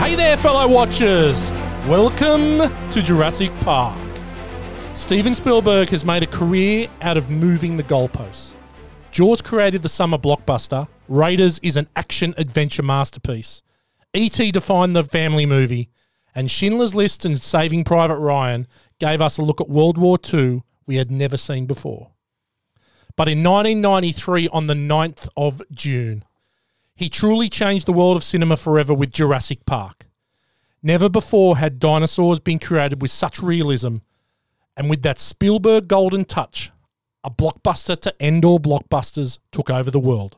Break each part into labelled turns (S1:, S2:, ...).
S1: Hey there, fellow watchers! Welcome to Jurassic Park. Steven Spielberg has made a career out of moving the goalposts. Jaws created the summer blockbuster, Raiders is an action adventure masterpiece, E.T. defined the family movie, and Schindler's List and Saving Private Ryan gave us a look at World War II we had never seen before. But in 1993, on the 9th of June, he truly changed the world of cinema forever with Jurassic Park. Never before had dinosaurs been created with such realism and with that Spielberg golden touch, a blockbuster to end all blockbusters took over the world.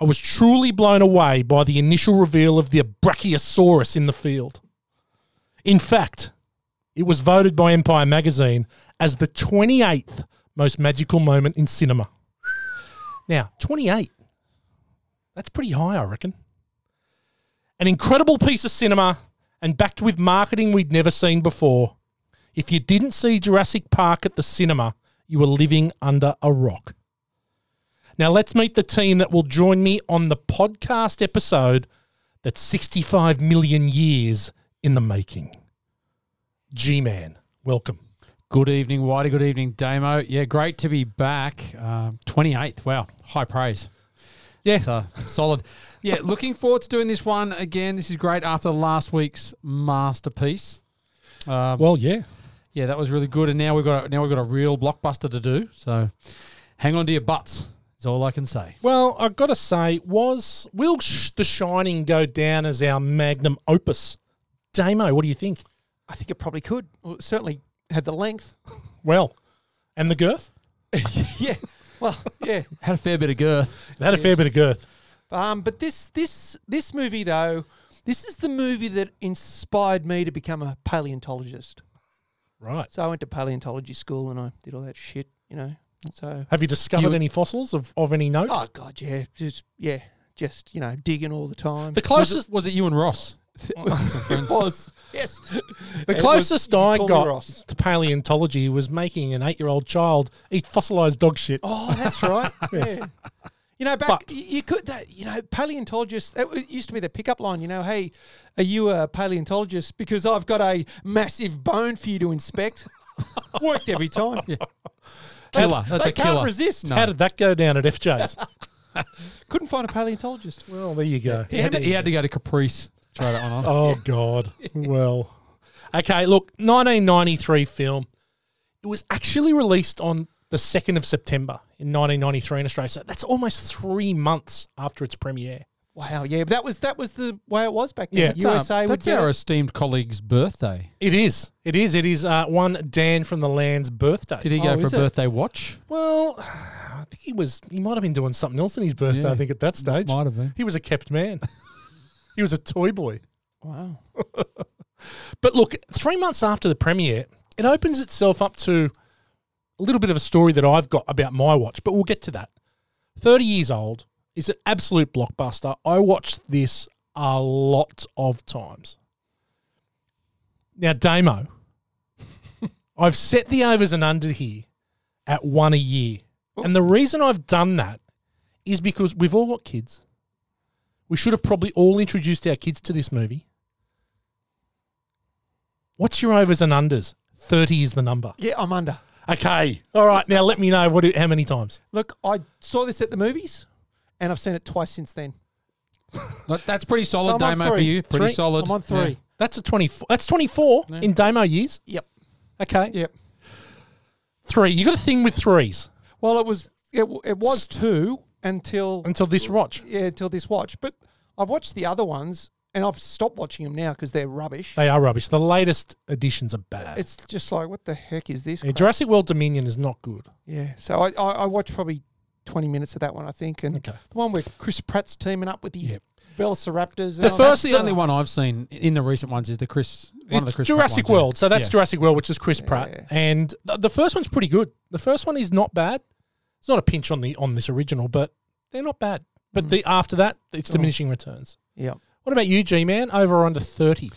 S1: I was truly blown away by the initial reveal of the Brachiosaurus in the field. In fact, it was voted by Empire magazine as the 28th most magical moment in cinema. Now, 28. That's pretty high, I reckon. An incredible piece of cinema and backed with marketing we'd never seen before. If you didn't see Jurassic Park at the cinema, you were living under a rock. Now, let's meet the team that will join me on the podcast episode that's 65 million years in the making. G Man, welcome.
S2: Good evening, Whitey. Good evening, Damo. Yeah, great to be back. Um, 28th. Wow. High praise.
S1: Yeah.
S2: So solid. Yeah, looking forward to doing this one again. This is great after last week's masterpiece. Um,
S1: Well, yeah.
S2: yeah, that was really good. And now we've got a, now we've got a real blockbuster to do. So hang on to your butts. Is all I can say.
S1: Well, I've got to say, was will sh- The Shining go down as our magnum opus? Damo, what do you think?
S3: I think it probably could. Well, it certainly had the length.
S1: Well, and the girth?
S3: yeah. Well, yeah.
S2: Had a fair bit of girth.
S1: That had a fair bit of girth.
S3: Um, but this this this movie though, this is the movie that inspired me to become a paleontologist.
S1: Right.
S3: So I went to paleontology school and I did all that shit, you know. So
S1: Have you discovered
S2: You-
S1: any fossils of, of any note?
S3: oh god, yeah, just yeah, just you know, digging all the time.
S1: the
S2: Was
S1: closest
S2: it, was it you and Ross?
S3: it was yes,
S1: the
S3: was-
S1: closest
S3: you
S1: I
S3: call me
S1: got
S3: Ross.
S1: to paleontology was making an eight year old child eat fossilized dog shit.
S3: Oh, that's right.
S1: Yes.
S3: Yeah. You know, back
S1: But-
S3: y- you could that you know paleontologists. That w- it used to be their pickup line. You know, hey, are you a paleontologist? Because I've got a massive bone for you to inspect. Worked every time.
S2: Killer. That's
S3: they
S2: a
S3: can't
S2: killer.
S3: resist.
S2: No.
S1: How did that go down at FJ's?
S3: Couldn't find a paleontologist.
S1: well, there you go.
S2: He had, to, he had to go to Caprice. Try that one on.
S1: Oh God. Well. Okay, look, 1993 film. It was actually released on the 2nd of September in 1993 in Australia. So that's almost 3 months after its premiere.
S3: Wow. Yeah, but that was that was the way it was back
S1: Yeah.
S3: then.
S1: That's
S3: Yeah,
S2: our-
S3: USA would
S2: um, that's
S3: get
S2: our
S3: it.
S2: esteemed colleague's birthday.
S1: It is. It is. It is uh, one Dan from the Land's birthday.
S2: Did he
S3: Oh,
S2: go for a
S3: is it?
S2: birthday watch?
S1: well, I think he was he might have been doing something else in his birthday,
S2: Yeah.
S1: I think at that stage.
S2: Might have been.
S1: He was a kept man. he was a toy boy.
S3: Wow.
S1: But look, three months after the premiere, it opens itself up to a little bit of a story that I've got about my watch, but we'll get to that. 30 years old is an absolute blockbuster. I watched this a lot of times. Now, Damo, I've set the overs and under here at one a year. And the reason I've done that is because we've all got kids. We should have probably all introduced our kids to this movie. What's your overs and unders? 30 is the number.
S3: Yeah, I'm under.
S1: Okay. All right. Now let me know what it, how many times.
S3: Look, I saw this at the movies, and I've seen it twice since then.
S2: Look, That's pretty
S3: So
S2: solid
S3: I'm on
S2: demo for
S3: three.
S2: you. Pretty
S1: Three.
S2: solid.
S3: I'm on three.
S1: That's a 24. That's 24
S2: Yeah.
S1: in demo years.
S3: Yep.
S1: Okay.
S3: Yep.
S1: Three. You got a thing with threes
S3: Well, it was it, w- it was two until
S1: until this watch.
S3: yeah, until this watch. But I've watched the other ones, and I've stopped watching them now because they're rubbish.
S1: They are rubbish. The latest editions are bad.
S3: It's just like, what the heck is this?
S1: Yeah,
S3: crap?
S1: Jurassic World Dominion is not good.
S3: yeah. So I, I, I watched probably twenty minutes of that one, I think, and
S1: Okay.
S3: the one where Chris Pratt's teaming up with these
S1: Yep.
S3: Velociraptors. and
S2: The
S3: all that
S2: first, the
S3: stuff.
S2: only one I've seen in the recent ones is the Chris. One of the
S1: It's
S2: Chris Pratt
S1: Jurassic
S2: ones, yeah.
S1: World. So that's
S2: Yeah.
S1: Jurassic World, which is Chris Pratt,
S3: Yeah.
S1: and th- the first one's pretty good. The first one is not bad. It's not a pinch on the on this original, but they're not bad. But the after that, it's
S3: Mm. Oh.
S1: diminishing returns.
S3: Yeah.
S1: What about you, G man? Over or under thirty?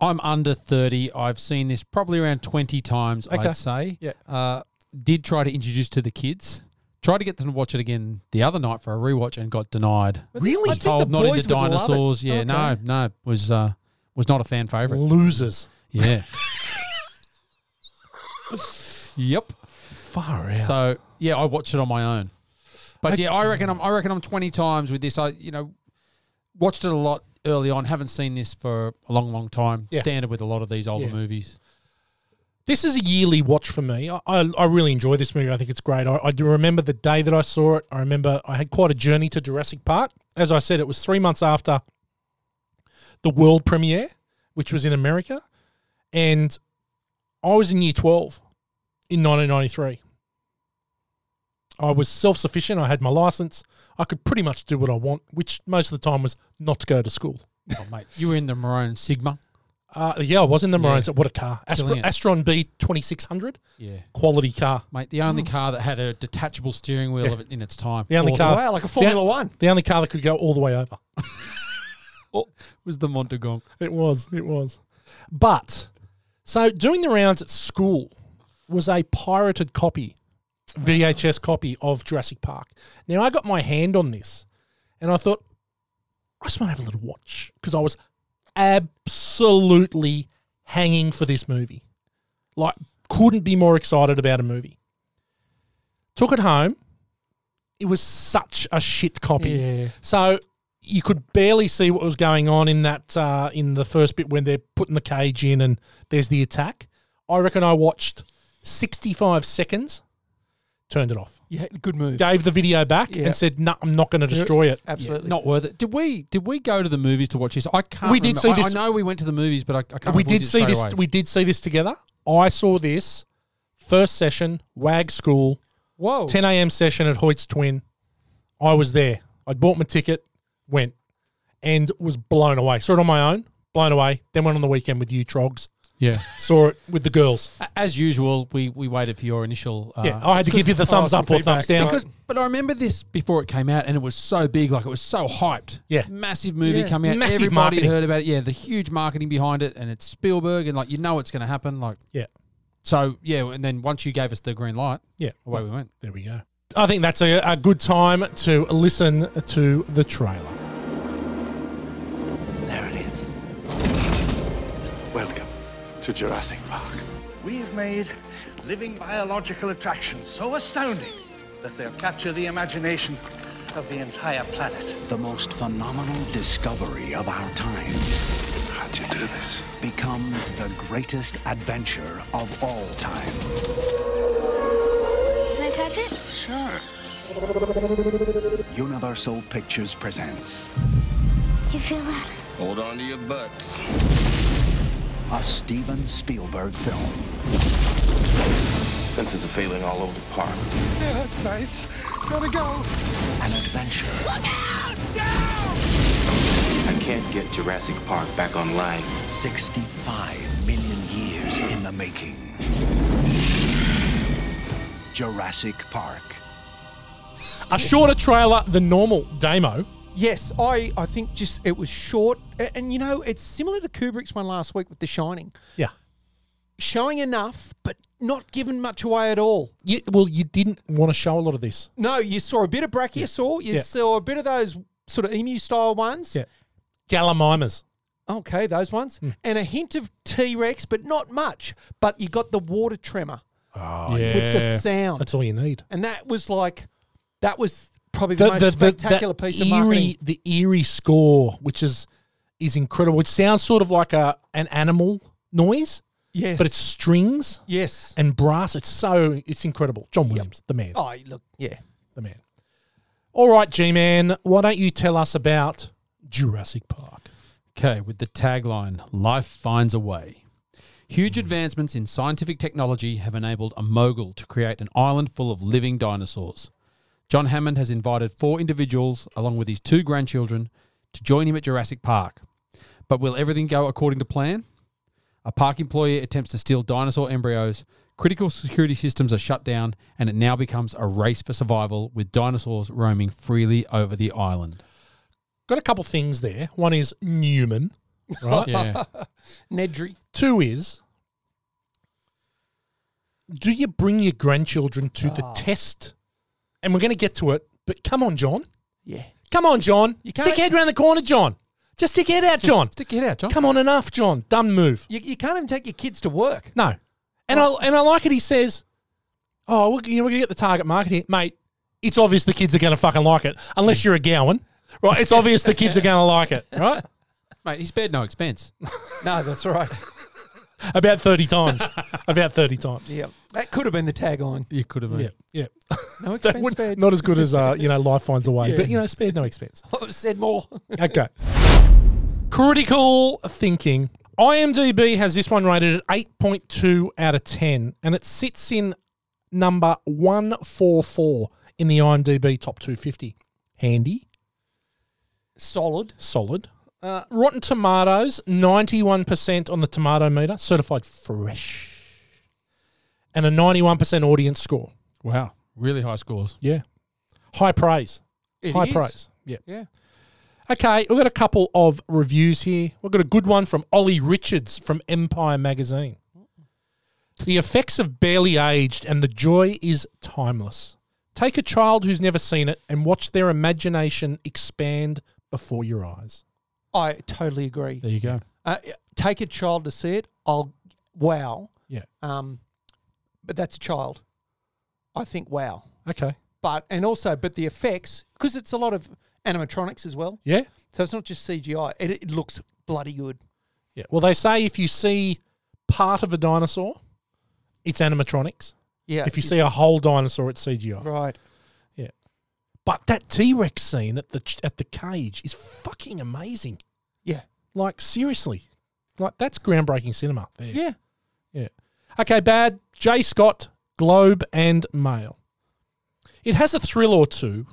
S2: I'm under thirty. I've seen this probably around twenty times.
S1: Okay.
S2: I'd say.
S1: Yeah.
S2: Uh, did try to introduce to the kids. Tried to get them to watch it again the other night for a rewatch and got denied.
S3: Really?
S2: Was
S3: I think
S2: told
S3: the
S2: not into
S3: boys would love it.
S2: dinosaurs. Yeah,
S3: Okay.
S2: no, no, was uh, was not a fan favorite.
S1: Losers.
S2: Yeah. yep.
S1: Far out.
S2: So yeah, I watch it on my own. But yeah, I reckon I'm I reckon I'm 20 times with this. I you know watched it a lot early on. Haven't seen this for a long, long time.
S1: Yeah.
S2: Standard with a lot of these older
S1: Yeah.
S2: movies.
S1: this is a yearly watch for me. I, I, I really enjoy this movie. I think it's great. I, I do remember the day that I saw it. I remember I had quite a journey to Jurassic Park. As I said, it was three months after the world premiere, which was in America. And I was in year 12 in 1993. I was self sufficient. I had my license. I could pretty much do what I want, which most of the time was not to go to school.
S2: Oh, mate, you were in the Maroon Sigma.
S1: Uh, yeah, I was in the
S2: Yeah.
S1: Marines. What a car. Astro-
S2: Killing it.
S1: Astron B 2600.
S2: Yeah,
S1: Quality car.
S2: mate, the
S1: Mm.
S2: only car that had a detachable steering wheel of it in its time.
S1: The only
S2: Awesome.
S1: car.
S3: Wow, like a Formula
S1: the,
S3: One.
S1: The only car that could go all the way over.
S2: was the Montagon.
S1: It was. It was. But so doing the rounds at school was a pirated copy, VHS copy of Jurassic Park. Now I got my hand on this, and I thought I just want to have a little watch because I was absolutely hanging for this movie. Like, couldn't be more excited about a movie. Took it home. It was such a shit copy.
S3: Yeah.
S1: So you could barely see what was going on in that uh, in the first bit when they're putting the cage in and there's the attack. I reckon I watched 65 seconds, turned it off,
S3: Yeah, good move.
S1: gave the video back,
S3: Yeah.
S1: and said, "No, I'm not going to destroy it."
S3: Absolutely.
S2: Not worth it. Did we? Did we go to the movies to watch this? I can't.
S1: We did
S2: remember.
S1: see
S2: I-
S1: this-
S2: I, know we went to the movies, but I, I can't.
S1: we
S2: remember if
S1: did see
S2: straight
S1: this.
S2: away.
S1: We did see this together. I saw this first session, WAG school,
S3: Whoa.
S1: 10 a.m. session at Hoyt's Twin. I was there. I bought my ticket, went, and was blown away. Saw it on my own, blown away. Then went on the weekend with you, Trogs.
S2: yeah.
S1: Saw it with the girls.
S2: A- As usual, we we waited for your initial. Uh,
S1: Yeah, I had to give you Ah. the thumbs
S3: some
S1: up or
S3: feedback.
S1: thumbs down.
S2: Because, but I remember this before it came out, and it was so big, like it was so hyped.
S1: Yeah.
S2: massive movie
S3: Yeah.
S2: coming out.
S1: Massive
S2: Everybody
S1: marketing.
S2: heard about it. Yeah, the huge marketing behind it, and it's Spielberg, and like you know it's going to happen. Like
S1: Yeah.
S2: so yeah, and then once you gave us the green light,
S1: yeah,
S2: away we went.
S1: Oh, there we go. I think that's a, a good time to listen to the trailer.
S4: There it is. Welcome to Jurassic Park.
S5: We've made living biological attractions so astounding that they'll capture the imagination of the entire planet.
S6: the most phenomenal discovery of our time
S4: How'd you do this?
S6: becomes the greatest adventure of all time.
S7: Can I touch it?
S6: Universal Pictures presents
S7: You feel that?
S8: Hold on to your butts.
S6: a Steven Spielberg film.
S8: Fences are failing all over the park.
S6: An adventure
S8: I can't get Jurassic Park back online.
S6: 65 million years in the making. Jurassic Park.
S1: A shorter trailer than normal, Damo.
S3: Yes, I, I think just it was short. A- And, you know, it's similar to Kubrick's one last week with The Shining.
S1: Yeah.
S3: Showing enough, but not giving much away at all.
S1: You, well, you didn't want to show a lot of this.
S3: No, you saw a bit of Brachiosaur. You
S1: Yeah.
S3: saw a bit of those sort of emu style ones.
S1: Yeah. Hmm. Gallimimus.
S3: Okay, those ones. And a hint of T Rex, but not much. But you got the water tremor
S1: yeah.
S3: with the sound.
S1: That's all you need.
S3: and that was like, that was probably the, most
S1: that
S3: spectacular piece of
S1: eerie,
S3: marketing.
S1: The eerie score, which is is incredible. It sounds sort of like a an animal noise,
S3: Yes.
S1: but it's strings
S3: Yes.
S1: and brass. It's so it's incredible. John Williams, the man,
S3: Oh, look, yeah.
S1: the man. All right, G man, why don't you tell us about Jurassic Park?
S2: Okay, with the tagline Life Finds a Way. Huge advancements in scientific technology have enabled a mogul to create an island full of living dinosaurs. John Hammond has invited four individuals, along with his two grandchildren, to join him at Jurassic Park. But will everything go according to plan? A park employee attempts to steal dinosaur embryos, critical security systems are shut down, and it now becomes a race for survival with dinosaurs roaming freely over the island.
S1: Got a couple things there. One is Newman, right?
S2: Yeah.
S3: Nedry.
S1: Two is
S2: Ah.
S1: do you bring your grandchildren to the test and we're going to get to it. But come on, John.
S3: Yeah.
S1: Come on, John.
S3: You can't-
S1: Stick your head around the corner, John. Just stick your head out, John.
S2: Stick your head out, John.
S1: Come on, enough, John. Dumb move.
S3: You, you can't even take your kids to work.
S1: No. And I and I like it. He says, "Oh, we're, you know, we're gonna get the target market here, mate. It's obvious the kids are gonna fucking like it, unless you're a Gowan, right? It's obvious the kids are gonna like it, right?
S2: Mate, he spared no expense.
S3: No, that's right.
S1: About thirty times, about thirty times.
S3: yeah. That could have been the tagline.
S2: You could have
S1: Yeah, yeah.
S3: No
S1: That
S3: expense
S1: would-
S3: spared.
S1: not as good as uh, you know, life finds a way, but you know, spared no expense.
S3: said more.
S1: Okay. Critical thinking. IMDb has this one rated at 8.2 out of 10, and it sits in number 144 in the IMDb top 250. Handy,
S3: Solid.
S1: solid. Uh, Rotten Tomatoes, 91% on the tomato meter, certified fresh, and a 91% audience score.
S2: Wow. Really high scores.
S1: Yeah. High praise.
S3: It
S1: High
S3: is.
S1: praise. Yeah.
S3: Yeah.
S1: Okay, we've got a couple of reviews here. We've got a good one from Ollie Richards from Empire Magazine. The effects of barely aged and the joy is timeless. Take a child who's never seen it and watch their imagination expand before your eyes.
S3: I totally agree.
S2: There you go.
S3: Uh, take a child to see it. I'll wow.
S1: Yeah.
S3: Um, but that's a child. I think wow.
S1: Okay.
S3: But and also, but the effects because it's a lot of animatronics as well.
S1: Yeah.
S3: So it's not just CGI. It, it looks bloody good.
S1: Yeah. Well, they say if you see part of a dinosaur, it's animatronics.
S3: Yeah.
S1: If you see a whole dinosaur, it's CGI.
S3: right.
S1: But that T Rex scene at the ch- at the cage is fucking amazing.
S3: Yeah.
S1: Like seriously, like that's groundbreaking cinema. There.
S3: Yeah.
S1: Yeah. Okay, bad. J. Scott, Globe and Mail. It has a thrill or two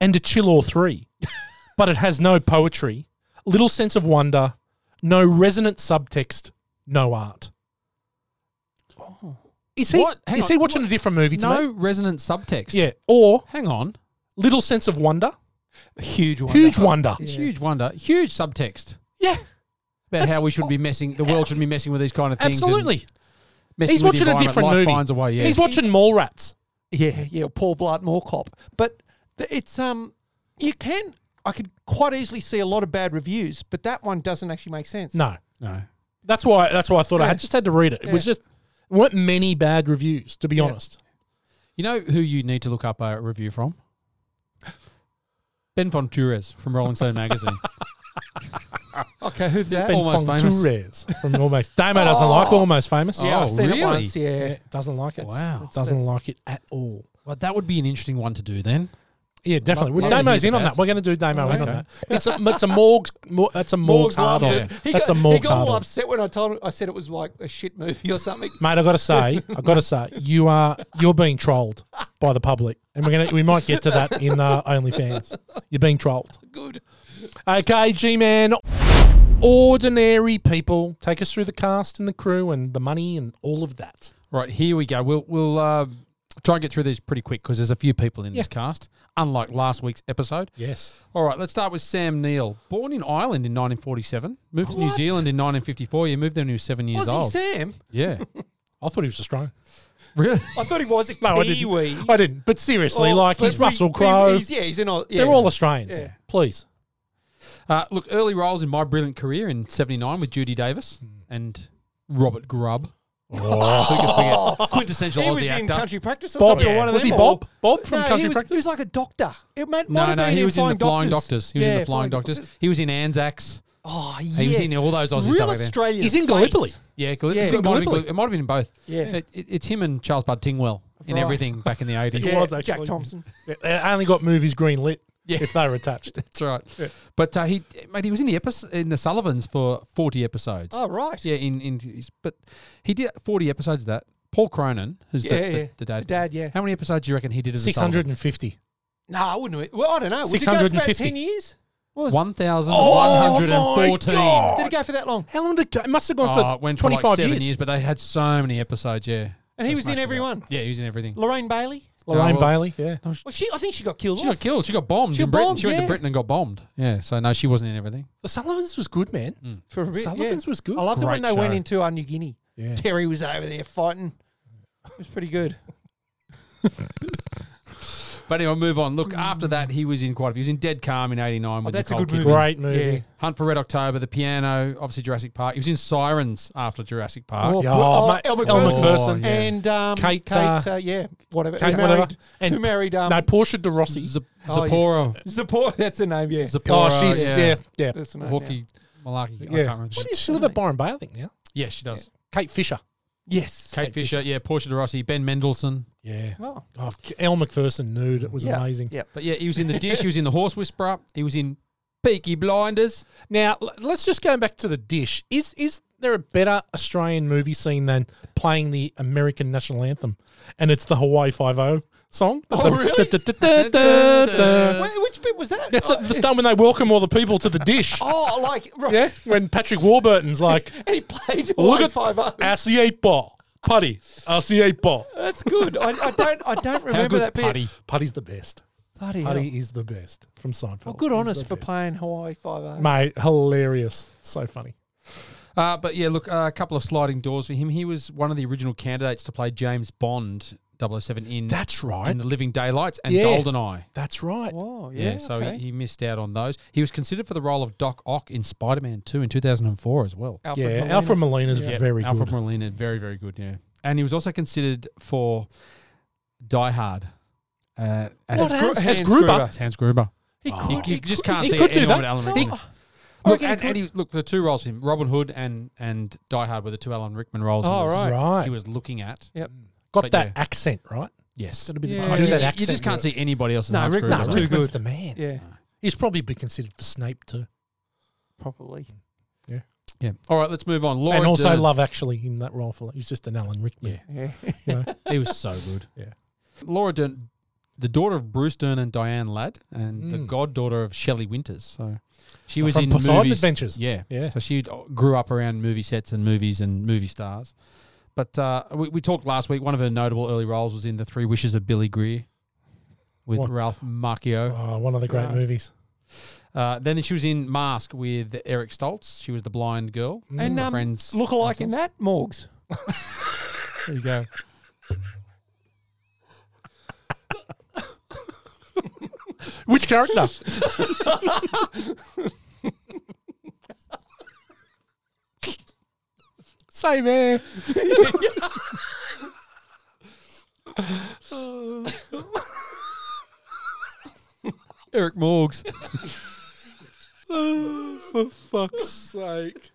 S1: and a chill or three, but it has no poetry, little sense of wonder, no resonant subtext, no art. Is he,
S2: Oh. What? Hang
S1: is
S2: on.
S1: he watching a different movie to
S2: No
S1: me?
S2: resonant subtext.
S1: Yeah. Or
S2: Hang on.
S1: little sense of wonder,
S3: Huge one.
S1: huge wonder.
S2: Huge wonder. Huge subtext
S1: Yeah,
S2: about
S1: That's-
S2: how we should be messing, the world should be messing with these kind of things. and
S1: absolutely.
S2: messing
S1: He's
S2: with the
S1: watching a
S2: environment.
S1: different
S2: Life
S1: movie.
S2: finds a way, yeah.
S1: He's watching Mallrats.
S3: Yeah, yeah, Paul Blart Mall Cop. But th- it's um, you can I could quite easily see a lot of bad reviews, but that one doesn't actually make sense.
S1: No,
S2: No.
S1: That's why. That's why I thought I
S3: Yeah.
S1: had just had to read it. It was just weren't many bad reviews, to be honest.
S2: You know who you need to look up a review from? Ben Fonturez from Rolling Stone magazine.
S3: Okay, who's that? Oh.
S1: Ben
S2: Almost Famous.
S1: Fonturez from Almost. Damo doesn't like Almost Famous.
S3: yeah, I've
S2: Oh,
S3: seen
S2: really?
S3: it once. Yeah.
S1: Yeah, doesn't like it.
S2: Wow.
S1: doesn't like it at all.
S2: well, that would be an interesting one to do then.
S1: Yeah, definitely.
S2: love
S1: Well,
S2: to hear
S1: Damo's
S2: the
S1: in on
S2: bad.
S1: that. We're going to do Damo
S3: Oh,
S1: in on
S2: okay.
S1: that. It's a it's a Morgs. Mor- that's a Morgs, hard
S3: loves
S1: on.
S3: it. He
S1: That's
S3: got,
S1: a
S3: He
S1: Morgs
S3: got
S1: hard
S3: all
S1: on.
S3: upset when I told him. I said it was like a shit movie or something.
S1: Mate, I got to say, I got to say, you are you're being trolled by the public, and we're gonna we might get to that in uh, OnlyFans. You're being trolled.
S3: Good.
S1: Okay, G Man. Ordinary people. Take us through the cast and the crew and the money and all of that.
S2: Right, here we go. We'll we'll uh, try and get through these pretty quick because there's a few people in this cast, unlike last week's episode.
S1: Yes.
S2: All right, let's start with Sam Neill. Born in Ireland in 1947, moved to New
S3: What?
S2: Zealand in 1954. You moved there when he was seven years
S3: Was he
S2: old.
S3: Sam?
S2: Yeah,
S1: I thought he was Australian.
S2: really.
S3: I thought he was a
S1: No, I didn't.
S3: Kiwi.
S1: I didn't. But seriously,
S3: Or-
S1: like,
S3: but
S1: he's
S3: we-
S1: Russell
S3: we-
S1: Crowe.
S3: he's- Yeah, he's in. all- Yeah.
S1: They're all Australians.
S3: Yeah.
S1: Please.
S2: Uh, look, early roles in My Brilliant Career in '79 with Judy
S3: Hmm.
S2: Davis and Robert Grubb. Who could forget? Quintessential
S3: He
S2: Aussie
S3: was in
S2: actor.
S3: country practice or
S1: Bob.
S3: something. or
S1: Yeah.
S3: One of
S1: Was he
S3: them, or-
S1: Bob? Bob from
S3: No, he
S1: Country
S3: was-
S1: Practice?
S3: He was like a doctor. It might, might
S2: no,
S3: have
S2: no,
S3: been
S2: he was in the Flying Doctors.
S3: Doctors.
S2: He was in
S3: Yeah,
S2: the Flying Doctors. He was in Anzacs.
S3: Oh, yes.
S2: was in all those Aussie
S3: Real
S2: stuff back then.
S3: Australian.
S1: He's in
S3: face.
S1: Gallipoli.
S2: Yeah, Gal-
S1: Yeah,
S2: so it, might have been,
S1: Gallipoli.
S2: Gal- it might have been in both.
S3: Yeah.
S2: It- it- it's him and Charles Bud Tingwell in
S3: Right.
S2: everything back in the 80s.
S3: Yeah,
S1: was
S3: Jack
S1: actually.
S3: Thompson.
S1: They only got movies green lit
S2: Yeah.
S1: if they were attached.
S2: That's right. But uh, he, mate, he was in the episode in the Sullivans for 40 episodes.
S3: Oh, right.
S2: Yeah, in, in but he did 40 episodes of that. Paul Cronin, who's the,
S3: Yeah,
S2: the,
S3: yeah.
S2: the dad.
S3: The dad, yeah.
S2: How many episodes do you reckon he did as the Sullivans?
S1: 650.
S3: No, I wouldn't. Have, well, I don't know. Would it go for about
S1: 650.
S3: 10 years? What was,
S2: 1,114.
S1: Oh,
S3: did it go for that long?
S1: How long did it go? It must have gone
S2: Oh, it
S1: for
S2: went for
S1: 25
S2: like seven years.
S1: years.
S2: but they had so many episodes, yeah.
S3: And he was in
S2: much of
S3: every
S2: that.
S3: one?
S2: Yeah, he was in everything.
S3: Lorraine Bailey?
S1: Lorraine
S2: Oh, well,
S1: Bailey, yeah.
S3: Well, she, I think she got killed
S2: She
S3: off.
S2: got killed. She got bombed
S3: She
S2: in
S3: got
S2: Britain.
S3: bombed,
S2: she went to
S3: yeah.
S2: Britain and got bombed. Yeah, so no, she wasn't in everything.
S1: The Sullivans was good, man.
S3: for a bit. yeah.
S1: Sullivan's was good.
S3: I loved it when
S2: Great
S3: they went
S2: show.
S3: into uh, New Guinea.
S1: Yeah.
S3: Terry was over there fighting. It was pretty good.
S2: But anyway, move on. Look, after that, he was in quite a few. He was in Dead Calm in 89 with
S3: Oh, that's a
S2: Nicole
S3: good
S2: Kidman.
S3: movie.
S1: Great movie.
S3: Yeah.
S2: Hunt for Red October, The Piano, obviously Jurassic Park. He was in Sirens after Jurassic Park.
S3: Oh,
S1: Uh, Yeah,
S3: oh,
S1: mate,
S3: Elle
S1: Elle
S3: McPherson.
S1: McPherson.
S2: Yeah.
S3: And um,
S1: Kate,
S3: Kate,
S1: uh,
S3: uh, yeah, whatever.
S1: Kate,
S3: who married,
S1: whatever. And
S3: who married? Um,
S1: no, Portia de Rossi.
S2: Z-
S3: Oh, yeah.
S2: Zipporah.
S3: Zippor- That's the name. Yeah,
S1: oh,
S2: Zipporah,
S1: she's yeah, yeah, yeah.
S3: that's the name.
S2: Hawkeye Malaki. I can't remember.
S1: What is she live at Byron Bay? I think now.
S2: Yeah, she does.
S1: Kate Fisher.
S3: Yeah. Yes.
S2: Kate Fisher, yeah, Portia de Rossi, Ben Mendelsohn.
S1: Yeah.
S3: Well,
S1: Oh, Elle McPherson nude. It was
S3: Yeah.
S1: amazing.
S3: Yeah.
S2: But yeah, he was in The Dish, he was in The Horse Whisperer, he was in Peaky Blinders.
S1: Now l- let's just go back to the dish. Is is there a better Australian movie scene than playing the American national anthem? And it's the Hawaii Five O song.
S3: Oh, really?
S1: Da- da- da- da- da- da.
S3: Wait, which bit was that?
S1: That's
S3: oh,
S1: at the start when they welcome all the people to the dish.
S3: oh, like right.
S1: Yeah, when Patrick Warburton's like,
S3: And he played
S1: "Look at
S3: five O.
S1: ask the eight ball, putty, ask the eight ball."
S3: That's good. I, I don't. I don't
S2: How
S3: remember
S2: good's
S3: that bit.
S2: Putty?
S1: Putty's the best.
S3: Bloody hell.
S1: Putty is the best from Seinfeld.
S3: Well, good
S1: Oh, He's
S3: on us
S1: the
S3: for
S1: best.
S3: playing Hawaii Five oh. O.
S1: Mate, hilarious. So funny.
S2: Uh, but yeah, look, uh, a couple of sliding doors for him. He was one of the original candidates to play James Bond 007 in,
S1: That's right.
S2: in The Living Daylights and
S1: Yeah.
S2: Goldeneye.
S1: That's right.
S3: Oh,
S2: Yeah,
S3: yeah.
S2: so
S3: okay.
S2: he, he missed out on those. He was considered for the role of Doc Ock in Spider Man 2 in 2004 as well.
S3: Alfred
S1: yeah,
S3: Molina.
S1: Alfred Molina's
S2: Yeah,
S1: very
S2: Alfred
S1: good.
S2: Molina, very, very good, yeah. And he was also considered for Die Hard. Uh,
S1: What
S2: as,
S1: else?
S3: Gru-
S1: As
S3: Hans
S1: Gruber.
S3: Gruber.
S2: as Hans Gruber.
S1: Oh. He
S2: You, you just can't
S1: he
S2: see
S1: could do
S2: anyone
S1: that.
S2: with Alan
S1: He-
S2: Rickman.
S1: I
S2: Look,
S1: reckon he
S2: and,
S1: could.
S2: and he, look, the two roles for him, Robin Hood and and Die Hard were the two Alan Rickman roles. he
S3: Oh,
S2: was-
S3: right.
S1: Right.
S2: He was looking at.
S3: Yep.
S1: Got
S2: But
S1: that
S2: yeah.
S1: accent, right?
S2: Yes.
S1: Gotta be the-
S3: Yeah.
S1: can't
S3: I
S1: do
S2: You,
S3: mean,
S1: that
S2: you
S1: accent.
S2: just can't see anybody else as
S3: No,
S2: Hans
S3: Rick-
S2: Gruber,
S1: No,
S3: It's
S2: so-
S3: too
S1: Rickman's
S3: good.
S1: the man.
S3: Yeah,
S1: He's probably be considered for Snape too.
S3: probably.
S2: Yeah. All right, let's move on. uh, Laura
S1: and also
S2: Dern.
S1: Love Actually in that role for he's just an Alan Rickman.
S2: Yeah.
S3: Yeah.
S1: you know?
S2: He was so good.
S1: Yeah.
S2: Laura Dern, the daughter of Bruce Dern and Diane Ladd, and the
S1: Mm.
S2: goddaughter of Shelley Winters. So she
S1: Oh,
S2: was
S1: from
S2: in
S1: Poseidon
S2: movies.
S1: Adventures.
S2: Yeah.
S1: Yeah.
S2: So she grew up around movie sets and movies and movie stars. But uh, we, we talked last week. One of her notable early roles was in The Three Wishes of Billy Greer with
S1: What?
S2: Ralph Macchio.
S1: Oh, one of the great
S3: Right.
S1: movies.
S2: Uh, then she was in Mask with Eric Stoltz. She was the blind girl.
S1: Mm.
S3: And
S2: The
S3: um,
S2: friends
S3: look alike in that Morgs.
S2: There you go.
S1: Which character? Same air.
S2: Eric Morgs.
S1: For fuck's sake.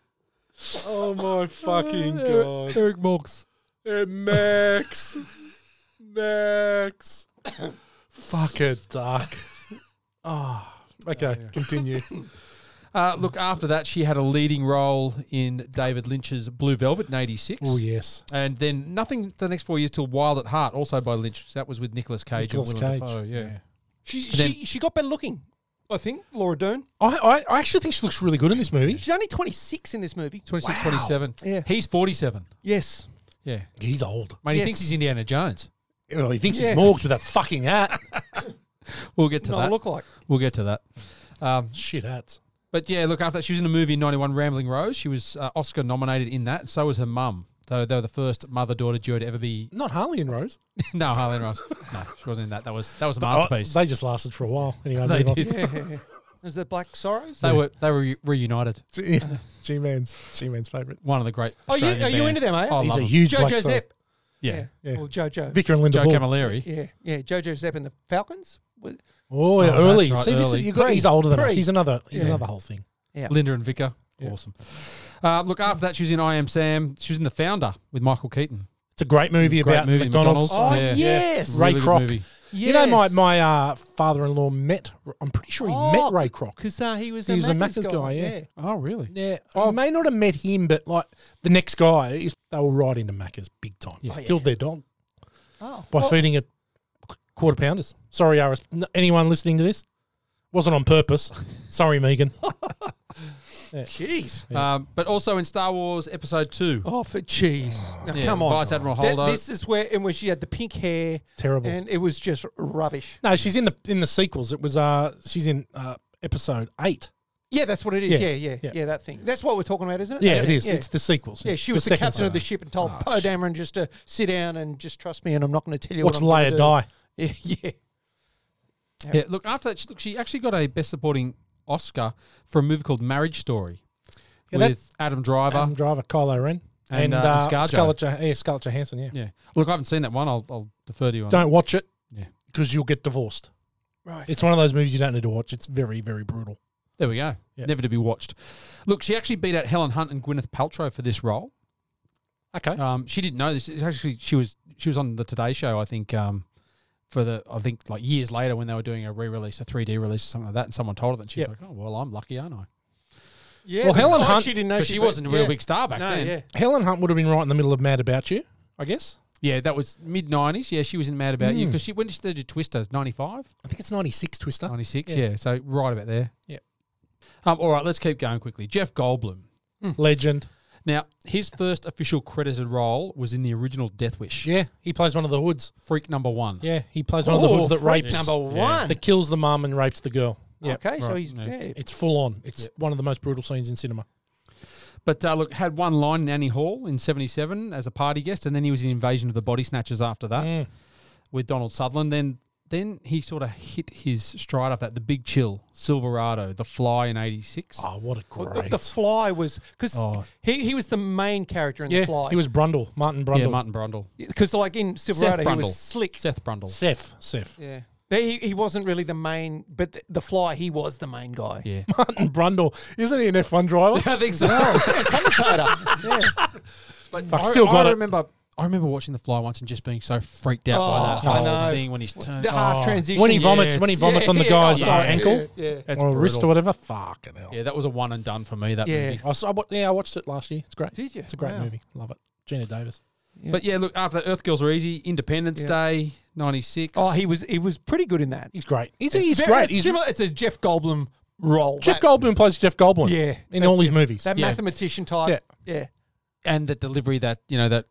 S1: Oh my fucking
S2: Eric, Eric Morgs.
S1: Max. Max. Fuck a duck. Oh, okay, continue.
S2: Uh, look, after that, she had a leading role in David Lynch's Blue Velvet in 86.
S1: Oh, yes.
S2: And then nothing for the next four years till Wild at Heart, also by Lynch. That was with Nicolas Cage
S1: Nicolas
S2: and Willem
S1: Cage,
S2: Dafoe. Yeah.
S1: yeah.
S3: She
S2: Then-
S3: she she got better looking. I think Laura Dern.
S1: I, I, I actually think she looks really good in this movie.
S3: She's only 26 in this movie.
S2: 26, 27.
S3: Yeah.
S2: He's 47.
S3: Yes.
S2: Yeah.
S1: He's old.
S2: Mate, he
S3: Yes.
S2: thinks he's Indiana Jones.
S1: Well, he thinks
S3: Yeah.
S1: he's Morgs with that fucking hat.
S2: We'll get to
S3: No,
S2: that.
S3: look like.
S2: We'll get to that. Um,
S1: Shit hats.
S2: but yeah, look, after that, she was in a movie in 91, Rambling Rose. She was uh, Oscar nominated in that. So was her mum. So they were the first mother daughter duo to ever be.
S1: Not Harley and Rose.
S2: no, Harlan Ross. No, she wasn't in that. That was that was a
S1: Oh,
S2: masterpiece.
S1: they just lasted for a while. Anyway,
S2: They
S1: move on.
S2: did.
S3: Is that Black Sorrows?
S2: They were they were re- reunited.
S1: G- G Man's G Man's favourite.
S2: One of the great.
S3: Oh, you-
S2: Australian
S3: are you
S2: bands.
S3: into them, eh?
S2: Oh, I
S1: He's
S2: love
S1: a
S2: 'em.
S1: huge
S3: Jojo
S1: black star.
S3: Zep.
S2: Yeah.
S1: Yeah.
S3: Or Jojo.
S1: Vicar and Linda
S2: Joe
S1: Bull.
S2: Camilleri.
S3: Yeah. Yeah. Jojo Zep and the Falcons. Well,
S1: Oh, yeah,
S2: that's
S1: early.
S2: right,
S1: See, this is-
S2: early.
S1: you got, he's older than us.
S3: Pre.
S1: He's another. He's
S3: Yeah.
S1: another whole thing.
S2: Linda and Vicar. Awesome. Uh, look, after that, she was in I Am Sam. She was in The Founder with Michael Keaton.
S1: It's a great movie
S2: Great
S1: about
S2: movie,
S1: McDonald's.
S2: McDonald's.
S3: Oh,
S2: Yeah. Yeah.
S3: yes.
S1: Ray
S2: good
S1: Kroc.
S2: movie.
S1: You know, my my uh, father-in-law met. I'm pretty sure he met Ray Kroc.
S3: Because uh, Oh, he was
S1: He
S3: a
S1: was a
S3: Macca's
S1: Macca's guy, yeah.
S2: Oh, really?
S1: Yeah, I may not have met him, but like the next guy, is- they were right into Macca's big time.
S2: Yeah. Oh,
S1: Killed their dog
S3: Oh.
S1: by
S3: Well,
S1: feeding it qu- quarter pounders. Sorry, RS. n- Anyone listening to this? Wasn't on purpose. Sorry, Megan.
S3: Oh, Jeez.
S2: Um, but also in Star Wars Episode 2.
S3: Oh, for jeez. Now,
S2: Yeah,
S3: come on.
S2: Vice Admiral
S3: That-
S2: Holdo.
S3: this is where, and when she had the pink hair,
S1: Terrible.
S3: and it was just rubbish.
S1: No, she's in the in the sequels. It was uh she's in uh episode eight.
S3: Yeah, that's what it
S1: Yeah,
S3: is. Yeah, yeah, yeah.
S1: yeah.
S3: that thing. That's what we're talking about, isn't it?
S1: Yeah, it is.
S3: Yeah.
S1: It's the sequels.
S3: Yeah, she was the,
S1: second Oh,
S3: captain of the
S1: sequel.
S3: ship and told Poe Dameron just to sit down and just trust me, and I'm not going to tell you
S1: Watch
S3: what I'm
S1: Leia die.
S3: gonna do. Yeah, yeah.
S2: Yeah, look, after that, she, look, she actually got a Best Supporting Oscar for a movie called Marriage Story
S1: Yeah, that-
S2: with Adam Driver.
S1: Adam Driver, Kylo Ren,
S2: And,
S1: and,
S2: uh,
S1: uh,
S2: ScarJo.
S1: Scarlett, Joh- yeah, Scarlett Johansson. Yeah.
S2: yeah. Look, I haven't seen that one. I'll, I'll defer to you on
S1: don't watch it
S2: Yeah.
S1: because you'll get divorced.
S3: Right.
S1: It's one of those movies you don't need to watch. It's very, very brutal.
S2: There we go.
S1: Yeah.
S2: Never to be watched. Look, she actually beat out Helen Hunt and Gwyneth Paltrow for this role.
S1: Okay.
S2: Um, she didn't know this. It's actually, she was she was on the Today Show, I think, um, for the I think like years later when they were doing a re-release, a 3D release or something like that, and someone told her that. And she's
S1: Yep.
S2: like, oh well, I'm lucky, aren't I?
S3: Yeah.
S1: Well,
S3: but
S1: Helen
S3: why
S1: Hunt-
S3: She didn't know
S2: Because she wasn't a real
S3: yeah.
S2: big star back
S3: No,
S2: then.
S3: yeah.
S1: Helen Hunt would have been right in the middle of Mad About You, I guess.
S2: Yeah, that was mid 90s. Yeah, she was in Mad About You because she when did she do Twister? 95,
S1: I think it's 96 Twister.
S2: 96. Yeah. so right about there.
S1: Yep.
S2: Um, all right, let's keep going quickly. Jeff Goldblum.
S1: Legend.
S2: Now, his first official credited role was in the original Death Wish.
S1: Yeah. He plays one of the hoods.
S2: Freak number one.
S1: Yeah. He plays one of the hoods that
S3: freak
S1: rapes.
S3: Oh, number one.
S1: That kills the mum and rapes the girl. Yeah.
S3: Okay, so
S2: Right.
S3: he's
S2: No.
S3: yeah.
S1: It's full on. It's one of the most brutal scenes in cinema.
S2: But uh, look, had one line in Annie Hall in 77 as a party guest, and then he was in Invasion of the Body Snatchers after that
S1: Mm.
S2: with Donald Sutherland. Then then he sort of hit his stride after that. The Big Chill, Silverado, The Fly in 86.
S1: Oh, what a
S3: Well,
S1: great.
S3: the- The Fly was because
S2: Oh.
S3: he, he was the main character in
S1: yeah.
S3: the Fly.
S1: He was Brundle. Martin Brundle.
S2: yeah, Martin Brundle.
S3: because like in
S2: Seth
S3: Silverado he
S2: Brundle.
S3: was slick.
S2: Seth Brundle.
S1: Seth. Seth.
S3: Yeah, he he wasn't really the main, but the, the Fly he was the main guy.
S2: Yeah.
S1: Martin Brundle. Isn't he an F1 driver?
S2: I think so.
S3: Commentator. yeah.
S2: But
S1: Fuck,
S2: I,
S1: still got
S2: I
S1: it.
S2: remember. I remember watching The Fly once and just being so freaked out by
S3: Oh,
S2: that
S3: I
S2: whole
S3: know.
S2: thing when he's turned. Oh,
S3: The half transition.
S1: Oh. When he
S3: yeah.
S1: vomits, when he vomits on the guy's
S3: yeah, Oh,
S1: uh,
S3: yeah,
S1: ankle
S3: Yeah.
S2: That's
S1: or wrist
S2: brutal.
S1: or whatever. Fucking hell.
S2: Yeah, that was a one and done for me. That
S3: Yeah.
S2: movie.
S1: I saw, I wa- yeah, I watched it last year. It's great.
S3: Did you?
S1: It's a great
S3: Wow.
S1: movie. Love it. Gina Davis.
S2: But yeah, look after that, Earth Girls Are Easy, Independence
S3: Yeah.
S2: Day, ninety six.
S3: Oh, he was he was pretty good in that.
S1: He's great. He's, he's
S3: Very
S1: great. He's,
S3: similar. It's a Jeff Goldblum role.
S1: Jeff
S3: That-
S1: Goldblum plays Jeff Goldblum.
S3: Yeah,
S1: in all
S3: that's
S1: his
S3: it.
S1: movies.
S3: That
S2: Yeah.
S3: mathematician type. Yeah. yeah.
S2: and the delivery that you know that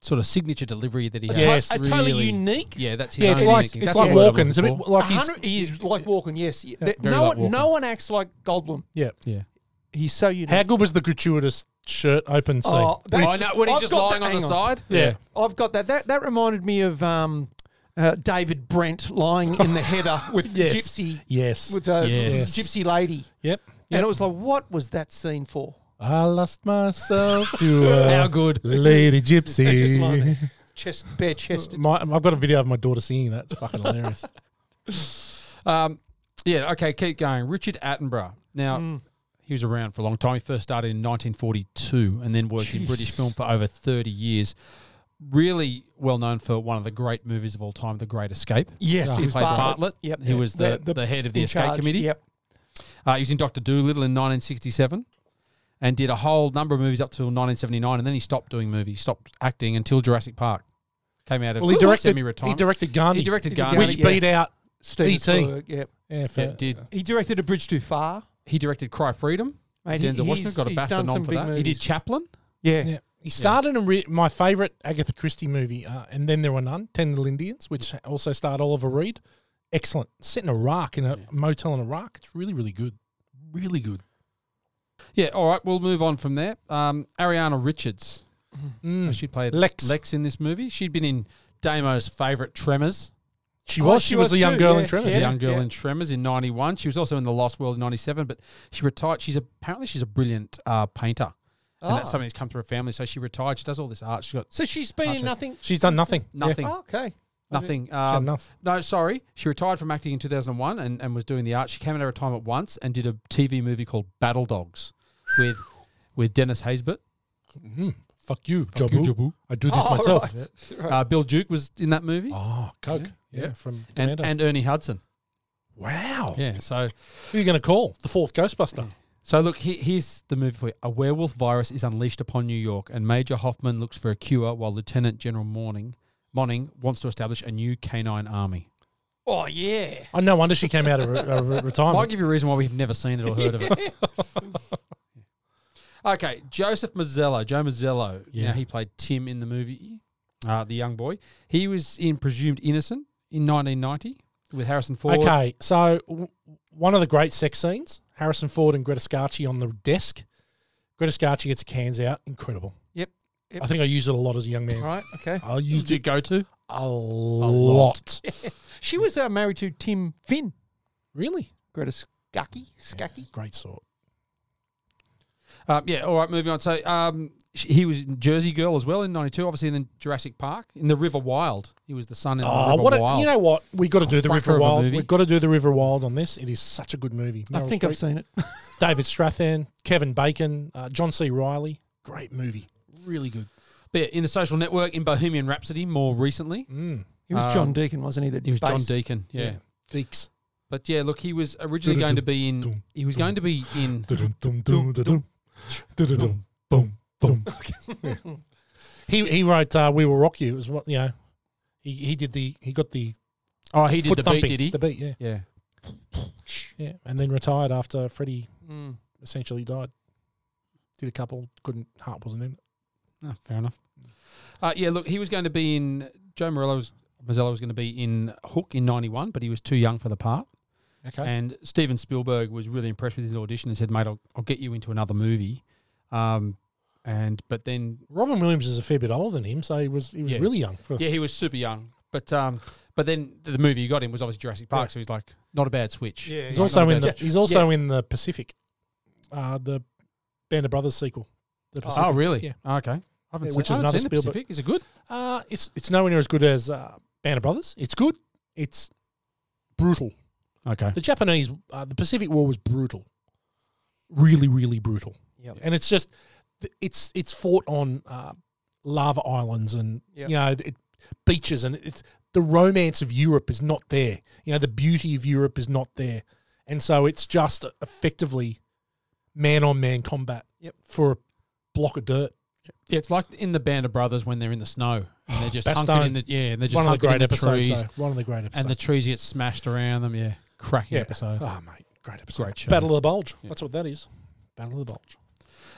S2: sort of signature delivery that he has.
S1: Yeah,
S3: It's
S1: it's
S3: totally
S2: really-
S3: unique.
S2: Yeah, that's his
S1: yeah, it's
S2: own
S1: like
S2: unique-
S1: it's
S2: that's
S1: like
S2: the word I'm
S1: Walken. It's a bit
S2: looking for.
S1: like he's
S3: 100 he's like Walken, yes. There-
S2: very
S3: no,
S2: like
S3: one, no
S2: Walken.
S3: one acts like Goldblum.
S1: yeah.
S2: yeah.
S3: He's so unique.
S1: How good was the gratuitous shirt open scene?
S3: Oh, that-
S2: I know when he's
S3: I've
S2: just
S3: got
S2: lying on the
S3: hang
S2: side.
S1: yeah.
S3: I've got that. That that reminded me of um, uh, David Brent lying in the header with
S1: Yes.
S3: Gypsy,
S1: Yes.
S3: with uh,
S2: Yes.
S3: Gypsy lady,
S1: yep.
S3: and it was like, what was that scene for?
S1: I lost myself to uh,
S2: How good.
S1: Lady Gypsy.
S3: Just lying there, chest bare chested.
S1: my, I've got a video of my daughter singing that. It's fucking hilarious.
S2: Um, yeah, okay, keep going. Richard Attenborough. Now, he was around for a long time. He first started in 1942 and then worked in British film for over 30 years. Really well known for one of the great movies of all time, The Great Escape.
S3: Yes,
S2: he
S3: he was
S2: played
S3: Bartlett.
S2: Bartlett.
S3: Yep.
S2: He was the, the,
S3: The- the-
S2: head of the
S3: in
S2: Escape
S3: charge,
S2: Committee.
S3: Yep.
S2: Uh, he was in Doctor Dolittle in 1967 and did a whole number of movies up till 1979, and then he stopped doing movies, stopped acting until Jurassic Park came out of
S1: Well, he directed. He
S2: semi-retirement.
S1: directed Gandhi.
S2: He directed
S3: Gandhi,
S2: Gandhi.
S1: which
S3: yeah.
S1: beat out.
S3: Steven
S1: E.T..
S3: Spielberg, E Yep.
S1: Yeah, for,
S2: It did.
S3: He directed A Bridge Too Far.
S2: He directed Cry Freedom.
S3: Mate, he-
S2: Denzel Washington
S3: he's-
S2: got a
S3: he's
S2: BAFTA
S3: done
S2: nom
S3: some
S2: for
S3: big
S2: that. He
S3: movies.
S2: did Chaplin.
S3: Yeah.
S1: Yeah. He started in re- my favourite Agatha Christie movie, uh, and then there were none. Ten Little Indians, which also starred Oliver Reed. Excellent. Set in Iraq, in a motel in Iraq. It's really, really good. Really good.
S2: Yeah, all right, we'll move on from there. Um, Ariana Richards.
S1: Mm.
S2: She played
S1: Lex.
S2: Lex in this movie. She'd been in Damo's favourite Tremors.
S1: She
S3: Oh,
S1: was.
S3: she
S1: she was,
S3: was
S1: a young
S3: too,
S1: girl in
S3: yeah.
S1: Tremors.
S2: She was
S1: Yeah.
S2: a young girl
S3: yeah.
S2: in Tremors in 91. She was also in The Lost World in 97, but she retired. She's apparently she's a brilliant uh, painter. And that's
S3: Ah.
S2: something that's come through her family. So she retired. She does all this art. She got
S3: So she's been
S2: Archer.
S3: in nothing.
S1: She's done nothing. Yeah.
S2: nothing.
S3: Oh, okay.
S2: Nothing.
S1: She had
S2: Um,
S1: enough.
S2: no, sorry. She retired from acting in 2001 and, and was doing the art. She came out of retirement once and did a TV movie called Battle Dogs with with Dennis Haysbert.
S1: Fuck you,
S2: Fuck
S1: Jobu.
S2: you, Jabu.
S1: I do this
S3: Oh,
S1: myself.
S3: right.
S2: Uh, Bill Duke was in that movie.
S1: Oh, Coke. Yeah, from
S2: and,
S1: Commando.
S2: and Ernie Hudson.
S3: Oh,
S1: wow.
S2: Yeah. So
S1: Who are you going to call? The fourth Ghostbuster.
S2: so look, he, here's the movie for you. A werewolf virus is unleashed upon New York, and Major Hoffman looks for a cure while Lieutenant General Morning Monning wants to establish a new canine army.
S3: Oh yeah.
S1: Oh, no wonder she came out of re- uh, re-
S2: I'll
S1: retirement.
S2: give you a reason why we've never seen it or heard of it. okay, Joseph Mazzello, Joe Mazzello. Yeah,
S1: Yeah.
S2: he played Tim in the movie, uh, the young boy. He was in Presumed Innocent in 1990 with Harrison Ford.
S1: Okay, so w- one of the great sex scenes: Harrison Ford and Greta Scarci on the desk. Greta Scarci gets her cans out. Incredible.
S3: Yep. Yep.
S1: I think I used it a lot as a young man.
S3: Right. Okay.
S1: I
S2: Who's
S1: used
S2: your
S1: it.
S2: go to?
S1: a, lot.
S3: She was uh, married to Tim Finn.
S1: Really?
S3: Greta Skucky. Skucky.
S1: Great sort.
S2: Um, yeah, all right, moving on. So um, sh- he was in Jersey Girl as well in 92, obviously, and then Jurassic Park. In The River Wild, he was the son in The
S1: Oh,
S2: River
S1: what a,
S2: Wild.
S1: you know what? We got to do the
S2: fucker of
S1: River
S2: a
S1: Wild.
S2: movie.
S1: We've got to do the River Wild on this. It is such a good movie.
S3: I
S1: Meryl
S3: think
S1: Streep,
S3: I've seen it.
S1: David Strathairn, Kevin Bacon, uh, John C. Riley. Great movie. Really good.
S2: But yeah, in The Social Network, in Bohemian Rhapsody more recently.
S1: Mm,
S3: He was John Deacon, wasn't he? That
S2: Um, He was John
S3: bass?
S2: Deacon, yeah.
S1: Deeks.
S2: But yeah, look, he was originally going to be in. He was going to be in.
S1: He he wrote uh, "We Will Rock You." It was what you know. He he did the he got the
S2: Oh, he did
S1: foot
S2: the
S1: thumping,
S2: beat, did he?
S1: The beat, yeah,
S2: yeah.
S1: yeah, and then retired after Freddie
S2: Hmm.
S1: essentially died. Did a couple, couldn't. Heart wasn't in it. Ah,
S2: Oh, fair enough. Uh, yeah, look, he was going to be in. Joe Morello was, Mazzello was going to be in Hook in 91, but he was too young for the part.
S1: Okay,
S2: And Steven Spielberg was really impressed with his audition and said, "Mate, I'll, I'll get you into another movie." Um, and but then
S1: Robin Williams is a fair bit older than him, so he was he was
S2: Yeah.
S1: really young. For,
S2: yeah, he was super young. But um, but then the the movie he got in was obviously Jurassic Park, so he's like, not a bad switch.
S1: He's
S2: Like,
S1: also
S2: not a
S1: in the
S2: bad
S1: he's also in the Pacific, uh, the Band of Brothers sequel. The
S2: switch.
S1: Pacific.
S2: Oh, really?
S1: Yeah.
S2: Oh, okay. I haven't
S1: Yeah,
S2: seen,
S1: which
S2: I
S1: is
S2: haven't
S1: another
S2: seen the
S1: Spielberg-
S2: Pacific. Is it good?
S1: Uh, it's it's nowhere near as good as uh, Band of Brothers. It's good. It's brutal.
S2: Okay.
S1: The Japanese, uh, the Pacific War was brutal, really, really brutal.
S3: Yep.
S1: And it's just, th- it's it's fought on uh, lava islands and
S3: Yep.
S1: you know it, beaches and it's the romance of Europe is not there. You know the beauty of Europe is not there, and so it's just effectively man on man combat
S3: Yep.
S1: for a block of dirt.
S2: Yeah, it's like in the Band of Brothers when they're in the snow and they're just
S1: Best
S2: hunkered
S1: time.
S2: in the yeah, and they're just
S1: One of the
S2: hunkered
S1: great
S2: in the
S1: episodes.
S2: trees
S1: though. One of the great episodes.
S2: and the trees get smashed around them. Yeah, cracking
S1: yeah.
S2: episode.
S1: Oh mate, great episode.
S2: Great show.
S1: Battle of the Bulge. That's what that is. Battle of the Bulge.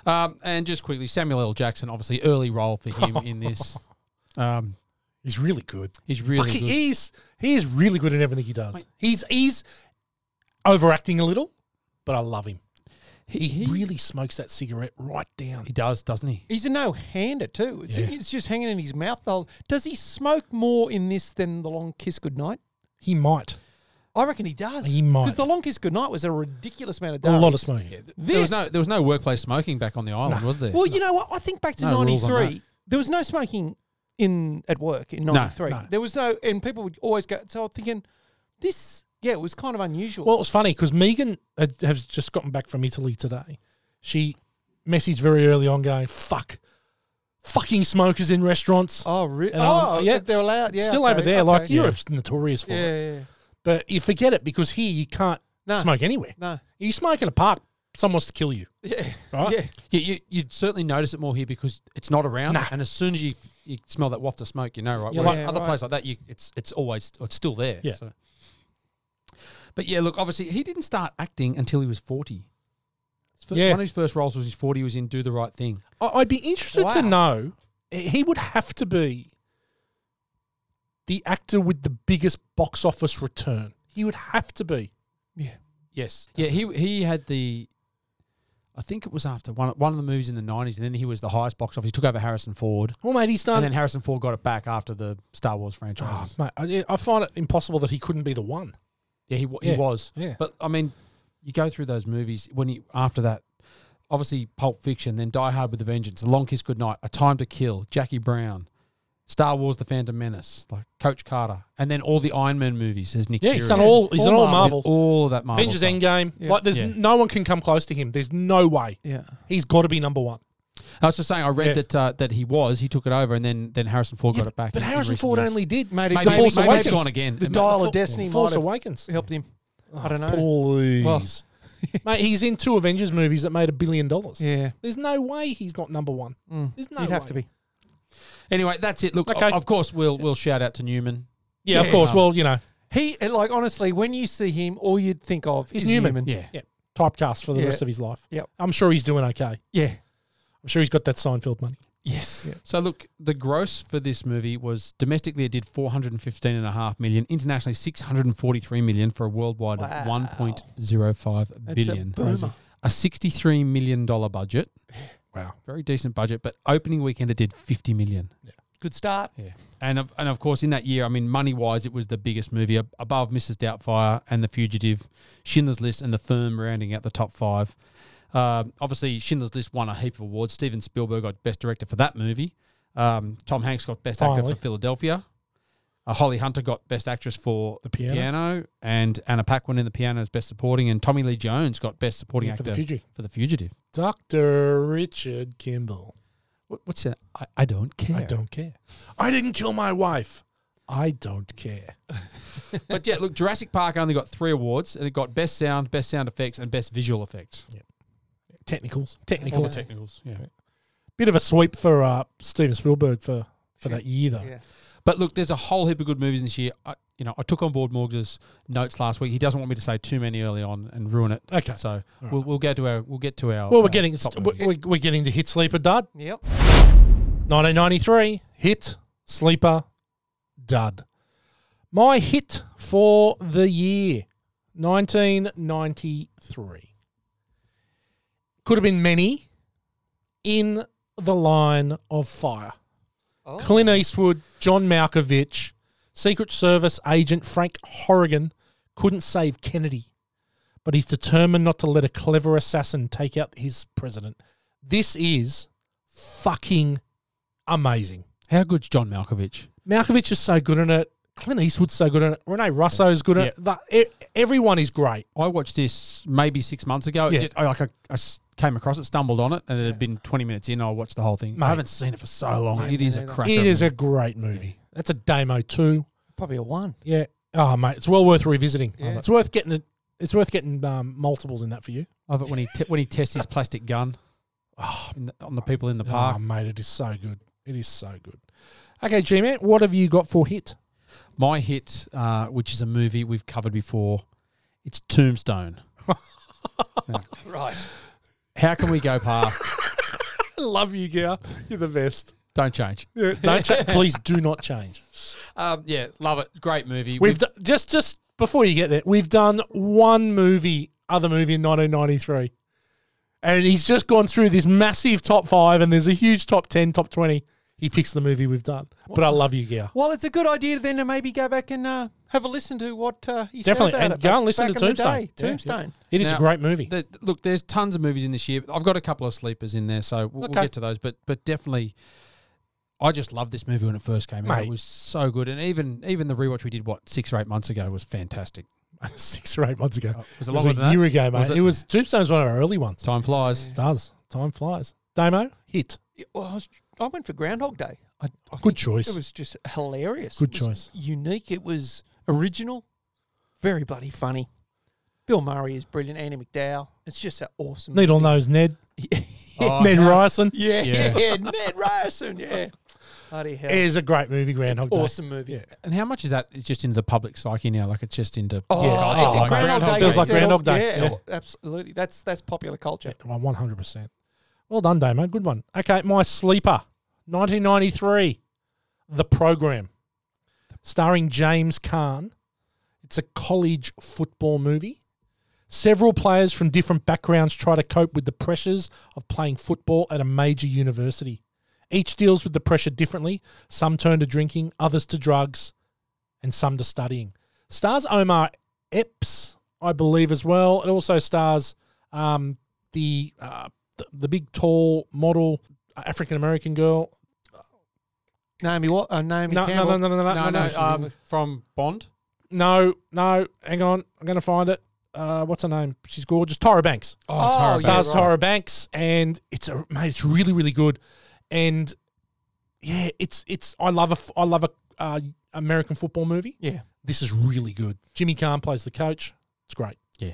S2: Um, and just quickly, Samuel L. Jackson, obviously early role for him in this. Um,
S1: He's really good.
S2: he's really
S1: Fucking-
S2: good.
S1: He's he is really good in everything he does. He's he's overacting a little, but I love him. He, really smokes that cigarette right down.
S2: He does, doesn't he?
S3: He's a no-hander too. It's,
S1: Yeah.
S3: it's just hanging in his mouth. The whole, does he smoke more in this than the long kiss goodnight?
S1: He might
S3: I reckon he does.
S1: He might.
S3: because the long kiss goodnight was a ridiculous amount of
S1: a
S3: dough.
S1: lot of smoking.
S3: this.
S2: There was no there was no workplace smoking back on the island, was there?
S3: well, you know what? I think back to
S2: No rules on
S3: '93. There was no smoking in at work in '93.
S1: no.
S3: There was no, and people would always go. So I'm thinking, this, yeah, it was kind of unusual.
S1: Well, it was funny because Megan had, has just gotten back from Italy today. She messaged very early on, going "fuck, fucking smokers in restaurants."
S3: oh, re-
S1: And I'm-
S3: oh, yeah, they're allowed. Yeah,
S1: still over
S3: okay,
S1: there.
S3: okay.
S1: Like Europe's notorious for
S3: Yeah,
S1: it,
S3: yeah, yeah.
S1: but you forget it because here you can't
S3: No.
S1: smoke anywhere.
S3: no,
S1: You smoke in a park, someone wants to kill you.
S3: yeah,
S1: Right?
S3: yeah.
S2: yeah, you, you'd certainly notice it more here because it's not around,
S1: Nah.
S2: and as soon as you you smell that waft of smoke, you know, right?
S1: Yeah,
S2: Whereas
S3: like-
S2: other
S3: right.
S2: places like that, you it's it's always it's still there.
S1: Yeah.
S2: so. But yeah, look, obviously he didn't start acting until he was forty. His fir-
S1: Yeah.
S2: One of his first roles was his forty. He was in Do the Right Thing.
S1: I- I'd be interested to know. He would have to be the actor with the biggest box office return. He would have to be.
S2: Yes. Yeah, he he had the I think it was after one one of the movies in the nineties and then he was the highest box office. He took over Harrison Ford.
S1: Well, mate, he's done.
S2: and then Harrison Ford got it back after the Star Wars
S1: Oh,
S2: franchise.
S1: mate, I, I find it impossible that he couldn't be the one.
S2: yeah, he wa-
S1: yeah,
S2: he was.
S1: yeah.
S2: But I mean, you go through those movies when you after that obviously Pulp Fiction, then Die Hard with a Vengeance, The Long Kiss Goodnight, A Time to Kill, Jackie Brown, Star Wars The Phantom Menace, like Coach Carter, and then all the Iron Man movies as Nick
S1: Yeah, he's
S2: Fury.
S1: done all. He's done all Marvel.
S2: With all of that Marvel.
S1: Avengers
S2: stuff.
S1: Endgame. Like, there's
S2: Yeah.
S1: no one can come close to him. There's no way.
S3: yeah.
S1: He's got to be number one.
S2: I was just saying, I read
S1: Yeah.
S2: that uh, that he was. He took it over, and then then Harrison Ford got it back.
S1: But
S2: in- in
S1: Harrison
S2: recent
S1: Ford
S2: years.
S1: only did
S3: Mate, it-
S1: The
S2: Maybe-
S1: Force
S2: maybe it's
S1: Awakens.
S2: gone again.
S3: The
S2: It might-
S3: Dial
S1: Fo-
S3: of Destiny
S1: Force
S3: might have
S1: Awakens.
S3: helped him.
S1: Ah,
S3: I don't know.
S1: Please.
S3: Well-
S1: Mate, he's in two Avengers movies that made a billion dollars.
S3: Yeah, mm.
S1: There's no way he's not number one. There's no
S3: he'd have
S1: way.
S3: to be.
S2: Anyway, that's it. Look, o-
S1: Okay.
S2: of course, we'll we'll shout out to Newman.
S1: Yeah, of course. Well, you know,
S3: He and, like honestly, when you see him, all you'd think of
S1: he's
S3: is
S1: Newman.
S3: Newman.
S2: Yeah.
S1: yeah. Typecast for the
S3: Yeah.
S1: rest of his life.
S3: Yep.
S1: I'm sure he's doing okay. I'm
S3: yeah,
S1: sure he's got that Seinfeld money.
S3: yes,
S2: So look, the gross for this movie was domestically it did 415.5 million, internationally 643 million for a worldwide of 1.05 billion.
S3: boomer.
S2: A 63 million dollar budget.
S1: Wow.
S2: Very decent budget, but opening weekend it did 50 million.
S3: Good start.
S2: Yeah. And of, and of course, in that year, I mean, money wise, it was the biggest movie ab- above Mrs. Doubtfire and The Fugitive, Schindler's List, and The Firm rounding out the top five. Um obviously, Schindler's List won a heap of awards. Steven Spielberg got Best Director for that movie. Um, Tom Hanks got Best
S1: Finally.
S2: Actor for Philadelphia. Uh, Holly Hunter got Best Actress for
S1: The Piano.
S2: and Anna Paquin in The Piano as Best Supporting, and Tommy Lee Jones got Best Supporting
S1: Yeah, for
S2: Actor
S1: The Fugitive.
S2: For the Fugitive.
S1: Dr. Richard Kimball.
S2: What, what's that? I, I don't care.
S1: I don't care. I didn't kill my wife. I don't care.
S2: But yeah, look, Jurassic Park only got three awards, and it got best sound, best sound effects, and best visual effects.
S1: Technicals. Technicals.
S2: technicals, yeah.
S1: Bit of a sweep for uh, Steven Spielberg for, for that year, though.
S3: Yeah.
S2: But look, there's a whole heap of good movies this year. I, you know, I took on board Morgs' notes last week. He doesn't want me to say too many early on and ruin it.
S1: Okay.
S2: so we'll, we'll go to our we'll get to our.
S1: Well, we're
S2: our
S3: uh,
S1: getting
S2: top
S1: st-
S2: movies.
S1: we're, we're getting to hit sleeper dud.
S3: Yep.
S1: 1993 hit sleeper dud. My hit for the year 1993 could have been many. In the line of fire. Clint Eastwood, John Malkovich, Secret Service agent Frank Horrigan couldn't save Kennedy, but he's determined not to let a clever assassin take out his president. This is fucking amazing.
S2: How good's John Malkovich?
S1: Malkovich is so good in it. Clint Eastwood's so good in it. Rene Russo's good in it. The- e- everyone is great.
S2: I watched this maybe six months ago. It
S1: Yeah.
S2: just- I, like I, I s- came across it, stumbled on it, and it had been 20 minutes in. I watched the whole thing.
S1: Mate.
S2: I haven't seen it for so long. it is a cracker.
S1: It is a great movie. That's a Damo too.
S3: Probably a one.
S1: Yeah. Oh mate, it's well worth revisiting.
S3: Yeah.
S1: It's worth getting it. It's worth getting um, multiples in that for you.
S2: Love it when he te- when he tests his plastic gun
S1: Oh,
S2: in the- on the people in the
S1: Ah,
S2: park.
S1: mate, it is so good. It is so good. Okay, G Man, what have you got for hit?
S2: My hit, uh, which is a movie we've covered before, it's Tombstone.
S3: Right.
S2: How can we go past?
S1: I love you, Gow. You're the best.
S2: Don't change.
S1: Don't cha- please do not change.
S2: Um, yeah, love it. Great movie.
S1: We've d- just just before you get there, we've done one movie, other movie in 1993, and he's just gone through this massive top five, and there's a huge top ten, top twenty. He picks the movie we've done, but I love you, Gow.
S3: Well, it's a good idea then to maybe go back and uh, have a listen to what uh, he said
S1: Definitely,
S3: about
S1: and
S3: it
S1: go
S3: back-
S1: and listen
S3: back
S1: to
S3: in the
S1: Tombstone.
S3: day.
S1: Yeah, yeah.
S3: Tombstone.
S1: It is
S2: Now,
S1: a great movie.
S2: the, look, there's tons of movies in this year. I've got a couple of sleepers in there, so we'll,
S1: Okay.
S2: we'll get to those. But but definitely, I just loved this movie when it first came out.
S1: Mate.
S2: It was so good, and even even the rewatch we did what six or eight months ago was fantastic.
S1: Six or eight months ago.
S2: Oh, was it
S1: it was
S2: longer than
S1: a
S2: that?
S1: year ago, mate.
S2: Was
S1: it?
S2: it-
S1: was Tombstone's one of our early ones.
S2: Time flies.
S1: does. Time flies. Damo, hit.
S3: Yeah, Well, I, was, I went for Groundhog Day. I, I
S1: Good
S3: think
S1: choice.
S3: It was just hilarious.
S1: Good
S3: It was
S1: choice.
S3: Unique. It was original. Very bloody funny. Bill Murray is brilliant. Andy McDowell. It's just an awesome.
S1: Needle nose Ned.
S2: Oh,
S1: Ned
S2: yeah.
S1: Ryerson.
S3: Yeah,
S2: Yeah.
S3: yeah, Ned Ryerson. Yeah. Bloody hell.
S1: It is a great movie, Groundhog Day.
S3: awesome movie.
S1: Yeah.
S2: And how much is that? It's just into the public psyche now. Like it's just into
S3: Oh,
S1: Yeah.
S3: I
S1: Oh, like
S3: think Groundhog
S1: Groundhog
S3: Day
S1: Day. Feels like
S3: said all-
S1: Groundhog Day.
S3: Yeah,
S1: Yeah.
S3: absolutely. That's that's popular culture.
S1: Well, 100%. Well done, Damo. Good one. Okay, my sleeper, 1993, The Program, starring James Kahn. It's a college football movie. Several players from different backgrounds try to cope with the pressures of playing football at a major university. Each deals with the pressure differently. Some turn to drinking, others to drugs, and some to studying. Stars Omar Epps, I believe, as well. It also stars um, the, uh, the the big tall model African American girl.
S3: Naomi what? Uh, Naomi
S1: No, no,
S3: Campbell.
S1: no, no, no, no, no,
S2: No, no,
S1: no,
S2: um, from Bond.
S1: no, no. Hang on, I'm gonna find it. Uh, what's her name? She's gorgeous. Tyra Banks.
S3: Oh, Tara yeah,
S1: stars
S3: right.
S1: Tyra Banks, and it's a mate. It's really, really good, and yeah, it's it's. I love a f- I love a uh, American football movie.
S3: Yeah.
S1: This is really good. Jimmy Kahn plays the coach. It's great.
S2: Yeah.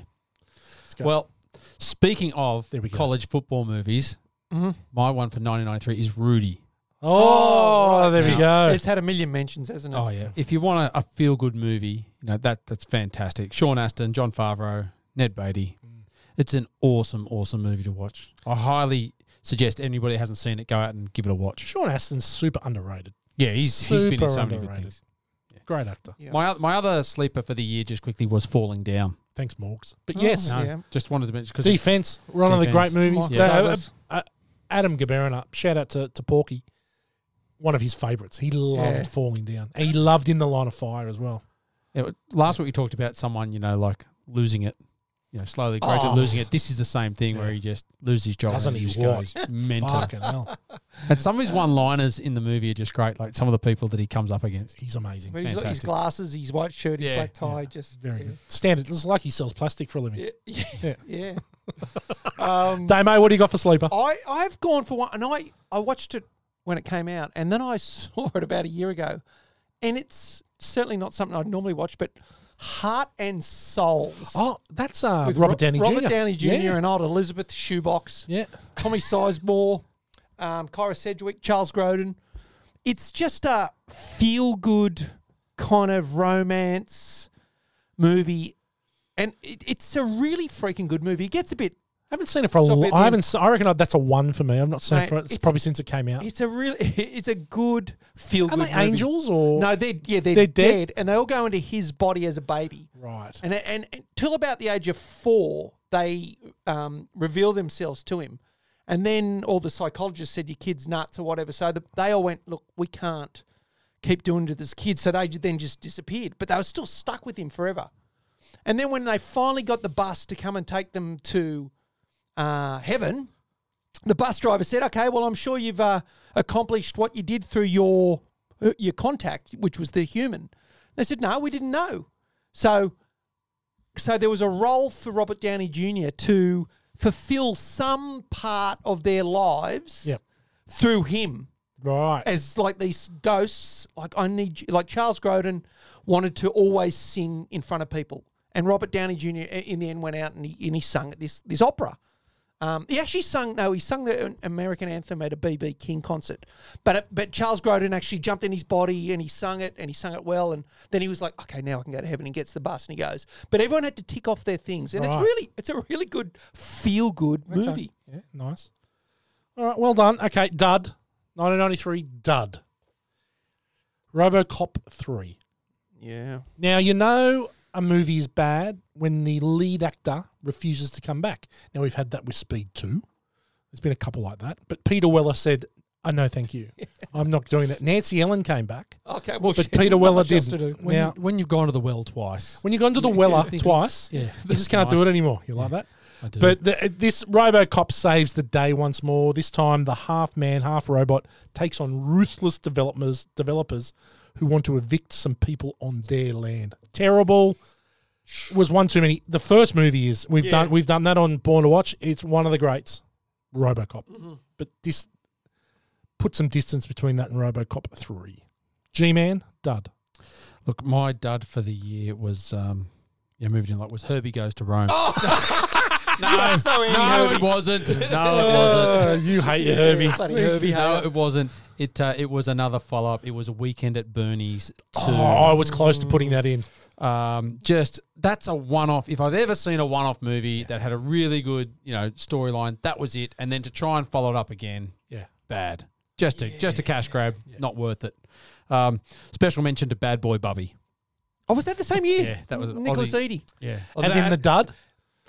S1: Let's go.
S2: Well, speaking of
S1: There we go.
S2: college football movies,
S1: Mm-hmm.
S2: my one for 1993 is Rudy.
S1: oh,
S3: right.
S1: there we
S3: It's-
S1: go.
S3: It's had a million mentions, hasn't it?
S2: Oh yeah. If you want a, a feel good movie, you know that that's fantastic. Sean Astin, John Favreau, Ned Beatty.
S1: Mm.
S2: It's an awesome, awesome movie to watch. I highly suggest anybody that hasn't seen it go out and give it a watch.
S1: Sean Astin's super underrated.
S2: Yeah, he's he's been
S1: Super
S2: in so many good
S1: underrated.
S2: things.
S1: Great actor.
S3: Yeah.
S2: My oth- my other sleeper for the year just quickly was Falling Down.
S1: Thanks, Morgs. But yes,
S2: No,
S3: Yeah.
S2: just wanted to mention because
S1: defense. One of the great
S2: Defence.
S1: movies.
S3: Michael
S1: Uh,
S3: Douglas.
S1: uh, uh, Adam Gabarina. Shout out to, to Porky. one of his favorites. He loved falling down. And he loved in the line of fire as well.
S2: Yeah, last week we talked about someone, you know, like losing it, you know, slowly, gradually
S1: Oh.
S2: losing it. This is the same thing where he just loses his job.
S1: Doesn't
S2: and
S1: he
S2: just
S1: what?
S2: goes mental.
S1: Fucking hell.
S2: And some of his one-liners in the movie are just great. Like some of the people that he comes up against.
S1: He's amazing.
S3: But he's got his
S2: Fantastic.
S3: glasses, his white shirt, his
S2: Yeah,
S3: black tie, just
S1: Very good. Standard. It's like he sells plastic for a living.
S3: Yeah, yeah. yeah. um,
S1: Damo, what do you got for sleeper?
S3: I I've gone for one, and I I watched it when it came out, and then I saw it about a year ago, and it's certainly not something I'd normally watch, but Heart and Souls.
S1: Oh, that's uh,
S3: With
S1: Robert
S3: Ro-
S1: Downey Jr.
S3: Robert Downey Jr.
S1: Yeah.
S3: and old Elizabeth Shoebox.
S1: yeah.
S3: Tommy Sizemore, um, Kyra Sedgwick, Charles Grodin. It's just a feel good kind of romance movie. And it, it's a really freaking good movie. It gets a bit,
S1: I haven't seen it for a
S3: So
S1: long
S3: bit-
S1: I haven't. s- I reckon I, that's a one for me. I've not seen
S3: Mate,
S1: it for. It's,
S3: it's-
S1: probably since it came out.
S3: it's a really, it's a good feel
S1: Are
S3: good
S1: they angels or
S3: No, they're, yeah, they're,
S1: They're dead?
S3: dead. And they all go into his body as a baby.
S1: Right.
S3: And, and until about the age of four, they um, reveal themselves to him. And then all the psychologists said, your kid's nuts or whatever. So the, they all went, look, we can't keep doing to this kid. So they ju- then just disappeared. But they were still stuck with him forever. And then when they finally got the bus to come and take them to uh, heaven, the bus driver said, okay, well, I'm sure you've uh, accomplished what you did through your, uh, your contact, which was the human. They said, no, we didn't know. So so there was a role for Robert Downey Jr. to fulfill some part of their lives
S1: Yep.
S3: through him
S1: Right.
S3: as like these ghosts. Like I need, you- like Charles Grodin wanted to always sing in front of people, and Robert Downey Jr. i- in the end went out and he, and he sung at this this opera. Um, he actually sung no, he sung the uh, American anthem at a BB King concert, but it, but Charles Grodin actually jumped in his body and he sung it and he sung it well, and then he was like, okay, now I can go to heaven. And gets the bus and he goes, but everyone had to tick off their things, and it's
S1: Right.
S3: really it's a really good feel good movie.
S1: Yeah, nice. All right, well done. Okay, dud. 1993, dud. RoboCop 3.
S3: Yeah,
S1: Now, you know a movie is bad when the lead actor refuses to come back. Now, we've had that with Speed 2. There's been a couple like that. But Peter Weller said, oh, no, thank you. I'm not doing that. Nancy Ellen came back,
S3: okay, well,
S1: but
S3: shit,
S1: Peter
S3: not
S1: Weller
S3: Oh, much else
S1: didn't.
S3: to do.
S2: When,
S1: now,
S2: you, when you've gone to the well twice,
S1: when you go into the Weller
S2: think
S1: twice,
S2: it's- yeah,
S1: you
S2: it's
S1: just can't do
S2: nice.
S1: it anymore. You like that?
S2: I do.
S1: But the, uh, this RoboCop saves the day once more. This time, the half man, half robot takes on ruthless developers developers who want to evict some people on their land. Terrible was one too many. The first movie is we've done we've done that on Born to Watch. It's one of the greats, RoboCop. But this put some distance between that and RoboCop three. G Man Dud.
S2: look, my dud for the year was, um, yeah, moved in like was Herbie goes to Rome.
S1: Oh!
S2: no, no, it wasn't. No, it wasn't.
S1: Uh, you hate your Herbie.
S3: Bloody Herbie
S2: No,
S3: Hale.
S2: it wasn't. It uh, it was another follow up. It was a weekend at Bernie's. Two.
S1: Oh, I was close to putting that in.
S2: Um, just that's a one off. If I've ever seen a one off movie that had a really good you know storyline, that was it. And then to try and follow it up again,
S1: Yeah.
S2: bad. Just a just a cash grab, not worth it. Um, special mention to Bad Boy Bubby.
S3: Oh, was that the same year?
S2: Yeah, that was
S3: Nicholas
S2: Aussie.
S3: Eady.
S2: Yeah,
S1: As in the dud.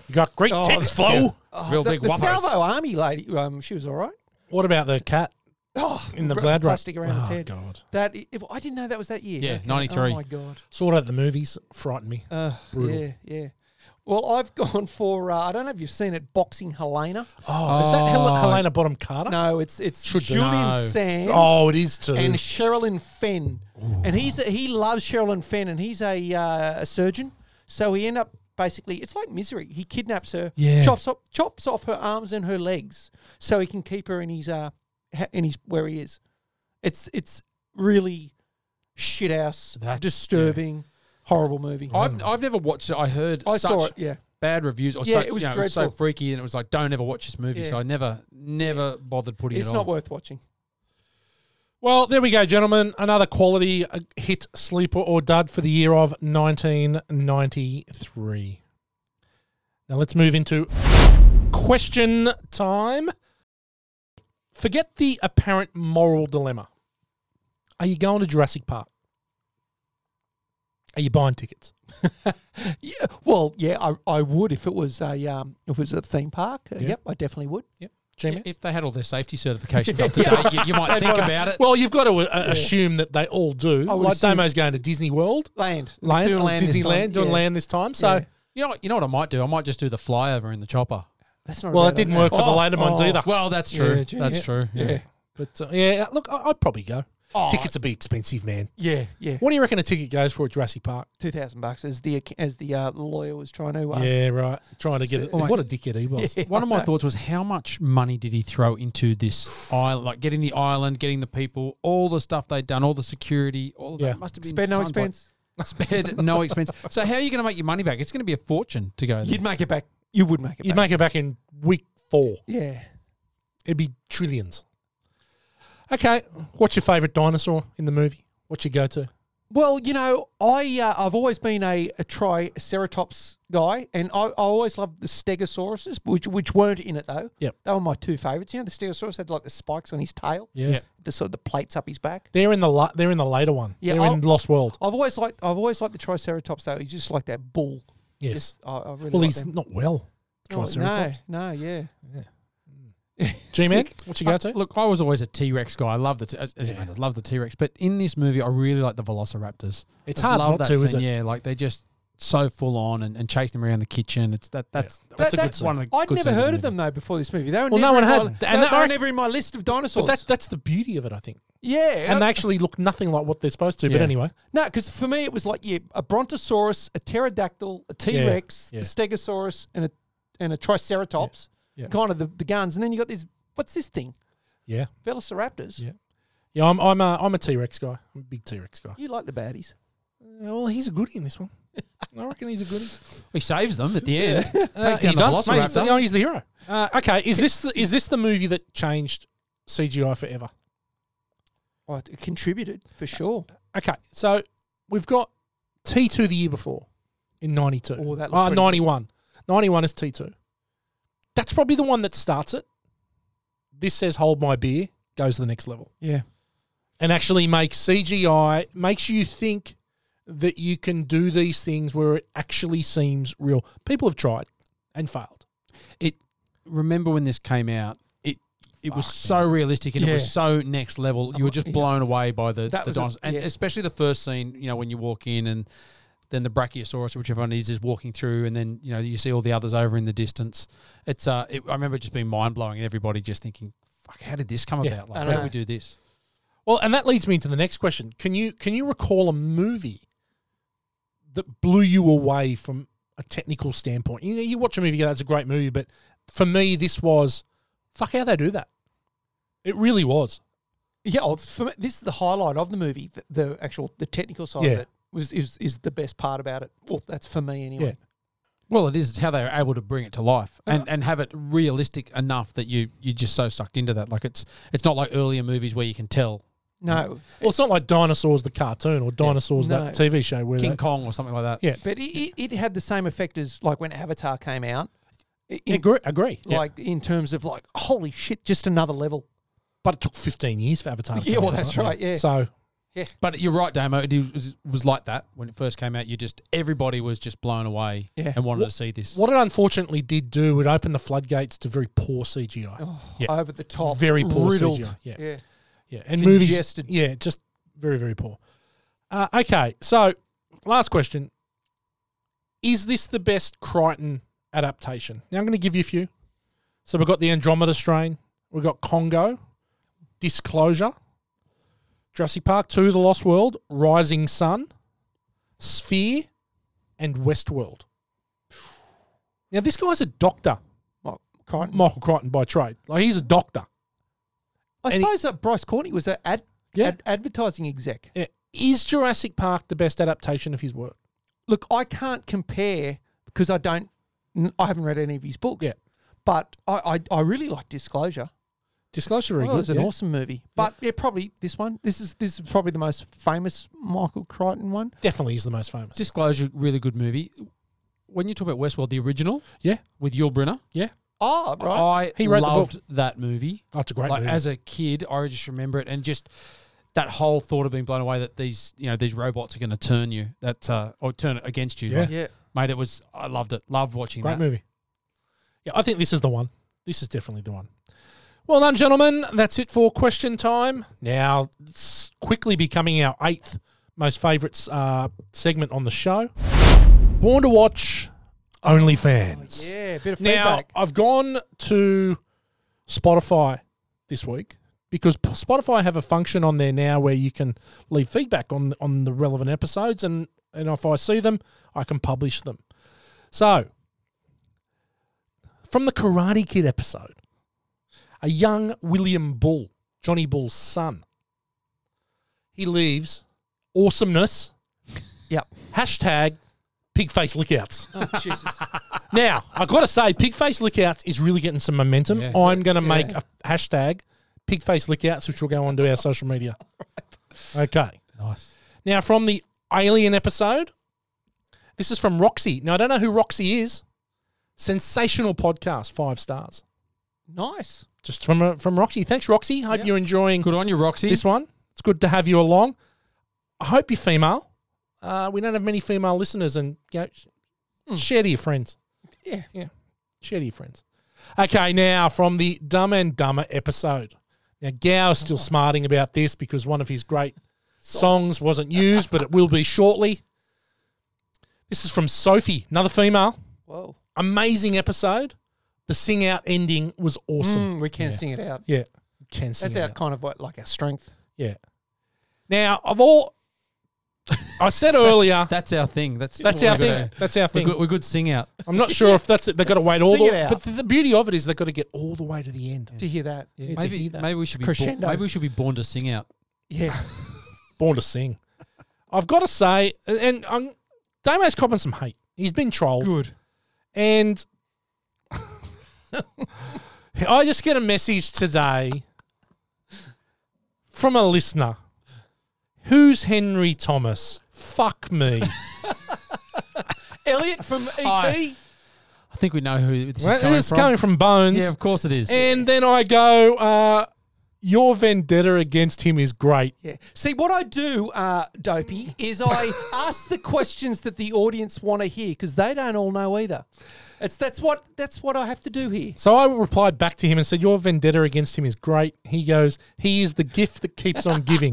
S1: You got great
S3: Oh,
S1: tits, Flo.
S2: real
S3: The,
S2: big
S3: the
S2: whoppers.
S3: Salvo Army lady, um, she was all right.
S1: What about the cat
S3: Oh,
S1: in the
S3: r-
S1: blood
S3: plastic around
S1: oh,
S3: its head.
S1: God.
S3: That i- if, I didn't know that was that year.
S2: Yeah,
S3: Okay.
S2: 93.
S3: Oh my god.
S1: Saw it at the movies. Frightened me.
S3: Uh,
S1: Brutal.
S3: Yeah, yeah. Well, I've gone for uh, I don't know if you've seen it, Boxing Helena.
S1: oh, is that Hel-
S2: Oh.
S1: Helena Bottom Carter?
S3: No, it's it's
S1: Should be.
S3: Julian
S2: No.
S3: Sands.
S1: Oh, it is too.
S3: and Sherilyn Fenn, and he's a, he loves Sherilyn Fenn, and he's a uh, a surgeon. So he end up basically it's like misery. He kidnaps her,
S2: Yeah.
S3: chops up chops off her arms and her legs, so he can keep her in his uh ha- in his where he is. It's it's really shit house,
S2: That's-
S3: disturbing, horrible movie.
S2: I've I've never watched it. I heard
S3: I
S2: such
S3: saw it, yeah.
S2: bad reviews. Or
S3: Yeah,
S2: such,
S3: it was
S2: you know, it was so
S3: dreadful.
S2: freaky, and it was like, don't ever watch this movie.
S3: Yeah.
S2: So I never never bothered putting
S3: It's
S2: it
S3: not
S2: on.
S3: worth watching.
S1: well, there we go, gentlemen. Another quality uh, hit, sleeper or dud for the year of 1993. Now let's move into question time. Forget the apparent moral dilemma. Are you going to Jurassic Park? Are you buying tickets?
S3: Yeah, well, yeah, I, I would if it was a um, if it was a theme park. Uh,
S1: Yeah.
S3: Yep, I definitely would.
S1: G-Man?
S2: If they had all their safety certifications up to date, you, you might think about it.
S1: Well, you've got to uh, assume that they all do.
S3: would
S1: Like
S3: assume-
S1: Damo's going to Disney World,
S3: Land.
S1: land,
S3: Doing
S1: or
S3: land this time,
S1: Disneyland, doing
S3: yeah.
S1: land this time. So,
S3: Yeah.
S2: you know, you know what I might do. I might just do the flyover in the chopper.
S3: That's not a
S1: well, it
S3: bad
S1: didn't
S3: idea.
S1: work for the
S2: Oh,
S1: later ones
S3: oh.
S1: either.
S2: Well, that's
S3: Yeah,
S2: true.
S3: gee,
S2: that's
S3: yeah.
S2: true. Yeah.
S3: Yeah.
S1: But uh, yeah, look, I, I'd probably go. Tickets would be expensive, man.
S3: Yeah, yeah.
S1: What do you reckon a ticket goes for at Jurassic Park?
S3: Two thousand bucks as the ac- as the uh, lawyer was trying to. Uh,
S1: Yeah, right. Trying to get it.
S2: Oh,
S1: What a dickhead he was.
S2: One of my thoughts was how much money did he throw into this island, like getting the island, getting the people, all the stuff they'd done, all the security, all of
S1: Yeah.
S2: that must have been
S3: Spare no
S2: times like-
S3: expense.
S2: spared no expense. So how are you going to make your money back? It's going to be a fortune to go. There.
S3: You'd make it back. You would make it
S1: You'd
S3: back.
S1: make it back in week four.
S3: yeah.
S1: It'd be trillions. Okay, what's your favourite dinosaur in the movie? What's your go-to?
S3: Well, you know, I uh, I've always been a, a Triceratops guy, and I, I always loved the Stegosauruses, which which weren't in it though.
S1: Yep.
S3: they were my two favourites. You know, the Stegosaurus had like the spikes on his tail,
S1: yeah.
S3: the sort of the plates up his back.
S1: They're in the la- they're in the later one.
S3: Yeah,
S1: they're in
S3: I'll-
S1: Lost World.
S3: I've always liked I've always liked the Triceratops though. He's just like that bull.
S1: Yes.
S3: Just, I, I really
S1: well,
S3: like
S1: he's
S3: them.
S1: not well.
S3: Oh,
S1: Triceratops.
S3: No, no, yeah.
S1: G-Man, what's your go-to?
S2: Look, I was always a T Rex guy. I love the t- as, as you know, I love the T Rex, but in this movie, I really like the Velociraptors.
S1: It's
S2: I
S1: hard
S2: love
S1: not
S2: that
S1: to, is
S2: scene.
S1: it?
S2: Yeah, like they just so full on and, and chasing them around the kitchen. It's that that's
S1: That's
S3: That-
S1: a good
S3: that-
S1: scene.
S2: one of the
S3: I'd
S2: good
S3: never
S2: scenes in the
S3: heard of
S2: movie.
S3: them though before this movie. They were
S1: Well, no
S3: never
S1: one
S3: in
S1: had.
S3: my-
S1: And
S3: they,
S1: that-
S3: they
S1: I
S3: were
S1: rec-
S3: never in my list of
S1: But
S3: dinosaurs.
S1: that, that's the beauty of it, I think.
S3: yeah,
S1: And they
S3: I-
S1: actually look nothing like what they're supposed to. But
S2: Yeah.
S1: anyway,
S3: No, because for me it was like yeah, a Brontosaurus, a pterodactyl, a T Rex,
S1: yeah.
S3: a Stegosaurus, and a and a Triceratops.
S1: Yeah, yeah.
S3: Kind of the, the guns, and then you got this. What's this thing?
S1: yeah,
S3: Velociraptors.
S1: Yeah. yeah. I'm I'm a I'm a T-Rex guy. I'm a big T-Rex guy.
S3: You like the baddies?
S1: Well, he's a goodie in this one. I reckon he's a goodie.
S2: He saves them at the end.
S1: Uh,
S2: Takes down the
S1: does, mate. He's the-
S2: Velociraptor.
S1: oh, he's the hero. Uh, okay, is this the, is this the movie that changed CGI forever?
S3: Well, Oh, it contributed for sure.
S1: Okay, so we've got T2 the year before in 92.
S3: Oh, that looked
S1: Ah,
S3: pretty good.
S1: 91. 91 is T2. That's probably the one that starts it. This says hold my beer, goes to the next level.
S3: Yeah.
S1: And actually makes CGI, makes you think that you can do these things where it actually seems real. People have tried and failed.
S2: it remember when this came out it it was so realistic and it
S3: Yeah.
S2: was so next level you were just blown away by the,
S3: That
S2: the
S3: was a-
S2: dinosaurs and
S3: yeah.
S2: especially the first scene you know when you walk in and then the brachiosaurus which everyone needs is walking through and then you know you see all the others over in the distance it's uh it, i remember it just being mind-blowing and everybody just thinking fuck how did this come
S1: Yeah.
S2: about
S3: I
S2: like how did
S3: know.
S2: we do this
S1: Well, and that leads me into the next question. Can you can you recall a movie that blew you away from a technical standpoint? You know, you watch a movie, you go, that's a great movie, but for me, this was fuck how they do that. It really was.
S3: Yeah. Oh, for me, this is the highlight of the movie. The, the actual the technical side
S1: Yeah.
S3: of it was is is the best part about it. Well, that's for me anyway.
S2: well it is it's how they were able to bring it to life and and have it realistic enough that you you're just so sucked into that like it's it's not like earlier movies where you can tell
S3: No,
S1: Well, it's not like Dinosaurs the cartoon or Dinosaurs
S3: No.
S1: that TV show where
S2: king
S1: they-
S2: kong or something like that
S1: Yeah.
S3: but it, it, it had the same effect as like when Avatar came out. In-
S1: Agree, agree.
S3: like in terms of like holy shit, just another level.
S1: But it took 15 years for Avatar. to
S3: Yeah,
S1: come
S3: well,
S1: out,
S3: that's right, yeah.
S1: So,
S2: But you're right, Damo. It was, was like that when it first came out. You just everybody was just blown away
S3: Yeah.
S2: and wanted
S1: Wha-
S2: to see this.
S1: what it unfortunately did do, it opened the floodgates to very poor CGI.
S3: Oh,
S2: Yeah.
S3: over the top,
S1: Very poor
S3: riddled.
S1: CGI, yeah.
S3: yeah.
S1: Yeah, and movies.
S3: Congested.
S1: Yeah, just very, very poor. Uh, okay, so last question: Is this the best Crichton adaptation? Now I'm going to give you a few. So we've got the Andromeda Strain, we've got Congo, Disclosure, Jurassic Park Two: The Lost World, Rising Sun, Sphere, and Westworld. Now this guy's a doctor,
S3: Well, Crichton.
S1: Michael Crichton by trade. Like he's a doctor.
S3: I
S1: and he-
S3: suppose that Bryce Courtney was an ad,
S1: Yeah.
S3: ad- advertising exec.
S1: Yeah. Is Jurassic Park the best adaptation of his work?
S3: Look, I can't compare because I don't, n- I haven't read any of his books.
S1: Yeah.
S3: But I, I, I really like Disclosure.
S1: Disclosure
S3: I
S1: very
S3: thought Oh, it was
S1: good.
S3: an
S1: yeah.
S3: awesome movie. But yeah. probably this one. This is this is probably the most famous Michael Crichton one.
S1: Definitely is the most famous.
S2: Disclosure, really good movie. When you talk about Westworld, the original
S1: yeah,
S2: with Yul Brynner,
S1: yeah.
S3: Oh, right.
S2: I
S1: He wrote the book.
S2: loved that movie.
S1: Oh, it's a great
S2: like,
S1: movie.
S2: As a kid, I just remember it and just that whole thought of being blown away that these you know these robots are going to turn you that uh, or turn it against you.
S1: Yeah.
S2: Like, mate, it was I loved it. Loved watching
S1: great
S2: that.
S1: movie. Yeah, I think this is the one. This is definitely the one. Well done, gentlemen. That's it for question time. Now, it's quickly becoming our eighth most favourite uh, segment on the show. Born to watch OnlyFans.
S3: Oh, Yeah, a bit of
S1: Now,
S3: feedback.
S1: I've gone to Spotify this week because P- Spotify have a function on there now where you can leave feedback on on the relevant episodes, and and if I see them, I can publish them. So, from the Karate Kid episode, a young William Bull, Johnny Bull's son, he leaves awesomeness
S3: Yep.
S1: hashtag pig face lickouts.
S3: Oh, Jesus.
S1: Now, I've got to say, Pigface Lickouts is really getting some momentum. I'm going to make a hashtag Pigface Lickouts, which will go onto our social media. Okay.
S2: Nice.
S1: Now, from the Alien episode, this is from Roxy. Now, I don't know who Roxy is. Sensational podcast, five stars.
S3: nice.
S1: Just from uh, from Roxy. Thanks, Roxy. Hope you're enjoying
S2: Good on you, Roxy.
S1: this one. It's good to have you along. I hope you're female. Uh, we don't have many female listeners, and you know, sh-
S3: Hmm.
S1: share to your friends.
S3: Yeah.
S1: yeah, share to your friends. Okay, now from the Dumb and Dumber episode. Now Gao is still smarting about this because one of his great songs wasn't used, but it will be shortly. This is from Sophie, another female.
S3: Whoa.
S1: Amazing episode. The sing out ending was awesome.
S3: Mm, we can sing it out.
S1: Yeah, can sing
S3: That's
S1: it
S3: our
S1: out.
S3: kind of what, like our strength.
S1: Yeah. Now, of all, I said earlier that's,
S2: That's our thing. That's
S1: our
S2: we're good
S1: thing.
S2: at.
S1: That's our
S2: We're
S1: thing.
S2: good, we're good sing out.
S1: I'm not sure if that's it. They've got to wait all
S3: Sing
S1: the.
S3: it out.
S1: But the, the beauty of it is they've got to get all the way to the end.
S3: To hear that. Yeah.
S1: to
S2: Maybe
S1: hear that.
S2: maybe we should be born,
S3: Crescendo.
S2: maybe we should be born to sing out.
S3: Yeah.
S1: Born to sing. I've got to say, and I'm, Damo's copping some hate. He's been trolled.
S3: Good.
S1: And I just get a message today from a listener. Who's Henry Thomas? Fuck me.
S3: Elliot from E ET.
S2: Hi. I think we know who this
S1: Well,
S2: is coming
S1: this is
S2: from.
S1: coming from Eh. Bones.
S2: yeah, of course it is.
S1: And then I go, uh, your vendetta against him is great.
S3: Yeah. See, what I do, uh, Dopey, is I ask the questions that the audience want to hear because they don't all know either. It's that's what that's what I have to do here.
S1: So I replied back to him and said, Your vendetta against him is great. He goes, He is the gift that keeps on giving.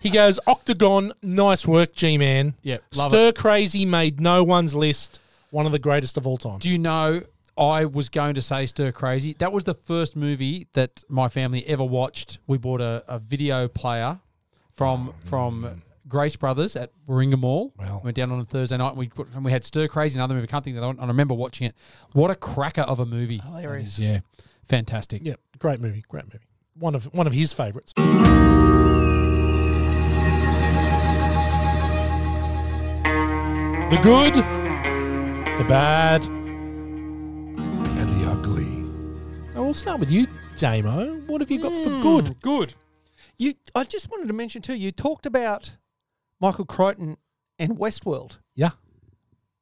S1: he goes, Octagon, nice work, G Man.
S2: Yep, love
S1: Stir Crazy made no one's list. One of the greatest of all time.
S2: Do you know I was going to say Stir Crazy? That was the first movie that my family ever watched. We bought a, a video player from
S1: Mm.
S2: from Grace Brothers at Warringah Mall.
S1: Wow.
S2: Went down on a Thursday night and we put, and we had Stir Crazy, another movie. I can't think of the other one. and I remember watching it. What a cracker of a movie! Hilarious, yeah, fantastic.
S1: yep, great movie, great movie. One of one of his favorites. The good, the bad,
S6: and the ugly.
S1: Now, Oh, we'll start with you, Damo. What have you got for good?
S3: Good. You. I just wanted to mention too. You talked about Michael Crichton and Westworld.
S1: Yeah.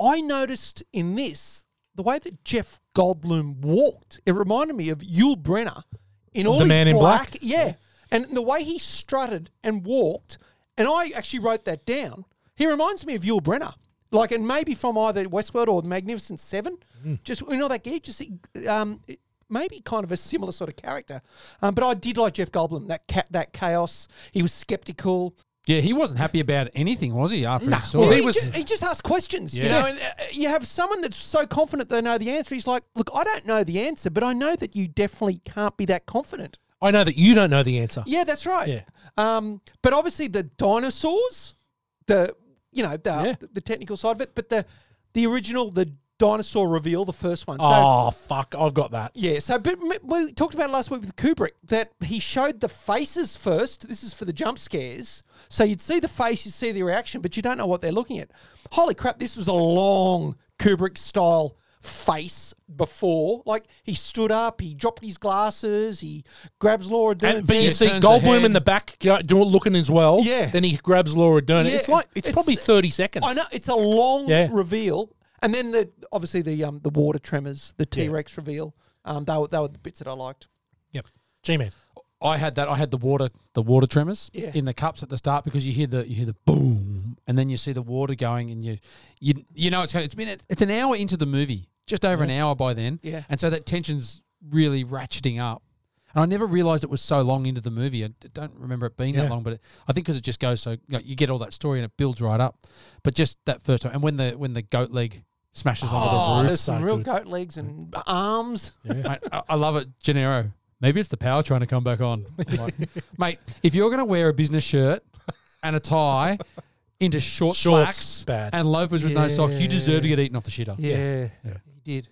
S3: I noticed in this the way that Jeff Goldblum walked. It reminded me of Yul Brenner in all
S1: The
S3: his
S1: Man in Black?
S3: Yeah. and the way he strutted and walked. And I actually wrote that down. He reminds me of Yul Brenner, like, and maybe from either Westworld or Magnificent Seven.
S1: Hmm.
S3: Just you know that gig. Just um, maybe kind of a similar sort of character. Um, but I did like Jeff Goldblum. That cat, that chaos. He was skeptical.
S2: Yeah, he wasn't happy about anything, was he? After he saw
S1: Well,
S2: it,
S1: he
S3: He
S1: was-
S3: just, he just asks questions. You
S2: Yeah.
S3: know, and uh, you have someone that's so confident they know the answer. He's like, look, I don't know the answer, but I know that you definitely can't be that confident.
S1: I know that you don't know the answer.
S3: Yeah, that's right.
S1: Yeah.
S3: Um, but obviously the dinosaurs, the you know the
S1: Yeah.
S3: the technical side of it, but the the original the dinosaur reveal, the first one. So,
S1: Oh, fuck. I've got that.
S3: yeah, so but m- we talked about it last week with Kubrick that he showed the faces first. This is for the jump scares. So you'd see the face, you see the reaction, but you don't know what they're looking at. Holy crap, this was a long Kubrick style face before. Like he stood up, he dropped his glasses, he grabs Laura Dern.
S1: And, but you
S2: Yeah,
S1: see
S2: turns the
S1: Goldblum
S2: head.
S1: in the back go- doing, looking as well.
S3: Yeah.
S1: Then he grabs Laura Dern.
S3: Yeah.
S1: It's like, it's,
S3: It's-
S1: probably 30 seconds.
S3: I know it's a long
S1: Yeah.
S3: reveal, and then the obviously the um the water tremors, the T Rex reveal. Um, they were they were the bits that I liked.
S1: Yep. G Man.
S2: I had that. I had the water, the water tremors
S3: Yeah.
S2: in the cups at the start because you hear the you hear the boom, and then you see the water going, and you you you know it's it's been it's an hour into the movie, just over an hour by then,
S3: Yeah.
S2: and so that tension's really ratcheting up, And I never realized it was so long into the movie. I d- don't remember it being
S1: Yeah.
S2: that long, but it, I think because it just goes so you, know, you get all that story and it builds right up. But just that first time, and when the when the goat leg smashes
S3: Oh,
S2: onto the roof,
S3: there's some
S1: so
S3: real
S1: good.
S3: goat legs and arms.
S2: Mate, I, I love it, Gennaro. Maybe it's the power trying to come back on. I'm like, mate, if you're going to wear a business shirt and a tie into short
S1: Shorts,
S2: slacks
S1: bad.
S2: and loafers with no socks, you deserve to get eaten off the shitter.
S1: Yeah.
S3: he did.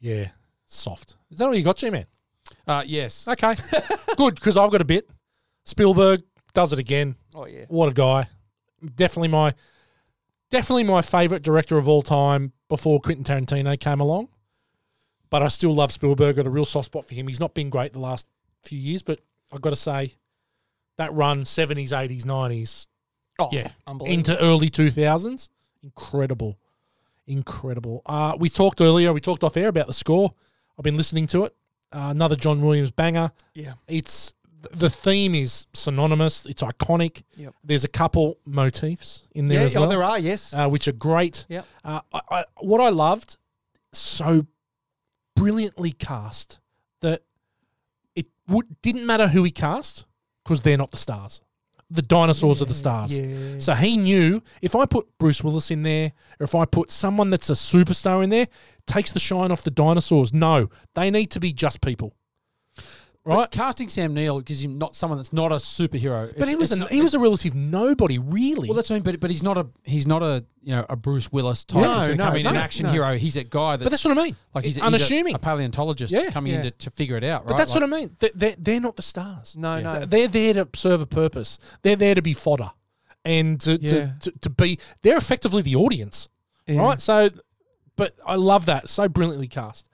S1: Yeah. Soft. Is that all you got, G Man?
S2: Uh, yes.
S1: Okay. Good, because I've got a bit. Spielberg does it again.
S3: Oh yeah.
S1: What a guy. Definitely my definitely my favourite director of all time before Quentin Tarantino came along. But I still love Spielberg, got a real soft spot for him. He's not been great the last few years, but I've got to say that run, seventies, eighties, nineties,
S3: Oh
S1: yeah,
S3: Unbelievable.
S1: into early two thousands. Incredible, incredible. Uh, we talked earlier. We talked off air about the score. I've been listening to it. Uh, another John Williams banger.
S3: yeah.
S1: It's th- the theme is synonymous. It's iconic.
S3: Yep.
S1: There's a couple motifs in there
S3: yeah.
S1: as well,
S3: Oh, there are. Yes.
S1: Uh, which are great.
S3: Yep.
S1: Uh, I, I, what I loved, so brilliantly cast that it would, didn't matter who he cast because they're not the stars. The dinosaurs are the stars.
S3: yeah.
S1: So he knew if I put Bruce Willis in there, or if I put someone that's a superstar in there, takes the shine off the dinosaurs. No, they need to be just people.
S2: Right. casting Sam Neill gives him not someone that's not a superhero.
S1: But
S2: It's-
S1: he was
S2: it's
S1: an,
S2: not-
S1: he was a relative nobody, really.
S2: Well, that's what I mean. But, but he's not a he's not a you know a Bruce Willis type.
S1: No,
S2: that's gonna
S1: no,
S2: come in an
S1: no,
S2: action
S1: no.
S2: hero. He's a guy that's,
S1: but that's what I mean.
S2: like he's, a- he's a-
S1: unassuming.
S2: a, paleontologist
S1: Yeah.
S2: coming in to,
S3: Yeah.
S2: to figure it out. Right.
S1: but that's what I mean. They- They're, they're not the stars.
S3: No,
S2: Yeah.
S3: no.
S1: They're there to serve a purpose. They're there to be fodder and to,
S3: Yeah.
S1: to, to, to be, they're effectively the audience.
S3: Yeah.
S1: Right? So, but I love that. So brilliantly cast.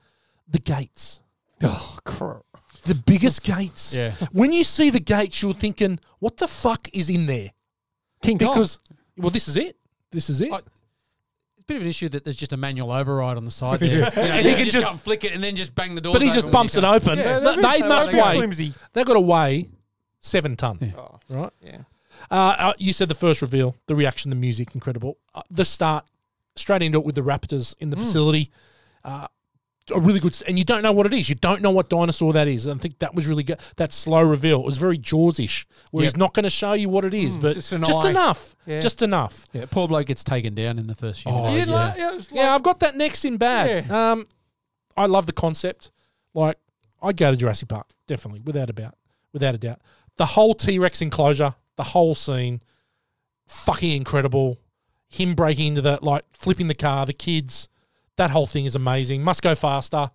S1: The gates.
S3: Oh, crap.
S1: The biggest gates.
S2: Yeah.
S1: When you see the gates, you're thinking, what the fuck is in there?
S3: King Kong.
S1: Because, well, this is it. This is it.
S2: I- It's a bit of an issue that there's just a manual override on the side there. You know,
S1: And
S2: you
S1: he can
S2: just,
S1: just-
S2: go and flick it and then just bang the door.
S1: but he just bumps it open.
S3: Yeah,
S1: Th-
S3: they're
S1: they
S3: very-
S1: must
S3: they're very
S1: weigh.
S3: flimsy.
S1: They've got to weigh seven ton.
S3: Oh,
S1: Right.
S3: yeah.
S1: Uh, uh, you said the first reveal, the reaction, the music, incredible. Uh, the start, straight into it with the Raptors in the
S3: Mm.
S1: facility. Uh, a really good, s- and you don't know what it is. You don't know what dinosaur that is. And I think that was really good. That slow reveal it was very Jaws-ish, where
S2: Yep.
S1: he's not going to show you what it is, but
S3: Mm, just
S1: just,
S3: an eye.
S1: enough,
S3: Yeah.
S1: just enough.
S2: Yeah, poor bloke gets taken down in the first few minutes.
S1: yeah.
S3: Yeah, like- Uh, yeah, it was
S1: Yeah,
S3: like-
S1: I've got that next in bad. Um, I love the concept. Like, I'd go to Jurassic Park definitely, without a doubt, without a doubt. The whole T Rex enclosure, the whole scene, fucking incredible. Him breaking into the like flipping the car, the kids, that whole thing is amazing. Must go faster.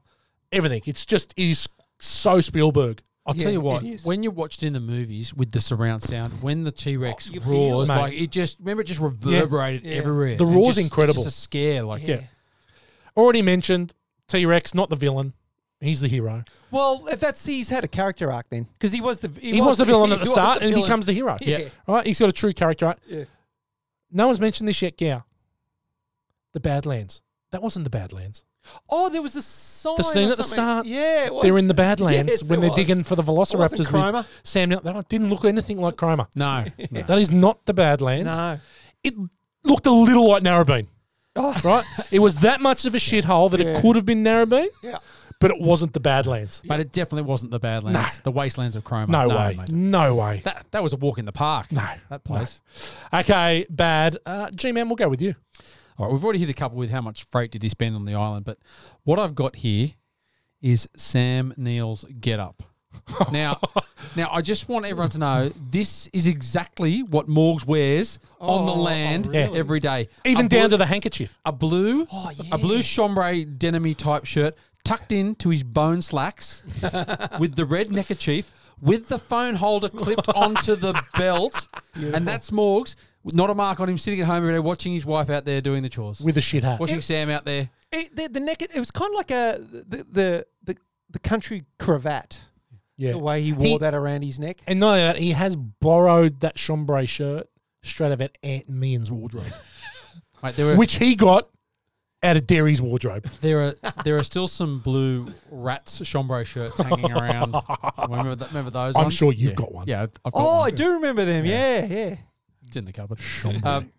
S1: Everything. It's just it is so Spielberg.
S2: I'll
S3: Yeah,
S2: tell you what,
S3: it is.
S2: when you watched in the movies with the surround sound, when the T Rex
S3: you feel
S2: roars,
S1: it. Mate.
S2: like it just remember it just reverberated
S3: Yeah.
S2: everywhere.
S1: The
S2: and
S1: roar's
S2: just- it's
S1: incredible.
S2: just a scare, like
S1: Yeah. Already mentioned T Rex, not the villain. He's the hero.
S3: Well, that's he's had a character arc then, because he was the
S1: He, was, the villain at the
S3: he was
S1: start and he
S3: villain.
S1: becomes the hero.
S3: Yeah.
S1: Right? He's got a true character arc.
S3: Yeah.
S1: No one's mentioned this yet, Gow. The Badlands. That wasn't the Badlands.
S3: Oh, there was a sign.
S1: The scene
S3: or
S1: at the
S3: something.
S1: start.
S3: Yeah, it was.
S1: They're in the Badlands
S3: Yes,
S1: when
S3: it
S1: they're
S3: was.
S1: digging for the Velociraptors.
S3: wasn't
S1: with
S3: Cromer.
S1: Sam, Neill. that one didn't look anything like Cromer.
S2: no, no.
S1: That is not the Badlands.
S3: No.
S1: It looked a little like Narrabeen,
S3: Oh.
S1: right? it was that much of a shithole that it could have been Narrabeen,
S3: Yeah.
S1: but it wasn't the Badlands.
S2: but it definitely wasn't the Badlands, the wastelands of Chroma.
S1: No, way.
S2: mate.
S1: No way.
S2: That that was a walk in the park.
S1: No,
S2: that place.
S1: Okay, bad. Uh, G Man, we'll go with you.
S2: All right, we've already hit a couple with how much freight did he spend on the island, but what I've got here is Sam Neill's get up. now, now I just want everyone to know this is exactly what Morgs wears on the
S3: Oh,
S2: land
S1: really?
S2: every day,
S1: Even
S2: A
S1: down
S2: blue-
S1: to the Oh, handkerchief.
S2: a blue,
S3: yeah.
S2: a blue chambray denim type shirt tucked into his bone slacks with the red neckerchief with the phone holder clipped onto the belt, and that's Morgs. Not a mark on him sitting at home every day watching his wife out there doing the chores
S1: With a shit hat.
S2: watching Sam out there.
S3: It, the, the neck. It was kind of like a the the the, the country cravat.
S1: Yeah.
S3: The way he wore that around his neck.
S1: And not only that, he has borrowed that chambray shirt straight out of Aunt Mian's wardrobe,
S2: Mate, there are
S1: which he got out of Derry's wardrobe.
S2: there are there are still some blue rats chambray shirts hanging around. somewhere. remember, th- remember those?
S1: I'm
S2: ones?
S1: sure you've
S2: Yeah.
S1: got one.
S2: Yeah, I've got
S3: Oh,
S2: one.
S3: I do remember them. Yeah, yeah.
S2: It's in the cupboard. Um,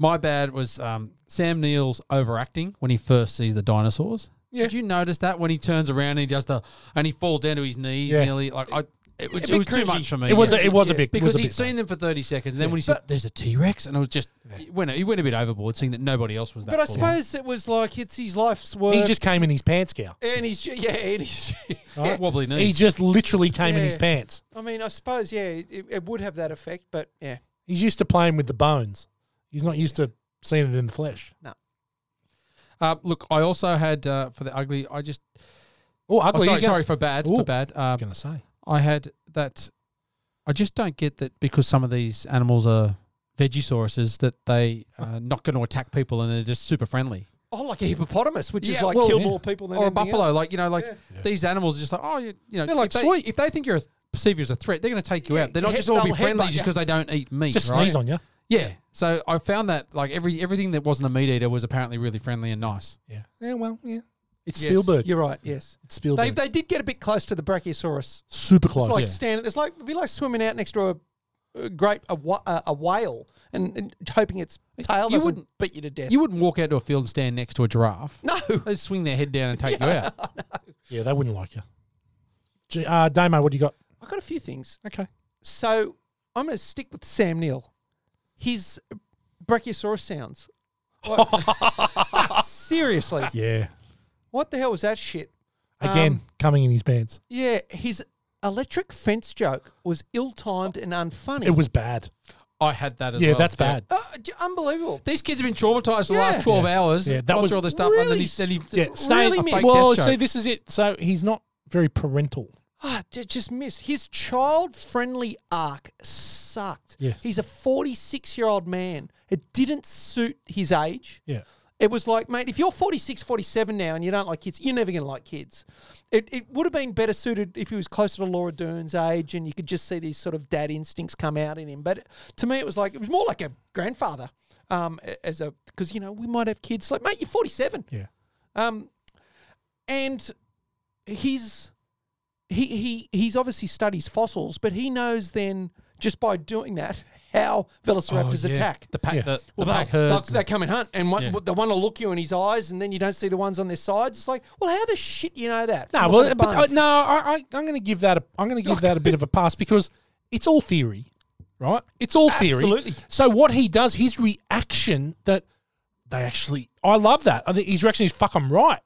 S2: my bad was um, Sam Neill's overacting when he first sees the dinosaurs.
S1: Yeah.
S2: Did you notice that when he turns around and he does the and he falls down to his knees
S1: Yeah.
S2: nearly? Like I, it, was-
S3: A
S2: it
S3: bit
S2: was too
S3: cringy.
S2: much for me.
S1: It was a,
S2: Yeah.
S1: it was a
S3: Yeah,
S1: bit
S2: because
S1: was a
S2: he'd
S1: bit
S2: seen them for thirty seconds, and then when he said,
S3: But-
S2: "There's a T Rex," and I was just, he went, he went a bit overboard, seeing that nobody else was that.
S3: But I
S2: full.
S3: suppose it was like it's his life's work.
S1: He just came in his pants, cow.
S3: and he's ju- yeah, and he's.
S2: Right? wobbly knees.
S1: He just literally came in
S3: Yeah.
S1: his pants.
S3: I mean, I suppose yeah, it, it would have that effect, but yeah,
S1: He's used to playing with the bones. He's not used to seeing it in the flesh.
S2: Uh, look, I also had uh, for the ugly. I just
S1: Oh,
S2: oh,
S1: ugly.
S2: sorry,
S1: you go-
S2: sorry for bad
S1: Ooh.
S2: for bad.
S1: I
S2: Um,
S1: was going to say.
S2: I had that. I just don't get that because some of these animals are vegisauruses that they are not going to attack people and they're just super friendly.
S3: oh, like a hippopotamus, which is
S2: Yeah,
S3: like
S2: well,
S3: kill
S2: yeah.
S3: more people than
S2: or a
S3: anything
S2: buffalo,
S3: else.
S2: like you know, like
S3: Yeah.
S2: these animals are just like oh you, you know
S1: They're like,
S2: if they,
S1: "Sweet."
S2: if they think you're a, perceive you as a threat, they're going to take you
S3: Yeah,
S2: out. They're not
S3: head-
S2: just all be
S3: they'll
S2: friendly
S3: headbutt
S2: just
S3: you.
S2: because they don't eat meat.
S1: Just
S2: right?
S1: sneeze on you.
S2: Yeah. So I found that like every everything that wasn't a meat eater was apparently really friendly and nice.
S1: Yeah. Yeah, well, yeah. It's
S3: Yes,
S1: Spielberg.
S3: You're right. Yes,
S1: It's Spielberg.
S3: they they did get a bit close to the brachiosaurus.
S1: Super
S3: It's
S1: close.
S3: like
S1: Yeah.
S3: standing. It's like it'd be like swimming out next to a, a great a, wha- a, a whale and, and hoping its tail
S2: You
S3: doesn't
S2: wouldn't-
S3: beat you to death.
S2: You wouldn't walk out to a field and stand next to a giraffe.
S3: no.
S2: They'd swing their head down and take you out.
S1: Yeah, they wouldn't like you. Gee, Uh, Damo, what do you got?
S3: I got a few things.
S1: Okay.
S3: So I'm going to stick with Sam Neill. His brachiosaurus sounds. Like- seriously,
S1: Yeah.
S3: what the hell was that shit?
S1: Again,
S3: Um,
S1: coming in his pants.
S3: Yeah, his electric fence joke was ill-timed and unfunny.
S1: It was bad.
S2: I had that as
S1: Yeah,
S2: well.
S1: that's bad.
S3: Uh, j- unbelievable.
S2: These kids have been traumatized the
S3: Yeah.
S2: last twelve hours.
S1: Yeah,
S2: Yeah,
S1: that
S2: that
S1: was
S2: was all this stuff. and then
S3: really
S2: he, then he
S1: Yeah,
S2: really
S1: staying.
S2: a fake
S1: well,
S2: death
S1: see,
S2: joke.
S1: this is it. So he's not very parental.
S3: Ah, j- just missed. His child friendly arc sucked.
S1: Yes.
S3: He's a 46 year old man. It didn't suit his age.
S1: Yeah.
S3: It was like, mate, if you're 46, 47 now and you don't like kids, you're never going to like kids. It, it would have been better suited if he was closer to Laura Dern's age and you could just see these sort of dad instincts come out in him. But to me, it was like, it was more like a grandfather um, a- as a, because, you know, we might have kids. Like, mate, you're 47.
S1: Yeah.
S3: Um, and he's he he he's obviously studies fossils, but he knows then just by doing that how velociraptors
S2: Oh, yeah.
S3: attack.
S2: The pack,
S1: Yeah.
S2: the, the
S3: Well,
S2: pack
S3: they'll, they'll,
S2: herds.
S3: they come and hunt, and one,
S2: Yeah.
S3: they want to look you in his eyes, and then you don't see the ones on their sides. It's like, well, how the shit you know that?
S1: No,
S3: From all
S1: well,
S3: the
S1: but, uh,
S3: bones?
S1: no, I, I, I'm going to give that. A, I'm going to give that a bit of a pass because it's all theory, right? It's all theory.
S3: Absolutely.
S1: So what he does, his reaction that they actually, I love that. I think his reaction is fuck. I'm right.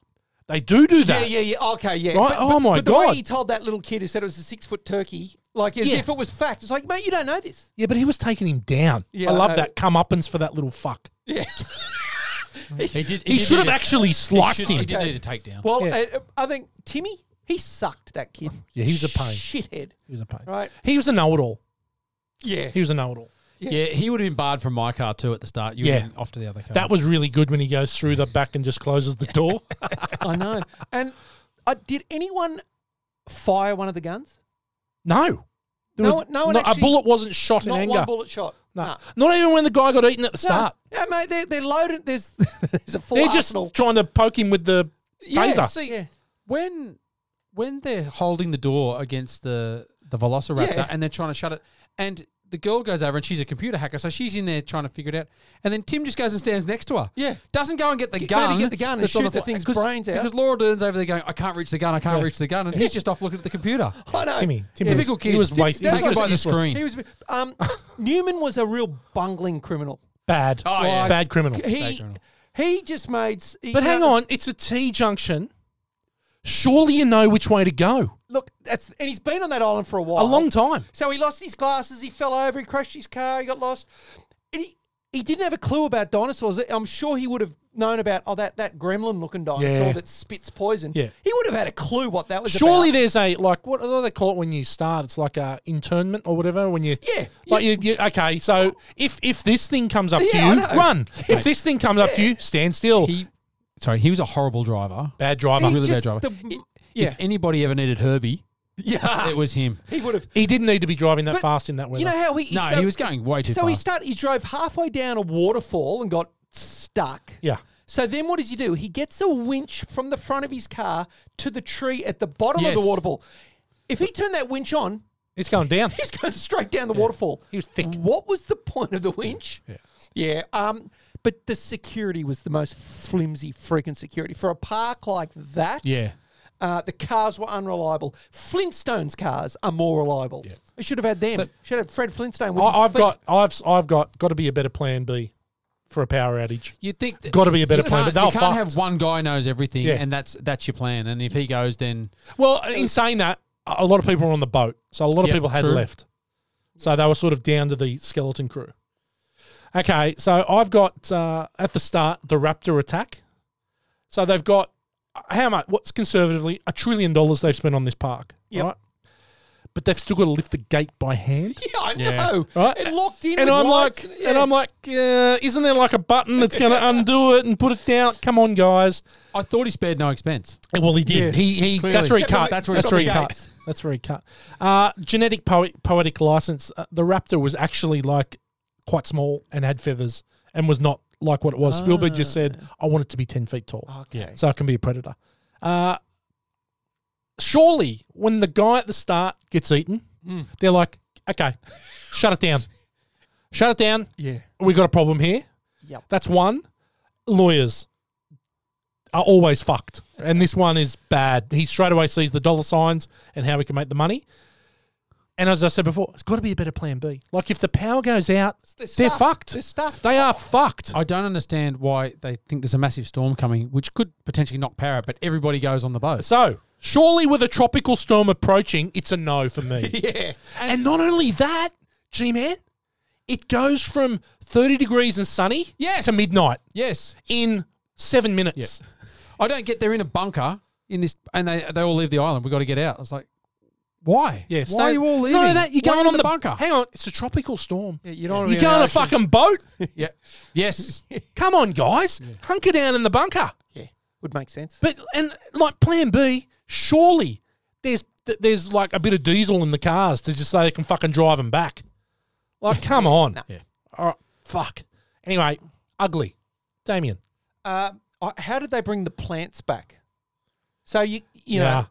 S1: They do do
S3: Yeah,
S1: that.
S3: yeah, yeah. Okay, yeah.
S1: Right? Oh, my
S3: but the
S1: God.
S3: way he told that little kid who said it was a six foot turkey, like as
S1: Yeah.
S3: if it was fact. It's like, mate, you don't know this.
S1: Yeah, but he was taking him down.
S3: Yeah,
S1: I
S3: I
S1: love
S3: know.
S1: that comeuppance for that little fuck.
S3: Yeah.
S2: he did.
S1: He
S2: did
S1: should
S2: need
S1: have
S2: to-
S1: actually sliced
S2: should- He
S1: him.
S2: did need a takedown.
S3: Well,
S1: Yeah.
S3: uh, I think Timmy, he sucked that kid.
S1: Yeah, he was a pain.
S3: Shithead.
S1: He was a pain.
S3: Right.
S1: He was a know-it-all.
S3: Yeah.
S1: He was a know-it-all.
S2: Yeah, he would have been barred from my car too at the start. You
S1: Yeah.
S2: yeah, off to the other car.
S1: That was really good when he goes through the back and just closes the door.
S3: I know. And uh, did anyone fire one of the guns?
S1: no. There
S3: No
S1: was-
S3: one- no one
S1: a
S3: actually-
S1: bullet wasn't shot
S3: Not
S1: in anger.
S3: one bullet shot.
S1: No.
S3: Nah.
S1: Not even when the guy got eaten at the start.
S3: No. Yeah, mate, they're, they're loaded. There's, there's a full
S1: They're just
S3: arsenal.
S1: trying to poke him with the
S3: yeah,
S1: taser.
S3: See, yeah.
S2: when when they're holding the door against the the velociraptor
S3: Yeah.
S2: and they're trying to shut it, and the girl goes over and she's a computer hacker, so she's in there trying to figure it out, and then Tim just goes and stands next to her.
S3: Yeah.
S2: doesn't go and get the
S3: Get- no,
S2: gun.
S3: to get the gun and
S2: that's on
S3: shoot the
S2: fl-
S3: thing's
S2: 'cause-
S3: brains out.
S2: Because Laura Dern's over there going, "I can't reach the gun. I can't reach the gun," and he's just off looking at the computer.
S3: I know.
S1: Timmy. Timmy
S2: Typical
S1: was,
S2: kid.
S1: He was
S2: Tim-
S1: wasted.
S3: that's
S1: He was
S3: like-
S1: just
S3: by
S1: useless.
S3: the
S2: screen.
S3: He was um, Newman was a real bungling criminal.
S1: Bad.
S2: Oh, yeah.
S1: Bad criminal.
S3: He
S2: criminal.
S3: he just made. s- he-
S1: But hang
S3: uh,
S1: on. It's a T junction. Surely you know which way to go.
S3: look, that's and he's been on that island for a while,
S1: A long time.
S3: So he lost his glasses. He fell over. He crashed his car. He got lost. And he, he didn't have a clue about dinosaurs. I'm sure he would have known about oh that that gremlin looking dinosaur
S1: Yeah.
S3: that spits poison.
S1: Yeah.
S3: he would have had a clue what that was.
S1: Surely
S3: about.
S1: there's a like what do they call it when you start? It's like a internment or whatever when you
S3: Yeah,
S1: like You, you okay. So if if this thing comes up to
S3: Yeah, I
S1: you,
S3: know.
S1: run. If this thing comes up to you, stand still.
S2: He, sorry, he was a horrible driver.
S1: Bad driver.
S2: really
S3: just-
S2: bad driver.
S3: the-
S2: I-
S3: yeah.
S2: If anybody ever needed Herbie,
S3: yeah,
S2: it was him.
S3: he would have.
S1: He didn't need to be driving that
S3: But
S1: fast in that weather.
S3: You know how he?
S2: No,
S3: so-
S2: he was going way too
S3: So he
S2: fast.
S3: started. He drove halfway down a waterfall and got stuck.
S1: yeah.
S3: So then what does he do? He gets a winch from the front of his car to the tree at the bottom of
S2: Yes.
S3: the waterfall. If he turned that winch on,
S1: It's going down.
S3: he's going straight down the waterfall.
S1: He was thick.
S3: What was the point of the winch? Yeah. Um, But the security was the most flimsy freaking security for a park like that.
S2: Yeah.
S3: Uh, the cars were unreliable. Flintstones cars are more reliable. They should have had them. should have Fred Flintstone. With his
S1: I, I've
S3: feet.
S1: got, I've, I've got, got to be a better plan B for a power outage.
S2: You'd think that-
S1: Gotta be a better
S2: you
S1: plan,
S2: can't-
S1: but they'll
S2: you can't
S1: fucked.
S2: have one guy knows everything,
S1: Yeah.
S2: and that's that's your plan. And if he goes, then
S1: Well, in saying that, a a lot of people were on the boat, so a lot of
S2: Yep,
S1: people had
S2: true.
S1: left, so they were sort of down to the skeleton crew. Okay, so I've got uh, at the start the Raptor attack. So they've got uh, how much? What's conservatively a trillion dollars they've spent on this park,
S3: Yep.
S1: right? But they've still got to lift the gate by hand.
S3: Yeah, I
S2: Yeah.
S3: know.
S1: Right?
S3: It locked in.
S1: and
S3: with
S1: I'm
S3: lights
S1: like,
S3: yeah.
S1: and I'm like, uh, isn't there like a button that's going to undo it and put it down? Come on, guys.
S2: I thought he spared no expense.
S1: Well, he did. He, he
S2: Clearly.
S1: that's where he
S2: Except
S1: cut.
S3: for-
S1: That's
S3: except
S1: where, that's
S3: for
S1: where he
S3: the
S1: cut.
S3: gates.
S1: That's where he cut. Uh, genetic poet, poetic license. Uh, the raptor was actually like quite small and had feathers and was not like what it was. Spielberg just said,
S3: Ah.
S1: "I want it to be ten feet tall,
S3: Okay.
S1: so it can be a predator." Uh, surely, when the guy at the start gets eaten,
S3: Mm.
S1: they're like, "Okay, shut it down, shut it down.
S3: Yeah.
S1: We got a problem here."
S3: Yep.
S1: That's one. Lawyers are always fucked. And this one is bad. He straight away sees the dollar signs and how we can make the money. And as I said before, it's got to be a better plan B. Like if the power goes out,
S3: They're
S1: they're,
S3: stuffed.
S1: fucked.
S3: They're stuffed.
S1: They are fucked.
S2: I don't understand why they think there's a massive storm coming, which could potentially knock power out, but everybody goes on the boat.
S1: So surely with a tropical storm approaching, it's a no for me.
S3: Yeah.
S1: And not only that, G man, it goes from thirty degrees and sunny
S2: Yes.
S1: to midnight
S2: yes,
S1: in seven minutes.
S2: I don't get. They're in a bunker in this, and they they all leave the island. We got to get out. I was like, why?
S1: Yes.
S2: why are you all leaving?
S1: No, no, no you're
S2: Why
S1: going
S2: in
S1: on the,
S2: bunker.
S1: Hang on, it's a tropical storm.
S3: you don't wanna
S1: You're
S3: be in
S1: going on a
S3: the
S1: fucking
S3: ocean.
S1: boat.
S2: yeah. Yes.
S1: Come on, guys, hunker down in the bunker.
S3: Yeah. Would make sense.
S1: But and like Plan B, surely there's th- there's like a bit of diesel in the cars to just say they can fucking drive them back. Like, come on.
S2: Yeah.
S1: All right, fuck. Anyway, ugly, Damien.
S3: Uh, uh, how did they bring the plants back? So you
S1: Yeah.
S3: you know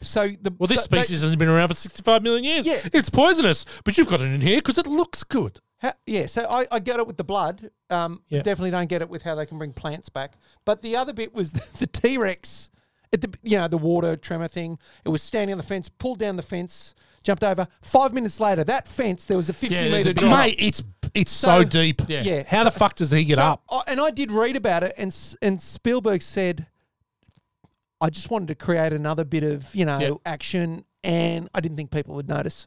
S3: so the
S1: Well, this
S3: they- they-
S1: species hasn't been around for 65 million years.
S3: Yeah.
S1: It's poisonous, but you've got it in here because it looks good.
S3: Ha- yeah, so I, I get it with the blood. Um,
S1: Yeah.
S3: Definitely don't get it with how they can bring plants back. But the other bit was the T Rex, at the you know the water tremor thing. It was standing on the fence, pulled down the fence, jumped over. Five minutes later, that fence there was a fifty
S2: Yeah, there's
S3: meter
S2: a big-
S3: drop.
S1: Mate, it's it's so,
S3: So-
S1: deep.
S2: Yeah.
S3: Yeah.
S1: How the fuck does he get up?
S3: I, and I did read about it, and S- and Spielberg said, I just wanted to create another bit of you know
S2: Yeah.
S3: action, and I didn't think people would notice.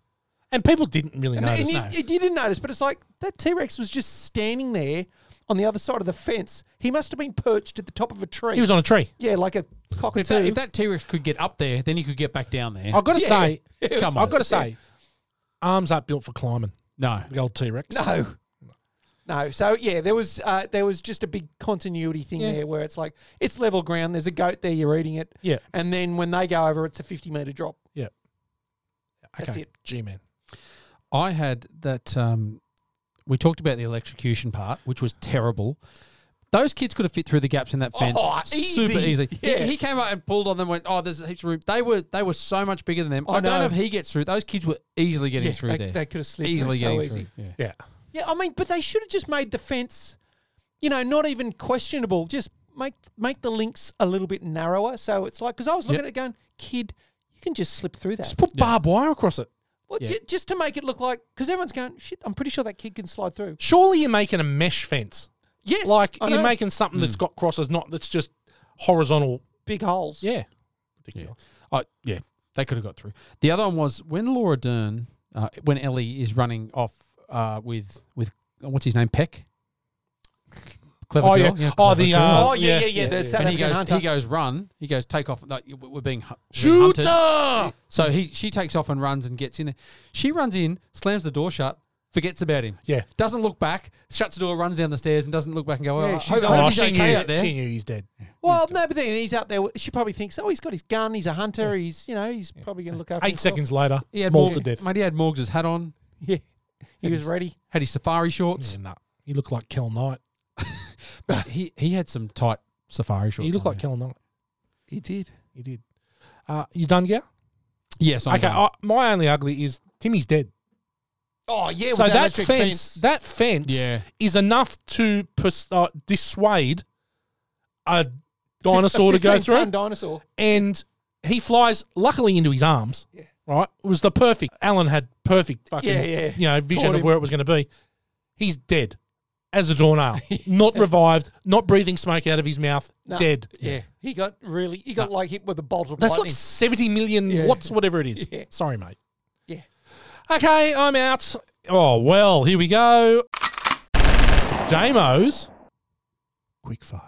S1: And people didn't really
S3: And,
S1: notice.
S3: and you, you didn't notice, but it's like that T Rex was just standing there on the other side of the fence. He must have been perched at the top of a tree.
S1: He was on a tree.
S3: yeah, like a
S2: If that,
S3: cockatoo.
S2: if that T-Rex could get up there, then he could get back down there.
S1: I've got to
S3: Yeah.
S1: say,
S3: It
S1: come
S3: was-
S1: on. I've got to say, arms aren't built for climbing.
S2: no.
S1: The old T Rex.
S3: no. No, so yeah, there was uh, there was just a big continuity thing there where it's like it's level ground. There's a goat there, you're eating it,
S1: Yeah.
S3: and then when they go over, it's a 50 meter drop.
S1: Yeah. Okay.
S3: That's it.
S1: G man.
S2: I had that. Um, we talked about the electrocution part, which was terrible. Those kids could have fit through the gaps in that fence
S3: Oh,
S2: super
S3: easy.
S2: easy. He-
S3: Yeah.
S2: He, came out and pulled on them. Went, oh, there's heaps of room. They were they were so much bigger than them. I,
S3: I
S2: don't know
S3: know.
S2: if he gets through. Those kids were easily getting
S3: Yeah,
S2: through
S3: they-
S2: there.
S3: they could have slipped through
S2: easily
S3: so
S2: getting
S3: easy.
S2: through. Yeah.
S1: Yeah.
S3: Yeah, I mean, but they should have just made the fence, you know, not even questionable. Just make make the links a little bit narrower. So it's like because I was looking
S2: Yep.
S3: at it going, kid, you can just slip through that.
S1: Just put barbed wire across it.
S3: Well, ju- just to make it look like because everyone's going, shit, I'm pretty sure that kid can slide through.
S1: Surely you're making a mesh fence.
S3: Yes,
S1: Like
S3: I
S1: you're
S3: know.
S1: making something
S2: Hmm.
S1: that's got crosses, not that's just horizontal.
S3: big holes.
S1: Yeah.
S2: I, yeah, they could have got through. The other one was when Laura Dern, uh, when Ellie is running off uh, with with what's his name, Peck. Clever
S1: Oh,
S2: girl.
S1: yeah. Oh,
S2: clever
S1: the,
S2: girl.
S1: uh,
S3: Oh yeah, yeah,
S1: Yeah,
S3: yeah. the South
S2: and he
S3: African
S2: goes,
S3: hunter.
S2: he goes, run. He goes, take off. Like, you- we're being, hu- being hunted.
S1: Shooter.
S2: So he, she takes off and runs and gets in there. She runs in, slams the door shut, forgets about him.
S1: Yeah.
S2: Doesn't look back, shuts the door, runs down the stairs, and doesn't look back and go, oh,
S3: Yeah,
S2: I
S3: she's
S2: hope, I
S1: Oh,
S2: hope he's
S1: she
S2: okay
S1: knew.
S2: out there.
S1: She knew he's dead.
S3: well, no, but then he's out there. She probably thinks, oh, he's got his gun. He's a hunter. He's, you know, he's probably going to look after.
S1: Eight
S3: himself.
S1: seconds later,
S2: He had
S1: mauled to
S2: Morg-
S1: death.
S2: Mate, he had Morgs' hat on,
S3: Yeah, he was ready.
S2: had his safari shorts.
S1: Yeah, nah. He looked like Kel Knight.
S2: he he had some tight safari shorts.
S1: He looked
S2: on
S1: like
S2: there.
S1: Kel Knight.
S3: He did.
S1: He did. Uh, you done, yeah?
S2: yes. I'm
S1: okay, oh,
S2: done.
S1: I, my only ugly is Timmy's dead.
S3: Oh yeah. with
S1: so that
S3: electric
S1: fence, that fence
S2: Yeah.
S1: is enough to pers- uh, dissuade a dinosaur
S3: a
S1: to go
S3: 15
S1: through.
S3: ton Dinosaur.
S1: and he flies luckily into his arms. Yeah. Right? It was the perfect. Alan had perfect fucking
S3: Yeah, yeah.
S1: you know vision
S3: Caught
S1: of
S3: him.
S1: where it was going to be. He's dead as a doornail. not revived, not breathing smoke out of his mouth,
S3: No,
S1: dead.
S3: Yeah. He got really. He got like hit with a bottle. Of
S1: That's
S3: lightning.
S1: like 70 million
S3: Yeah.
S1: watts, whatever it is.
S3: Yeah.
S1: Sorry, mate.
S3: Yeah.
S1: Okay, I'm out. Oh, well, here we go. Damos. Quickfire.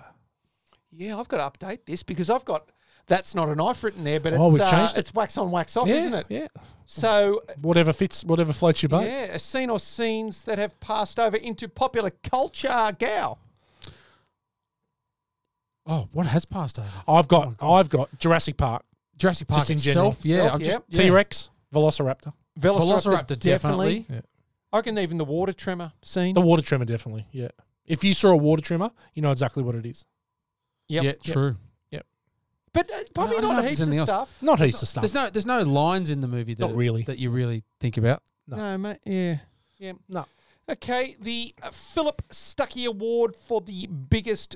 S3: Yeah, I've got to update this because I've got that's not a knife written there, but it's,
S1: Oh, we've
S3: uh,
S1: changed it.
S3: it's wax on, wax off,
S1: Yeah,
S3: isn't it?
S1: yeah.
S3: So,
S1: Whatever fits, whatever floats your boat.
S3: yeah, a scene or scenes that have passed over into popular culture, gal.
S2: Oh, what has passed over?
S1: I've got, I've got Jurassic Park.
S2: Jurassic Park
S1: Just in general.
S2: itself. Yeah,
S3: Itself,
S2: I'm just,
S3: yep.
S2: yeah.
S1: T Rex, Velociraptor,
S2: Velociraptor, definitely.
S3: I reckon even the water tremor scene.
S1: the water trimmer, definitely. Yeah. If you saw a water trimmer, you know exactly what it is.
S3: Yep.
S2: Yeah, true.
S3: But uh, probably
S2: I don't know
S3: not
S2: if there's
S3: heaps of
S2: anything else.
S3: stuff.
S1: Not heaps of stuff.
S2: There's no there's no lines in the movie that
S1: Not really.
S2: that you really think about.
S3: No, mate. Yeah. Yeah.
S1: No.
S3: Okay, the uh, Philip Stuckey Award for the biggest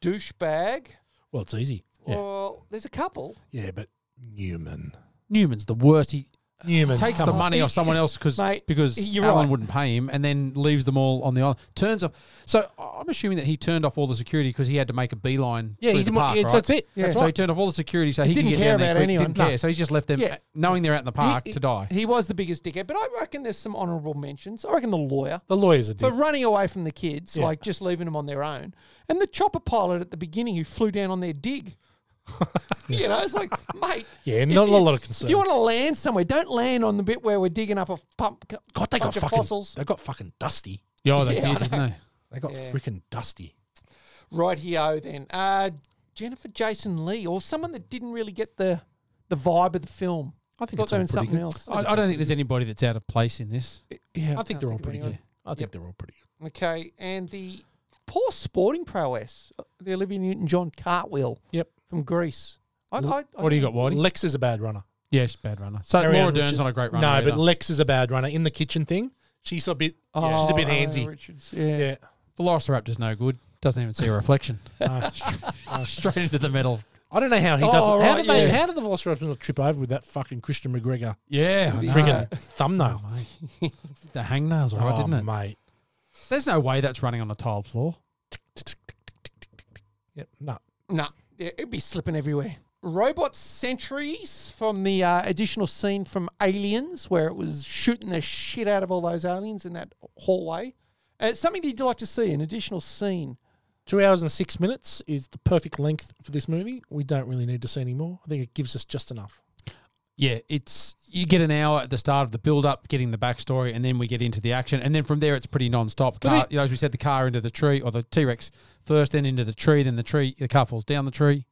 S3: douchebag.
S1: Well, it's easy. Yeah.
S3: Well, there's a couple.
S1: Yeah, but Newman.
S2: Newman's the worst. He
S1: Newman
S2: uh, takes
S1: Oh, come
S2: the
S1: on.
S2: money off someone else because
S3: Mate,
S2: because
S3: you're
S2: Alan
S3: right.
S2: wouldn't pay him, and then leaves them all on the island. Turns off. So I'm assuming that he turned off all the security because he had to make a beeline.
S1: Yeah,
S2: through
S1: he
S2: the
S1: didn't
S2: park,
S1: want-
S2: right?
S1: it's- that's it. That's
S2: so he
S1: right.
S2: turned off all the security so he,
S3: didn't
S2: could get
S3: care
S2: down there
S3: about
S2: quick.
S3: anyone.
S2: Didn't care.
S3: No.
S2: So he's just left them
S3: Yeah.
S2: knowing they're out in the park
S3: He-
S2: to die.
S3: He was the biggest dickhead, but I reckon there's some honourable mentions. I reckon the lawyer
S1: The lawyers are
S3: for
S1: dick.
S3: running away from the kids, like just leaving them on their own, and the chopper pilot at the beginning who flew down on their dig. you know, it's like, mate.
S1: Yeah,
S3: if
S1: not a
S3: you-
S1: lot of
S3: If you
S1: concern.
S3: want to land somewhere, don't land on the bit where we're digging up a pump,
S1: God, they got
S3: bunch of
S1: fucking.
S3: fossils.
S1: They got fucking dusty.
S2: yeah, oh, they
S3: Yeah, I
S2: did, didn't they?
S1: They got
S3: Yeah.
S1: freaking dusty.
S3: Right here, then. Uh, Jennifer Jason Lee, or someone that didn't really get the the vibe of the film.
S1: I think
S3: Thought
S1: it's
S3: they
S1: all
S3: were in
S1: pretty
S3: something
S1: good.
S3: else.
S2: I, I don't think there's anybody that's out of place in this.
S3: Yeah,
S1: I think they're all pretty good. I think
S3: Yep.
S1: they're all pretty good.
S3: Okay, and the poor sporting prowess, the Olivia Newton-John cartwheel
S1: Yep.
S3: from Greece. I, I, I
S2: What do you got, Whitey?
S1: Lex is a bad runner.
S2: Yes, bad runner. So
S1: Ariana
S2: Laura Dern's
S1: Richards-
S2: not a great runner.
S1: No,
S2: either.
S1: but Lex is a bad runner. In the kitchen thing, she's a bit.
S3: Oh,
S1: she's a bit
S3: Alan
S1: handsy.
S3: Richards, yeah.
S1: Yeah.
S2: Velociraptor's no good. Doesn't even see a reflection.
S1: No.
S2: Straight into the metal.
S1: Uh, I don't know how he
S3: Oh,
S1: does it. How
S3: right,
S1: did they?
S3: yeah.
S1: How did the Velociraptor not trip over with that fucking Christian McGregor
S2: Yeah, I know.
S1: friggin' thumbnail?
S2: the hangnails, all right,
S1: oh,
S2: didn't it?
S1: mate.
S2: There's no way that's running on a tiled floor.
S1: Yep. No.
S3: Nah, yeah, it'd be slipping everywhere. Robot sentries from the uh, additional scene from Aliens, where it was shooting the shit out of all those aliens in that hallway. Uh, it's something that you'd like to see, an additional scene.
S1: Two hours and six minutes is the perfect length for this movie. We don't really need to see any more. I think it gives us just enough.
S2: Yeah, it's you get an hour at the start of the build up, getting the backstory, and then we get into the action, and then from there it's pretty non stop. Car,
S1: it-
S2: you know, as we said, the car into the tree or the T Rex first, then into the tree, then the tree, the car falls down the tree.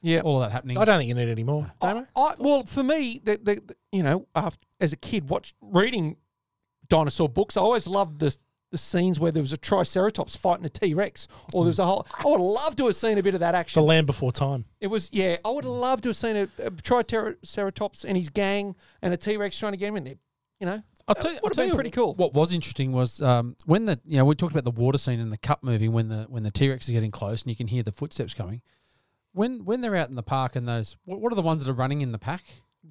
S3: Yeah.
S2: all of that happening.
S1: I don't think you need any more.
S3: I, I, well, for me, the, the, the- you know, after, as a kid, watch reading dinosaur books, I always loved the the scenes where there was a Triceratops fighting a T Rex, or there was a whole. I would love to have seen a bit of that
S1: The
S3: action.
S1: Land Before Time.
S3: It was yeah. I would love to have seen a, a Triceratops and his gang and a T Rex trying to get him in there. You know,
S2: I'll tell you, I'll
S3: That would've
S2: tell
S3: been
S2: you
S3: pretty cool.
S2: What was interesting was um, when the you know we talked about the water scene in the cup movie when the when the T Rex is getting close and you can hear the footsteps coming. When when they're out in the park and those what, what are the ones that are running in the pack?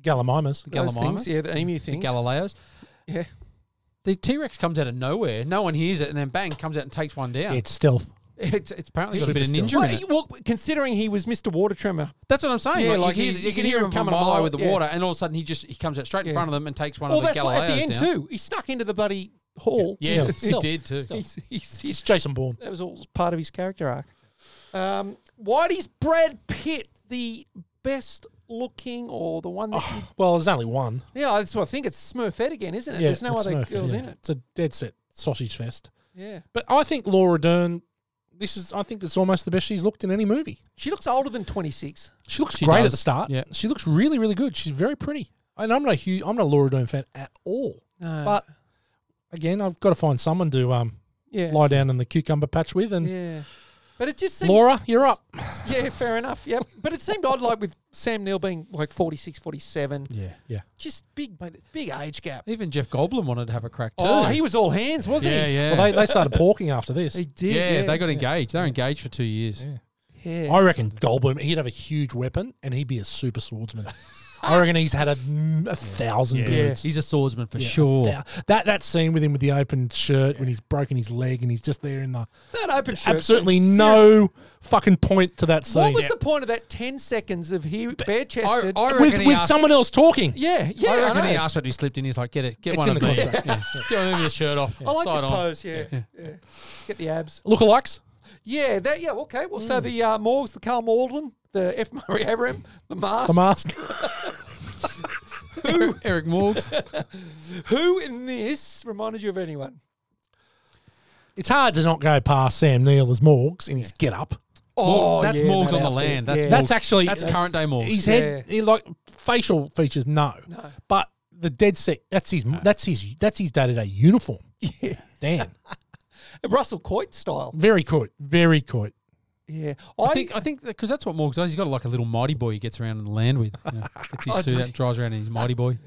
S1: Gallimimus.
S3: Those
S2: Gallimimus?
S3: things, yeah, the emu
S2: The
S3: things.
S2: Galileos.
S3: yeah,
S2: The T Rex comes out of nowhere. No one hears it, and then bang comes out and takes one down.
S1: It's stealth.
S2: It's, it's apparently got a
S1: Super
S2: bit of ninja
S1: still.
S2: in
S3: well,
S2: it.
S3: well, considering he was Mister Water Tremor,
S2: That's what I'm saying.
S3: Yeah,
S2: like,
S3: like
S2: you,
S3: he-
S2: hear, you can hear him
S3: coming
S2: from a
S3: a
S2: mile
S3: mile,
S2: with the
S3: yeah.
S2: water, and all of a sudden he just he comes out straight in
S3: Yeah.
S2: front of them and takes one
S3: well,
S2: of the
S3: that's
S2: Galileos
S3: like at the end
S2: down.
S3: too. He snuck into the bloody hall.
S2: Yeah, he
S1: Stealth.
S2: did too.
S3: He's- he's- he's
S1: It's Jason Bourne.
S3: That was all part of his character arc. Um, Whitey's Brad Pitt, the best looking or the one that.
S2: Oh.
S3: you-
S1: Well, there's only one.
S3: yeah, that's what I think. It's Smurfette again, isn't it?
S1: Yeah,
S3: There's no
S1: it's
S3: other
S1: Smurf,
S3: girls
S1: yeah.
S3: in it.
S1: It's a dead set sausage fest.
S3: Yeah.
S1: But I think Laura Dern. This is. I think it's almost the best she's looked in any movie.
S3: She looks older than 26.
S1: She looks
S2: She
S1: great at
S2: does.
S1: the start.
S2: Yeah.
S1: She looks really, really good. She's very pretty. And I'm not a huge, I'm not a Laura Dern fan at all. But again, I've got to find someone to um
S3: Yeah.
S1: lie down in the cucumber patch with, and
S3: yeah. But it just seemed,
S1: Laura, you're up.
S3: Yeah, fair enough. Yeah, but it seemed odd, like with Sam Neill being like 46, 47.
S2: Yeah.
S1: Yeah.
S3: Just big, big age gap.
S2: Even Jeff Goldblum wanted to have a crack too.
S3: Oh, he was all hands, wasn't
S2: yeah,
S3: he?
S2: yeah.
S1: Well, they, they started porking after this.
S3: He did.
S2: yeah,
S3: Yeah,
S2: they got engaged. They were engaged for two years.
S3: Yeah.
S1: I reckon Goldblum, he'd have a huge weapon and he'd be a super swordsman. I reckon he's had a, m- a thousand beards.
S2: He's a swordsman for
S1: Yeah, a
S2: sure.
S1: thou- that that scene with him with the open shirt when he's broken his leg and he's just there in the
S3: That open shirt.
S1: absolutely
S3: scene,
S1: no fucking point to that
S3: What
S1: scene
S3: was the point of that 10 seconds of him bare chested?
S2: I- I reckon
S1: with
S2: he
S1: with
S2: asked-
S1: someone else talking.
S3: Yeah, yeah.
S2: I
S3: I,
S2: reckon he
S3: know.
S2: asked what he slipped in. He's like, get it, get
S1: It's
S2: one
S1: in
S2: of
S1: the
S2: me.
S1: contract,
S2: Yeah. Get one of me, the shirt off.
S3: I like
S2: side
S3: this
S2: on.
S3: pose, yeah, yeah. Get the abs.
S1: Lookalikes.
S3: Yeah, that, yeah, okay. Well,
S2: Hmm.
S3: so the uh, Morgs, the Carl Maudlin, the F. Murray Abraham, the mask.
S1: The mask.
S2: Eric, Eric Morgs.
S3: Who in this reminded you of anyone?
S1: it's hard to not go past Sam Neill as Morgs in his get up.
S3: Oh,
S2: that's
S3: yeah,
S2: Morgs
S3: that
S2: on the
S3: outfit,
S2: land. That's
S3: yeah.
S1: That's
S2: Morgs.
S1: actually
S2: that's, current day Morgs.
S1: His head, he like facial features, no, but the dead set. That's his. That's his. That's his day to day uniform. Yeah. Damn.
S3: Russell Coit style.
S1: Very coy. Very coy.
S3: Yeah.
S2: I think I think because that's what Morgs does. He's got like a little mighty boy he gets around in the land with. You know, gets his suit out, and drives around in his mighty boy.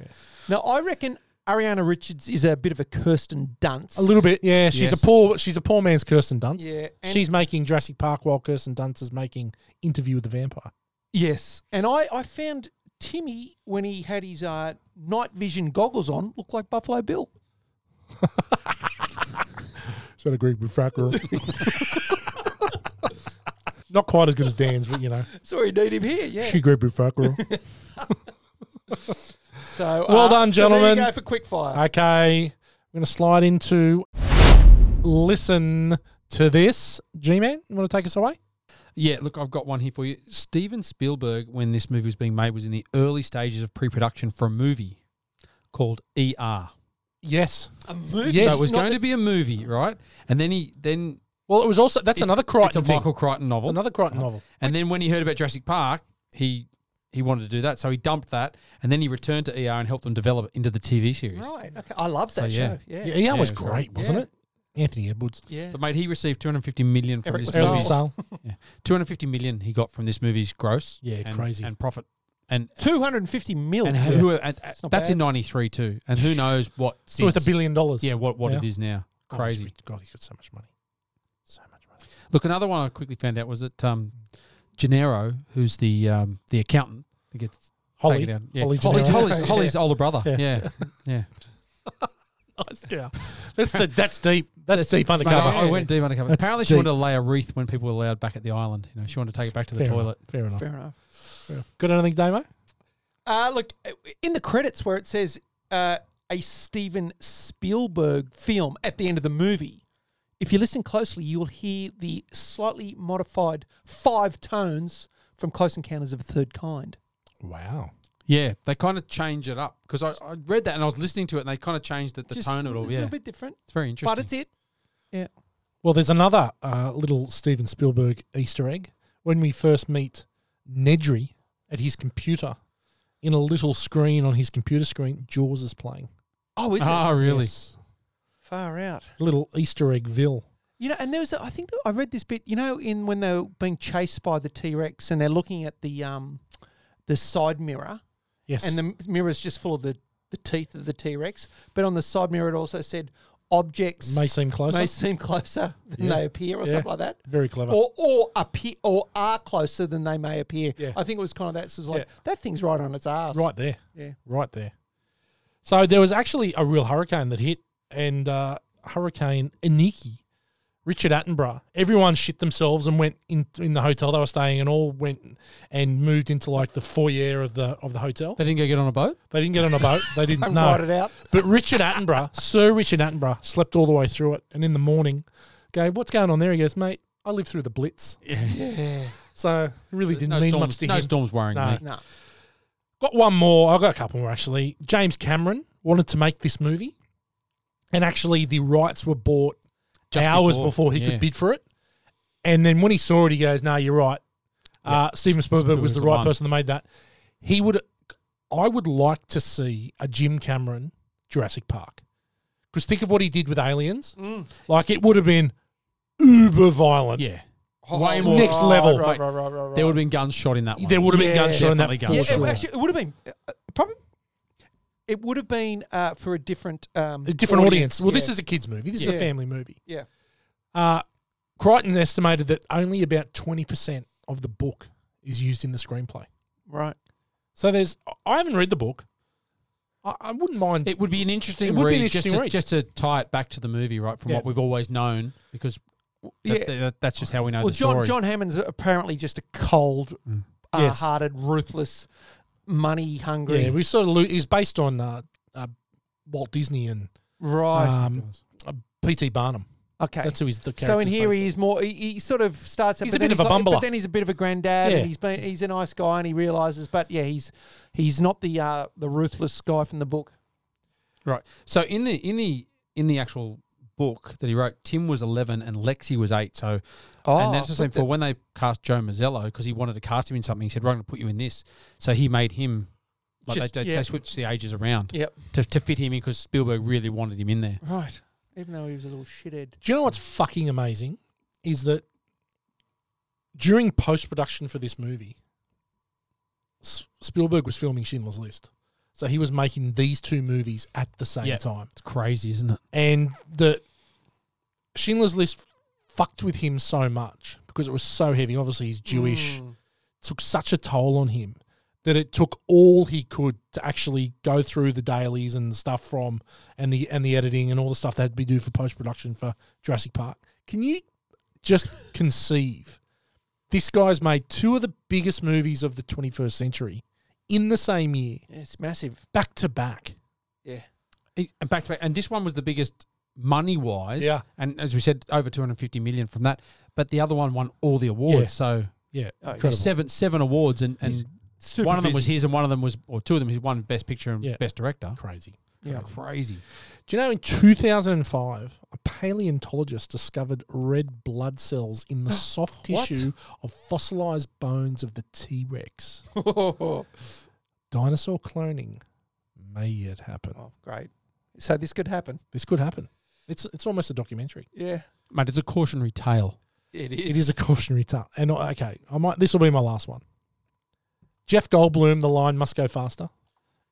S3: Now, I reckon Ariana Richards is a bit of a Kirsten Dunst.
S1: A little bit, yeah. She's
S2: Yes.
S1: a poor. She's a poor man's Kirsten Dunst.
S3: Yeah, and-
S1: she's making Jurassic Park while Kirsten Dunst is making Interview with the Vampire.
S3: Yes. And I, I found Timmy, when he had his uh, night vision goggles on, looked like Buffalo Bill.
S1: Is that a Greek refractor? Not quite as good as Dan's, but you know,
S3: So we need him here, yeah.
S1: she Greek refractor.
S3: So uh,
S1: Well done,
S3: so there you
S1: gentlemen.
S3: go for quick fire.
S1: okay, we're gonna slide into listen to this. G-man, you want to take us away?
S2: Yeah, look, I've got one here for you. Steven Spielberg, when this movie was being made, was in the early stages of pre-production for a movie called ER.
S1: Yes.
S3: A movie.
S1: Yes.
S2: so it was
S1: not
S2: going to be a movie, right? And then he then
S1: Well, it was also that's another Crichton
S2: it's a
S1: thing.
S2: Michael Crichton
S1: It's
S2: novel.
S1: another Crichton novel.
S2: And then when he heard about Jurassic Park, he he wanted to do that, so he dumped that, and then he returned to ER and helped them develop it into the TV series.
S3: Right. Okay. I love that
S2: yeah.
S3: show. Yeah.
S1: Yeah,
S3: Yeah.
S1: yeah,
S2: it
S1: was
S2: was
S1: great,
S2: great.
S1: wasn't
S3: Yeah.
S1: it? Anthony Edwards.
S2: But mate, he received 250 million from
S3: Eric
S2: this
S3: Sale.
S1: Early
S2: movie.
S1: sale.
S2: 250 million he got from this movie's gross.
S1: Yeah,
S2: and-
S1: crazy.
S2: and profit and
S3: 250 mil.
S2: and who and,
S3: not
S2: that's in
S3: bad.
S2: '93 too. And who knows what
S1: So with a
S2: since-
S1: billion dollars.
S2: Yeah, what what
S1: Yeah. Oh,
S2: it is now?
S1: God,
S2: Crazy.
S1: he's- God, he's got so much money. So much money.
S2: Look, another one I quickly found out was that um, Gennaro, who's the um, the accountant, who gets
S1: Holly.
S2: taken down. Yeah.
S1: Holly
S2: Holly-
S1: Gennaro.
S2: Holly's, Holly's older brother.
S1: Yeah.
S2: Yeah, yeah.
S1: Yeah. That's the, that's deep. That's, deep
S2: Mate,
S1: undercover.
S2: I, I went deep undercover.
S1: That's
S2: Apparently,
S1: deep.
S2: she wanted to lay a wreath when people were allowed back at the island. You know, she wanted to take it back to the
S1: Fair enough,
S2: toilet.
S1: Fair enough.
S3: Fair enough.
S1: Got anything, Damo?
S3: Uh, look, in the credits where it says uh, a Steven Spielberg film at the end of the movie, if you listen closely, you'll hear the slightly modified five tones from Close Encounters of the Third Kind.
S1: Wow.
S2: Yeah, they kind of change it up because I, I read that and I was listening to it and they kind of changed it, the
S3: Just
S2: tone of it
S3: A
S2: all. Yeah,
S3: little bit different,
S2: it's very interesting.
S3: but it's it. Yeah.
S1: Well, there's another uh, little Steven Spielberg Easter egg when we first meet Nedry at his computer. In a little screen on his computer screen, Jaws is playing.
S3: Oh, is
S2: oh,
S3: it?
S2: really?
S1: Yes.
S3: Far out.
S1: Little Easter eggville.
S3: You know, and there was, a, I think I read this bit, you know, in when they're being chased by the T Rex and they're looking at the um, the side mirror.
S1: Yes.
S3: and the m- mirror's just full of the, the teeth of the T Rex. But on the side mirror, it also said objects
S1: May seem closer.
S3: may seem closer than they appear, or
S1: Yeah.
S3: something like that.
S1: Very clever.
S3: Or or appear or are closer than they may appear.
S1: Yeah.
S3: I think it was kind of that. So it was like
S1: Yeah.
S3: that thing's right on its ass.
S1: Right there.
S3: Yeah.
S1: Right there. So there was actually a real hurricane that hit, and uh, Hurricane Iniki, Richard Attenborough. Everyone shit themselves and went in in the hotel they were staying, and all went and moved into like the foyer of the of the hotel.
S2: They didn't go get on a boat.
S1: They didn't get on a boat. They didn't
S3: And
S1: know.
S3: ride it out.
S1: But Richard Attenborough, Sir Richard Attenborough, slept all the way through it, and in the morning, go, "What's going on there?" He goes, "Mate, I lived through the Blitz." Yeah. So it really didn't
S2: no
S1: mean
S2: storms,
S1: much to
S2: no
S1: him.
S2: storms worrying
S1: No.
S2: me.
S3: No.
S1: Got one more. I've got a couple more actually. James Cameron wanted to make this movie, and actually the rights were bought
S2: Just
S1: hours
S2: before,
S1: before, he
S2: yeah.
S1: could bid for it. And then when he saw it, he goes, "No, you're right. Uh, Steven Spielberg was
S2: Spielberg's
S1: the
S2: the
S1: right
S2: one.
S1: person that made that." He would. I would like to see a Jim Cameron Jurassic Park,
S3: Mm.
S1: because think of what he did with Aliens. Like it would have been uber violent.
S2: Yeah, way
S3: Oh,
S2: more.
S1: Next level.
S3: Right, right, right, right, right.
S2: There would have been guns shot in that one.
S1: There would have been
S3: Yeah,
S1: guns shot in that
S2: definitely
S1: for
S2: guns.
S3: yeah, it-
S1: sure.
S3: actually, it would have been uh, probably. It would have been uh, for a different, um,
S1: A different audience. Well, this
S3: yeah.
S1: is a kids' movie. This is a
S3: Yeah.
S1: family movie.
S3: yeah.
S1: Uh, Crichton estimated that only about 20% of the book is used in the screenplay.
S3: Right.
S1: So there's, I haven't read the book. I, I wouldn't mind.
S2: It would be an interesting
S1: It would be an
S2: read,
S1: interesting
S2: just, to,
S1: read.
S2: just to tie it back to the movie, right? From
S1: Yeah.
S2: what we've always known, because
S3: Yeah.
S2: that, that- that's just how we know
S3: Well,
S2: the
S3: John
S2: story. Mm.
S3: John Hammond's apparently just a cold,
S1: Yes.
S3: hard-hearted, ruthless, money-hungry.
S1: yeah, we sort of lo- he's based on uh, uh, Walt Disney and
S3: right.
S1: um, uh, P.T. Barnum.
S3: okay.
S1: Ah, That's who he's the character.
S3: So in here he is more. He, he sort of starts. up,
S1: He's
S3: but
S1: a bit
S3: then
S1: of a
S3: like-
S1: bumbler.
S3: but then he's a bit of a granddad,
S1: Yeah.
S3: and he's been he's a nice guy, and he realizes. But yeah, he's he's not the uh, the ruthless guy from the book.
S2: Right. So in the in the in the actual book that he wrote, Tim was eleven and Lexi was eight. So
S3: Oh,
S2: and that's the same
S3: but the-
S2: for when they cast Joe Mazzello because he wanted to cast him in something. He said, "Right, I'm going to put you in this." So he made him. Like
S3: Just-
S2: they, they,
S3: yeah.
S2: they switched the ages around
S3: Yep.
S2: to, to fit him in because Spielberg really wanted him in there.
S3: Right. Even though he was a little shithead.
S1: Do you know what's fucking amazing? Is that during post production for this movie, S- Spielberg was filming Schindler's List. So he was making these two movies at the same
S2: Yeah.
S1: time.
S2: It's crazy, isn't it?
S1: And that Schindler's List fucked with him so much because it was so heavy. Obviously, he's Jewish. Took such a toll on him that it took all he could to actually go through the dailies and the stuff from and the and the editing and all the stuff that had to be do for post production for Jurassic Park. Can you just conceive this guy's made two of the biggest movies of the 21st century in the same year,
S3: Yeah, it's massive.
S1: back to back?
S3: Yeah.
S2: It- And back to back, and this one was the biggest money wise.
S1: Yeah.
S2: And as we said, over 250 million from that. But the other one won all the awards.
S1: Yeah.
S2: So
S1: Yeah,
S2: Oh,
S1: incredible.
S2: seven seven awards, and, and
S3: super
S2: one of them was his, and one of them was, or two of them, his one best picture and
S1: Yeah.
S2: best director.
S1: Crazy.
S3: Yeah.
S2: Crazy.
S1: Do you know in 2005, a paleontologist discovered red blood cells in the soft
S3: What?
S1: tissue of fossilized bones of the T Rex?
S3: oh,
S1: Dinosaur cloning may yet happen. Oh,
S3: great. So this could happen.
S1: This could happen. It's it's almost a documentary.
S3: Yeah.
S2: Mate, it's a cautionary tale.
S3: It
S1: It is a cautionary tale. And uh, okay, I might this will be my last one. Jeff Goldblum, the line must go faster,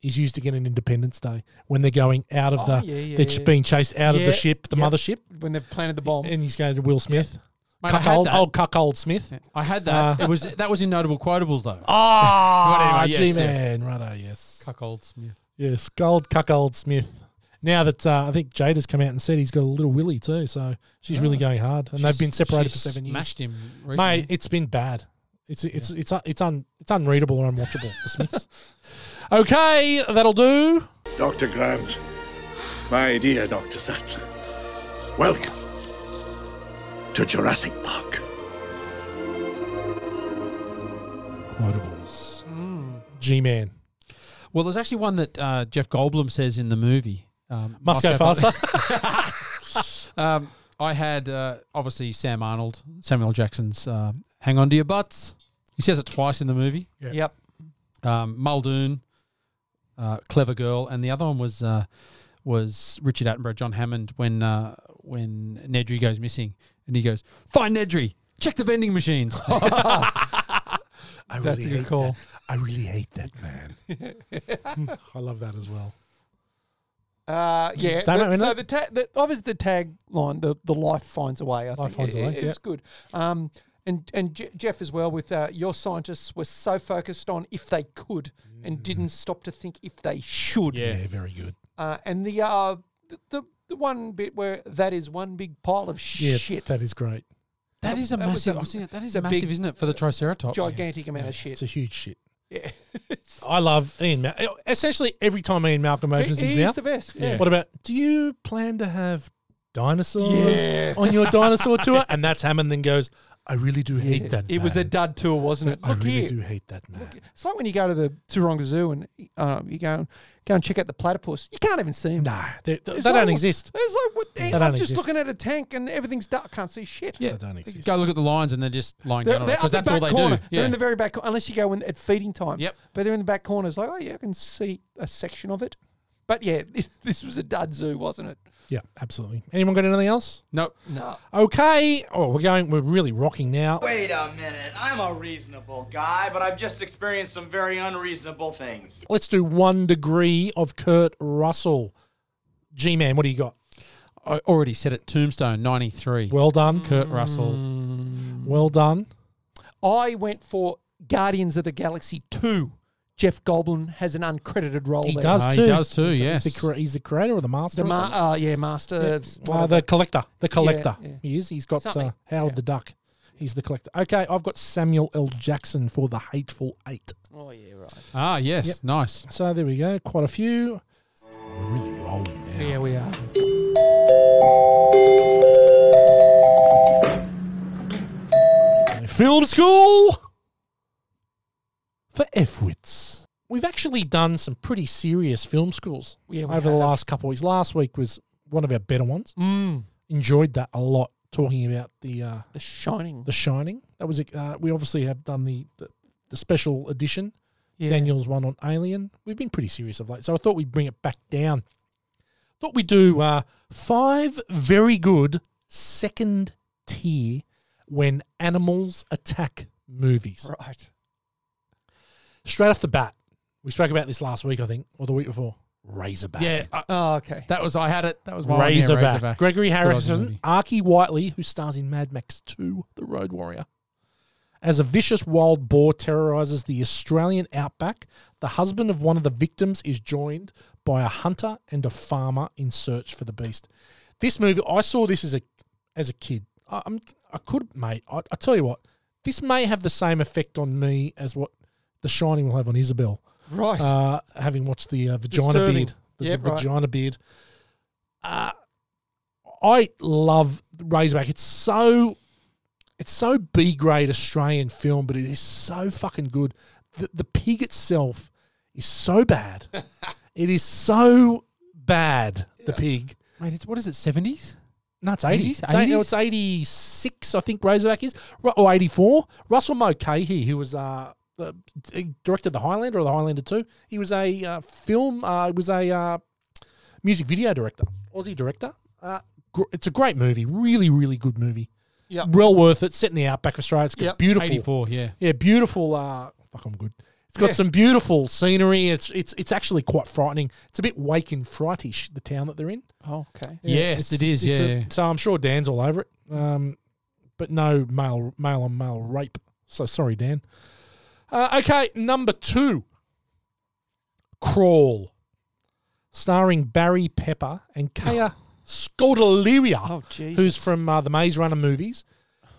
S1: is used again in Independence Day when they're going out of
S3: Oh,
S1: the
S3: yeah, yeah,
S1: they're
S3: yeah.
S1: being chased out of
S3: Yeah,
S1: the ship, the
S3: yep.
S1: mothership,
S3: when they've planted the bomb.
S1: and he's going to Will Smith,
S2: Mate, I had
S1: cuckold,
S2: that.
S1: old cuckold Smith.
S2: I had that.
S1: Uh,
S2: it was that was in notable quotables though.
S1: Ah,
S2: But anyway, yes,
S1: G-Man, righto, yes,
S2: Cuckold Smith.
S1: yes, gold cuckold Smith. Now that uh, I think Jade has come out and said he's got a little willy too, so she's really going hard, and they've been separated for seven years.
S2: Smashed him. Recently.
S1: Mate, it's been bad. It's it's it's it's it's, un, it's unreadable or unwatchable. the Smiths. Okay, that'll do.
S4: Dr. Grant, my dear Dr. Sattler, welcome to Jurassic Park.
S1: Quotables. G-Man
S2: Well, there's actually one that uh, Jeff Goldblum says in the movie. Um,
S1: must go faster.
S2: Um, I had uh, obviously Sam Arnold, Samuel L. Jackson's uh, "Hang on to your butts." He says it twice in the movie.
S3: Yep.
S2: Um, Muldoon, uh, clever girl, and the other one was uh, was Richard Attenborough, John Hammond, when uh, when Nedry goes missing, and he goes, "Find Nedry, check the vending machines."
S1: I
S3: That's a good
S1: hate
S3: call.
S1: that. I really hate that man. I love that as well.
S3: Uh, yeah.
S1: Damn it,
S3: the-
S1: we know-
S3: so the, ta- the obviously the tagline, the, the life finds a way. I
S1: Life
S3: think.
S1: finds a
S3: it,
S1: way,
S3: It,
S1: yeah.
S3: It's good. Um, and and Je- Jeff as well with uh, your scientists were so focused on if they could
S1: Mm.
S3: and didn't stop to think if they should.
S1: yeah very good.
S3: Uh, and the uh the, the the one bit where that is one big pile of
S1: Yeah,
S3: shit,
S1: that is great.
S2: that is a
S3: That was
S2: massive.
S3: a-
S2: I've seen it. That is
S3: a
S2: massive,
S3: big- uh,
S2: isn't it, for the Triceratops?
S3: gigantic amount of
S1: It's
S3: shit.
S1: a huge shit.
S3: Yeah.
S1: I love Ian. Ma- Essentially, every time Ian Malcolm opens
S3: He-
S1: his
S3: he is
S1: mouth,
S3: the best. Yeah.
S1: what about? Do you plan to have dinosaurs
S3: Yeah.
S1: on your dinosaur tour? And that's Hammond. Then goes, I really do hate that.
S3: It was a
S1: man.
S3: dud tour, wasn't it?
S1: I
S3: Look
S1: really
S3: here.
S1: do hate that man.
S3: It's like when you go to the Taronga Zoo and uh, you go go and check out the platypus. You can't even see him.
S1: Nah, they, they, they
S3: It's
S1: don't
S3: like-
S1: exist.
S3: It's like what,
S1: They
S3: I'm
S1: don't
S3: just
S1: exist.
S3: looking at a tank and everything's dark. Can't see shit.
S2: Yeah.
S1: They don't exist.
S2: Go look at the lines, and they're just lying
S3: They're,
S2: down
S3: they're
S2: because
S3: up
S2: that's
S3: the
S2: all
S3: back
S2: they
S3: corner.
S2: do.
S3: They're in the very back, cor- unless you go in at feeding time.
S2: Yep.
S3: But they're in the back corners. Like, oh yeah, I can see a section of it. But yeah, this, this was a dud zoo, wasn't it?
S1: Yeah, absolutely. Anyone got anything else?
S2: Nope.
S3: No.
S1: Okay. Oh, we're going. We're really rocking now.
S9: Wait a minute. I'm a reasonable guy, but I've just experienced some very unreasonable things.
S1: Let's do one degree of Kurt Russell. G man, what do you got?
S2: I already said it. Tombstone 93.
S1: Well done, Kurt.
S2: Kurt Russell.
S3: Mm.
S1: Well done.
S3: I went for Guardians of the Galaxy 2. Jeff Goblin has an uncredited role
S1: He
S3: there.
S1: does
S2: Uh,
S1: too.
S2: he does too, yes.
S1: He's the, cre- he's the creator or the master.
S3: The
S1: or something?
S3: ma- uh, yeah, Oh, Master.
S1: Uh, the collector. The collector.
S3: yeah.
S1: He is. He's got uh,
S3: Something.
S1: Howard
S3: Yeah.
S1: the Duck. He's the collector. Okay, I've got Samuel L. Jackson for The Hateful Eight.
S3: oh, yeah, right.
S2: Ah, yes.
S1: Yep.
S2: Nice.
S1: So there we go. Quite a few. We're really rolling now.
S3: Yeah, we are.
S1: Film school for F-wits. We've actually done some pretty serious film schools
S3: Yeah, we
S1: over the
S3: have.
S1: last couple of weeks. Last week was one of our better ones.
S3: Mm.
S1: Enjoyed that a lot, talking about the uh,
S3: The Shining.
S1: The Shining. That was uh, we obviously have done the, the the special edition.
S3: Yeah.
S1: Daniel's one on Alien. We've been pretty serious of late, so I thought we'd bring it back down. Thought we'd do uh, five very good second tier when animals attack movies.
S3: Right.
S1: Straight off the bat, we spoke about this last week, I think, or the week before. Razorback.
S2: Yeah. I-
S3: Oh, okay.
S2: that was, I had it. That was my
S1: Razorback.
S2: One, yeah, Razorback.
S1: Gregory
S2: Good
S1: Harrison,
S2: Aussie
S1: Archie Whiteley, who stars in Mad Max 2, The Road Warrior. As a vicious wild boar terrorizes the Australian outback, the husband of one of the victims is joined by a hunter and a farmer in search for the beast. This movie, I saw this as a as a kid. I, I'm, I could, mate. I, I tell you what, this may have the same effect on me as what The Shining will have on Isabel
S3: Right.
S1: uh, having watched the uh, vagina
S3: Disturbing.
S1: beard, the
S3: Yep,
S1: d-
S3: right.
S1: vagina beard. Uh, I love Razorback. It's so, it's so B grade Australian film, but it is so fucking good. The, the pig itself is so bad. it is so bad. The pig.
S2: Wait, it's, what is it, 70s?
S1: No, it's 80.
S2: 80s?
S1: It's, eight- no,
S2: 80s?
S1: it's 86, I think Razorback is, Ru- or 84. Russell Mulcahy, who was uh, uh, he directed The Highlander or The Highlander 2, he was a uh, film, uh, he was a uh, music video director, Aussie director. Uh, gr- it's a great movie, really, really good movie.
S3: Yep.
S1: Well worth it. Set in the outback of Australia. It's got
S3: Yep.
S1: beautiful.
S2: 84, yeah.
S1: Yeah, beautiful. Uh, fuck, I'm good. It's got
S3: Yeah.
S1: some beautiful scenery. It's it's it's actually quite frightening. It's a bit wake and frightish, the town that they're in.
S3: oh, okay.
S2: Yes, it is,
S1: it's a-
S2: yeah.
S1: so I'm sure Dan's all over it. Um, but no male male on male rape. So sorry, Dan. Uh, okay, number two. Crawl, starring Barry Pepper and Kaya Scodelaria,
S3: Oh, Jesus.
S1: who's from uh, the Maze Runner movies.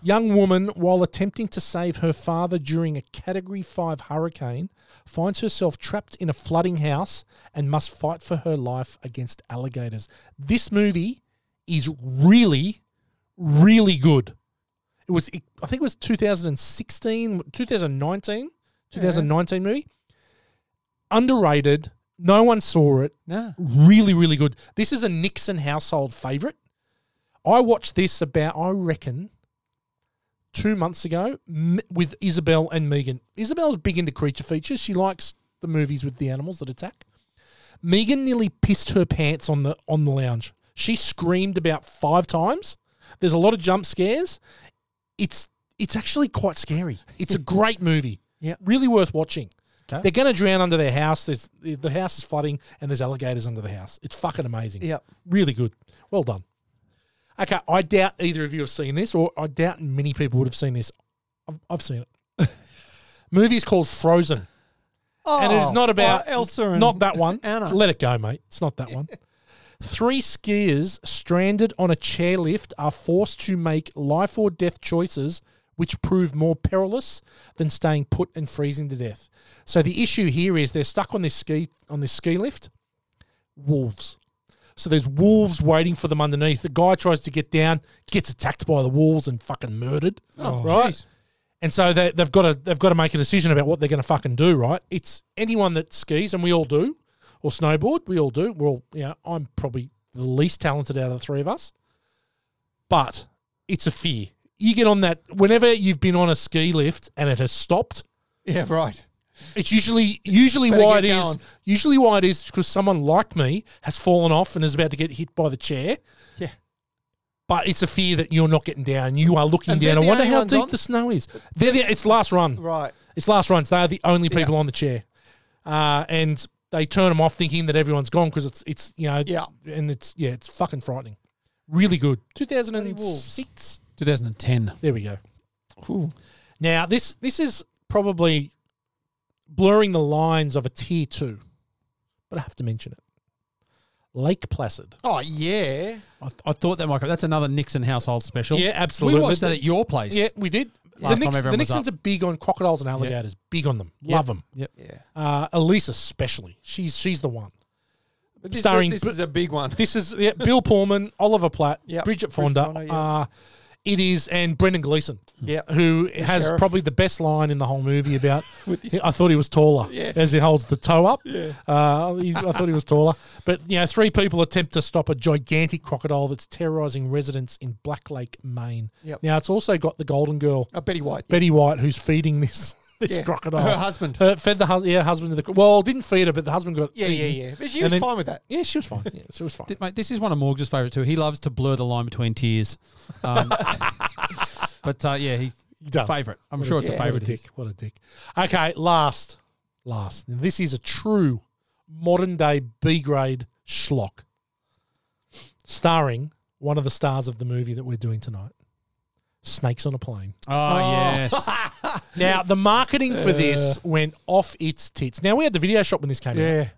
S1: Young woman, while attempting to save her father during a Category 5 hurricane, finds herself trapped in a flooding house and must fight for her life against alligators. This movie is really, really good. It was, it- I think it was 2016, 2019, 2019 movie. Underrated. No one saw it.
S3: No.
S1: Really, really good. This is a Nixon household favorite. I watched this about, I reckon, two months ago m- with Isabel and Megan. Isabel's big into creature features. She likes the movies with the animals that attack. Megan nearly pissed her pants on the on the lounge. She screamed about five times. There's a lot of jump scares. It's it's actually quite scary. It's a great movie.
S3: Yeah.
S1: really worth watching.
S2: Okay.
S1: They're going to drown under their house. There's the the house is flooding, and there's alligators under the house. It's fucking amazing.
S3: Yep.
S1: really good. Well done. Okay, I doubt either of you have seen this, or I doubt many people would have seen this. I've, I've seen it. Movie is called Frozen,
S3: Oh,
S1: and it is not about
S3: oh, Elsa and
S1: not that one.
S3: Anna.
S1: Let it go, mate. It's not that one. Three skiers stranded on a chairlift are forced to make life or death choices which prove more perilous than staying put and freezing to death. So the issue here is they're stuck on this ski on this ski lift. Wolves. So there's wolves waiting for them underneath. The guy tries to get down, gets attacked by the wolves and fucking murdered.
S3: Oh,
S1: right.
S3: jeez.
S1: And so they, they've got to they've got to make a decision about what they're going to fucking do, right? It's anyone that skis, and we all do, or snowboard, we all do. We're all, you know, I'm probably the least talented out of the three of us, but it's a fear. You get on that whenever you've been on a ski lift and it has stopped,
S3: Yeah, right.
S1: It's usually usually
S3: Better
S1: why it
S3: get
S1: is.
S3: going.
S1: Usually why it is because someone like me has fallen off and is about to get hit by the chair.
S3: Yeah.
S1: But it's a fear that you're not getting down. You are looking
S3: And they're
S1: down. I
S3: the
S1: wonder
S3: only
S1: how
S3: ones
S1: deep
S3: on?
S1: the snow is. They're the, it's last run.
S3: Right.
S1: It's last runs. They are the only people on the chair, uh, and they turn them off thinking that everyone's gone because it's it's you know
S3: Yeah.
S1: and it's yeah it's fucking frightening. Really good. Two thousand and six.
S2: 2010.
S1: There we go. Now this this is probably blurring the lines of a tier two, but I have to mention it. Lake Placid.
S3: Oh yeah.
S2: I, I thought that might. That's another Nixon household special.
S1: Yeah, absolutely.
S2: We watched that at your place.
S1: Yeah, we did.
S2: Last time
S1: the Nix, the
S2: everyone was
S1: Nixons
S2: up.
S1: are big on crocodiles and alligators. Big on them. Love them.
S2: Yep.
S1: Uh, Elise especially. She's she's the one.
S3: But this,
S1: Starring
S3: is,
S1: Bu-
S3: this is a big one.
S1: This is yeah, Bill Pullman, Oliver Platt,
S3: Yep.
S1: Bridget
S3: Bridget
S1: Fonda.
S3: Fonda, yeah.
S1: uh, it is, and Brendan Gleeson,
S3: Yeah.
S1: who has
S3: sheriff.
S1: probably the best line in the whole movie about.
S3: With his-
S1: I thought he was taller
S3: Yeah.
S1: as he holds the toe up.
S3: Yeah.
S1: Uh, he- I thought he was taller. But, you know, three people attempt to stop a gigantic crocodile that's terrorizing residents in Black Lake, Maine.
S3: Yep.
S1: Now, it's also got the Golden Girl.
S3: Oh, Betty White.
S1: Betty White, who's feeding this this
S3: Yeah.
S1: crocodile.
S3: Her husband.
S1: Her- fed the hus- yeah husband to the cro- well didn't feed her, but the husband got
S3: yeah, yeah,
S1: eaten.
S3: yeah. But she
S1: And
S3: was
S1: then-
S3: fine with that.
S1: Yeah, she was fine. Yeah, she was fine.
S2: Th- Mate, this is one of Morg's favourite too. He loves to blur the line between tears. Um, but uh, yeah, he,
S1: He does.
S2: favourite. I'm sure it's a
S1: What a
S2: favourite. of
S1: dick!
S2: his.
S1: What a dick! Okay, last, last. Now, this is a true modern day B grade schlock, starring one of the stars of the movie that we're doing tonight. Snakes on a plane.
S2: Oh, yes.
S1: Now the marketing for this went off its tits. Now we had the video shop when this came out.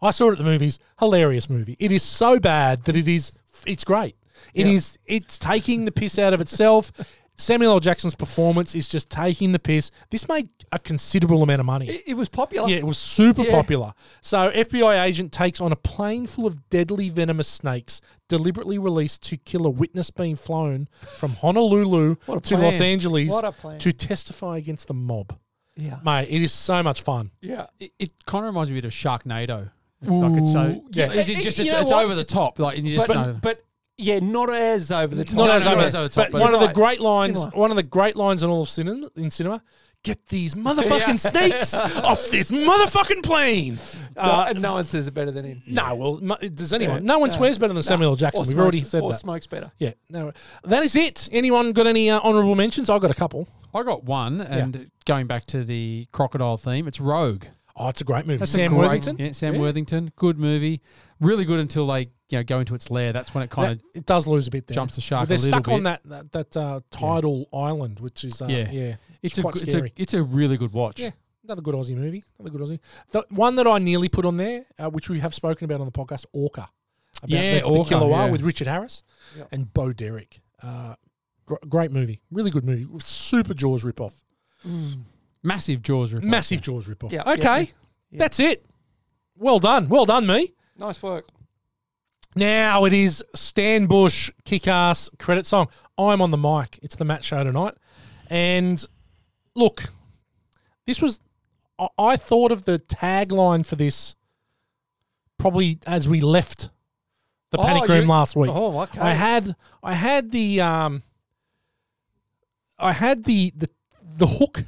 S1: I saw it at the movies. Hilarious movie. It is so bad that it is. It's great. It is. It's taking the piss out of itself. Samuel L. Jackson's performance is just taking the piss. This made a considerable amount of money.
S3: It, it was popular.
S1: Yeah, it was super
S3: Yeah.
S1: popular. So FBI agent takes on a plane full of deadly venomous snakes, deliberately released to kill a witness being flown from Honolulu
S3: What a
S1: to Los
S3: plan.
S1: Angeles
S3: What a plan.
S1: to testify against the mob.
S3: Yeah.
S1: Mate, it is so much fun.
S3: Yeah.
S2: It, it kind of reminds me a bit of Sharknado. Like it's so,
S1: yeah.
S2: yeah, it's, it's just
S3: You
S2: it's,
S3: know
S2: it's
S3: what?
S2: over the top. Like and you just
S3: But,
S2: know.
S3: but yeah, not as over the top.
S1: Not
S2: No,
S1: as
S2: no,
S1: over,
S2: no, it's over the top,
S1: but,
S2: but-
S1: one of the
S3: Right.
S1: great lines,
S3: Cinema.
S1: one of the great lines in all of cinema, in cinema, get these motherfucking snakes off this motherfucking plane. Uh,
S3: No, and Uh, no one says it better than him.
S1: No, well, mu- does anyone? no one swears better than Samuel L. Jackson.
S3: Or
S1: We've already
S3: smokes-
S1: said
S3: or
S1: that.
S3: smokes better.
S1: Yeah, no, that is it. Anyone got any uh, honourable mentions? I got a couple.
S2: I got one, and going back to the crocodile theme, it's Rogue.
S1: Oh, it's a great movie.
S2: That's a
S1: Sam
S2: great-
S1: Worthington.
S2: Yeah, Sam
S1: Yeah.
S2: Worthington. Good movie. Really good until they you know go into its lair. That's when it kind
S1: That-
S2: of
S1: it does lose a bit there.
S2: jumps the shark
S1: But they're
S2: a little
S1: stuck on
S2: bit.
S1: that that, that uh, tidal island, which is uh, yeah,
S2: Yeah.
S1: It's,
S2: it's, a
S1: quite
S2: g- it's
S1: scary.
S2: a it's a really good watch.
S1: yeah, another good Aussie movie. Another good Aussie. The one that I nearly put on there, uh, which we have spoken about on the podcast, Orca. About
S2: Yeah,
S1: the, the
S2: Orca,
S1: killer whale
S2: yeah.
S1: with Richard Harris and Bo Derek. Uh, gr- great movie. Really good movie. Super Jaws ripoff.
S2: Massive jaws rip.
S1: Massive Jaws ripoff.
S3: Yeah,
S1: okay,
S3: yeah,
S1: that's it. Well done. Well done, me.
S3: Nice work.
S1: Now it is Stan Bush kick ass credit song. I'm on the mic. It's the Matt Show tonight. And look, this was, I- I thought of the tagline for this probably as we left the
S3: Oh,
S1: panic room
S3: you-
S1: last week.
S3: oh, okay.
S1: I had, I had the, um, I had the, the, the hook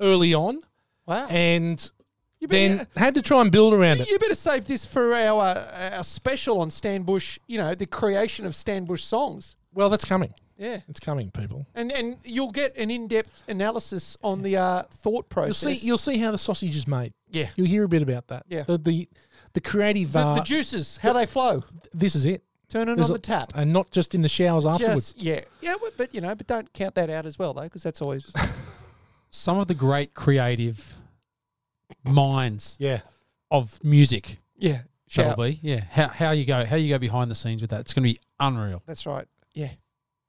S1: early on
S3: Wow.
S1: and
S3: you
S1: then
S3: better,
S1: had to try and build around it.
S3: you better save this for our uh, our special on Stan Bush. You know the creation of Stan Bush songs.
S1: Well, that's coming.
S3: Yeah.
S1: It's coming, people.
S3: And and you'll get an in depth analysis on the uh, thought
S1: You'll
S3: process.
S1: see. You'll see how the sausage is made.
S3: Yeah.
S1: you'll hear a bit about that.
S3: Yeah.
S1: the the, the creative.
S3: the,
S1: art-
S3: the juices, how they flow.
S1: this is it.
S3: Turning
S1: There's
S3: on
S1: a-
S3: the tap.
S1: and not just in the showers afterwards.
S3: Just, yeah, yeah, but, but you know, but don't count that out as well though, because that's always
S2: Some of the great creative minds
S1: Yeah,
S2: of music,
S3: yeah, shout.
S2: probably. Yeah. How how you go how you go behind the scenes with that? It's going to be unreal.
S3: That's right. Yeah,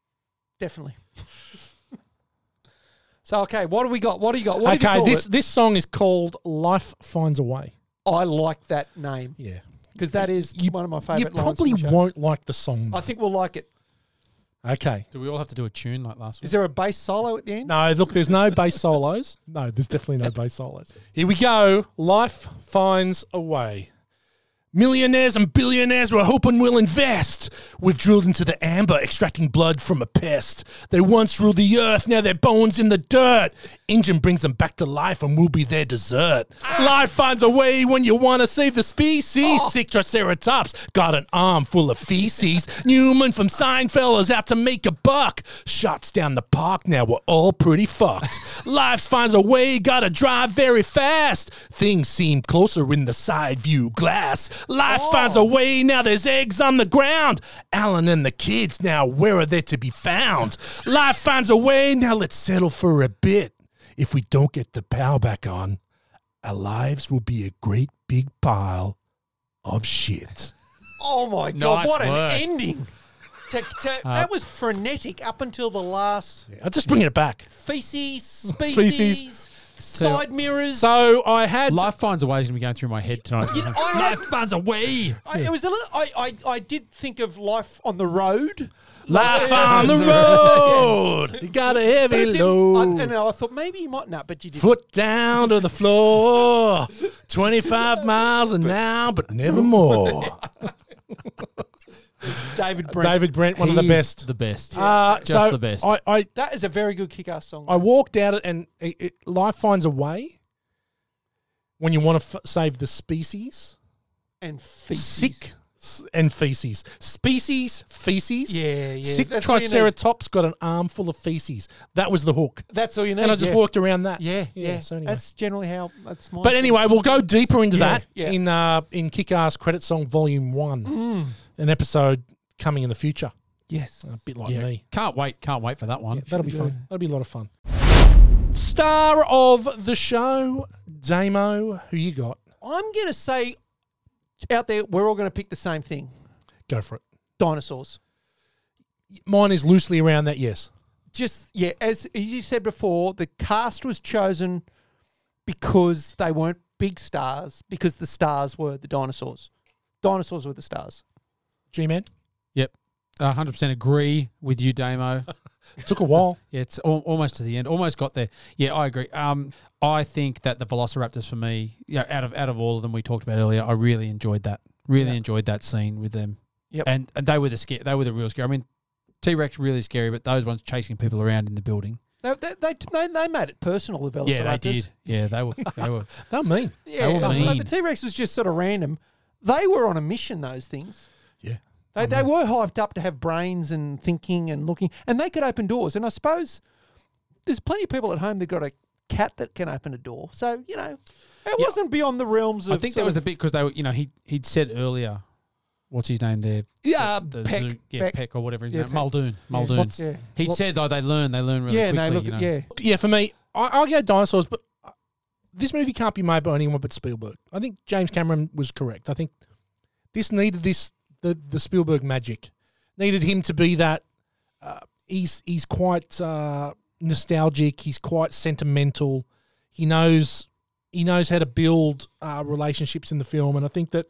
S3: definitely. so okay, what have we got? What do you got? What
S1: okay, this
S3: this
S1: this song is called "Life Finds a Way."
S3: I like that name
S1: Yeah,
S3: because that is
S1: You-
S3: one of my
S1: you
S3: favorite.
S1: probably
S3: lines in the show.
S1: won't like the song.
S3: I think we'll like it.
S1: okay,
S2: Do we all have to do a tune like last week?
S3: Is there a bass solo at the end?
S1: no, look, there's no bass solos. No, there's definitely no bass solos. Here we go. Life finds a way. Millionaires and billionaires we're hoping will invest. We've drilled into the amber, extracting blood from a pest. They once ruled the earth, now their bones in the dirt. Engine brings them back to life and we'll be their dessert. Life finds a way when you want to save the species. Sick Triceratops got an arm full of feces. Newman from Seinfeld is out to make a buck. Shots down the park, now we're all pretty fucked. Life finds a way, gotta drive very fast. Things seem closer in the side view glass. Life finds a way, now there's eggs on the ground. Alan and the kids, now where are they to be found? Life finds a way, now let's settle for a bit. If we don't get the power back on, our lives will be a great big pile of shit.
S3: Oh my
S2: Nice
S3: god! What
S2: work.
S3: an ending! To- to-
S1: Uh,
S3: that was frenetic up until the last
S1: I'm just bringing it back.
S3: feces, species,
S1: Species.
S3: side mirrors.
S1: So I had
S2: Life finds a way is going to be going through my head tonight.
S3: I had-
S2: Life finds a way.
S3: I, it was a little. I, I, I did think of life on the road.
S1: life on the road. You got a
S3: But it
S1: heavy
S3: didn't-
S1: load.
S3: I, and I thought maybe you might not, but you did.
S1: Foot down to the floor. 25 miles an hour, but never more.
S3: David Brent.
S1: uh, David Brent, one of the
S2: He's
S1: best.
S2: The best.
S1: uh,
S2: Just
S1: so
S2: the best.
S1: I, I,
S3: That is a very good kick-ass song.
S1: I walked out and it, it, life finds a way when you want to f- save the species.
S3: and feces.
S1: Sick s- and feces. Species, feces.
S3: Yeah, yeah,
S1: Sick
S3: that's what you need.
S1: Triceratops got an armful of feces. That was the hook.
S3: That's all you need.
S1: and I just
S3: yeah.
S1: walked around that.
S3: Yeah, yeah.
S1: So anyway.
S3: That's generally how. That's my.
S1: but anyway, we'll go deeper into
S3: Yeah,
S1: that
S3: yeah.
S1: in uh, in Kick Ass Credit Song Volume 1, an episode coming in the future.
S3: yes.
S1: A bit like
S2: Yeah.
S1: me.
S2: Can't wait. Can't wait for that one.
S1: That'll be fun. That'll be a lot of fun. Star of the show, Damo. Who you got?
S3: I'm gonna say, out there, we're all gonna pick the same thing:
S1: Go for it.
S3: dinosaurs.
S1: Mine is loosely around that, yes.
S3: just yeah, as, as you said before, the cast was chosen because they weren't big stars, because the stars were the dinosaurs. Dinosaurs were the stars.
S1: G Man.
S2: Yep. I 100% agree with you, Damo.
S1: Took a while.
S2: Yeah, it's al- almost to the end. Almost got there. Yeah, I agree. Um, I think that the Velociraptors for me, you know, out of out of all of them we talked about earlier, I really enjoyed that. Really enjoyed that scene with them.
S3: Yep.
S2: And and they were the scare. They were the real scare. I mean, T Rex really scary, but those ones chasing people around in the building.
S3: They, they, they, they, they made it personal, the Velociraptors.
S2: Yeah, they did. Yeah, they were. They were.
S1: That mean.
S3: Yeah,
S2: They were
S3: but- but
S2: mean.
S3: the T Rex was just sort of random. They were on a mission, those things.
S1: Yeah.
S3: They, they were hyped up to have brains and thinking and looking, and they could open doors. And I suppose there's plenty of people at home that got a cat that can open a door. So, you know, it wasn't beyond the realms of.
S2: I think
S3: sort
S2: that was
S3: of-
S2: the bit because they were. You know, he he'd said earlier, what's his name there?
S3: Yeah,
S2: The
S3: Uh, Peck,
S2: zoo- yeah, Peck.
S3: Peck.
S2: or whatever his
S3: Yeah,
S2: name.
S3: Peck.
S2: Muldoon. Muldoon.
S3: Lots- yeah.
S2: He'd
S3: Lot-
S2: said though they learn. They learn really
S3: yeah,
S2: quickly.
S3: no, look,
S2: you know?
S3: yeah,
S1: Yeah, for me, I, I'll go dinosaurs, but uh, this movie can't be made by anyone but Spielberg. I think James Cameron was correct. I think this needed this the the Spielberg magic needed him to be that. Uh, he's he's quite uh, nostalgic. He's quite sentimental. He knows he knows how to build uh, relationships in the film, and I think that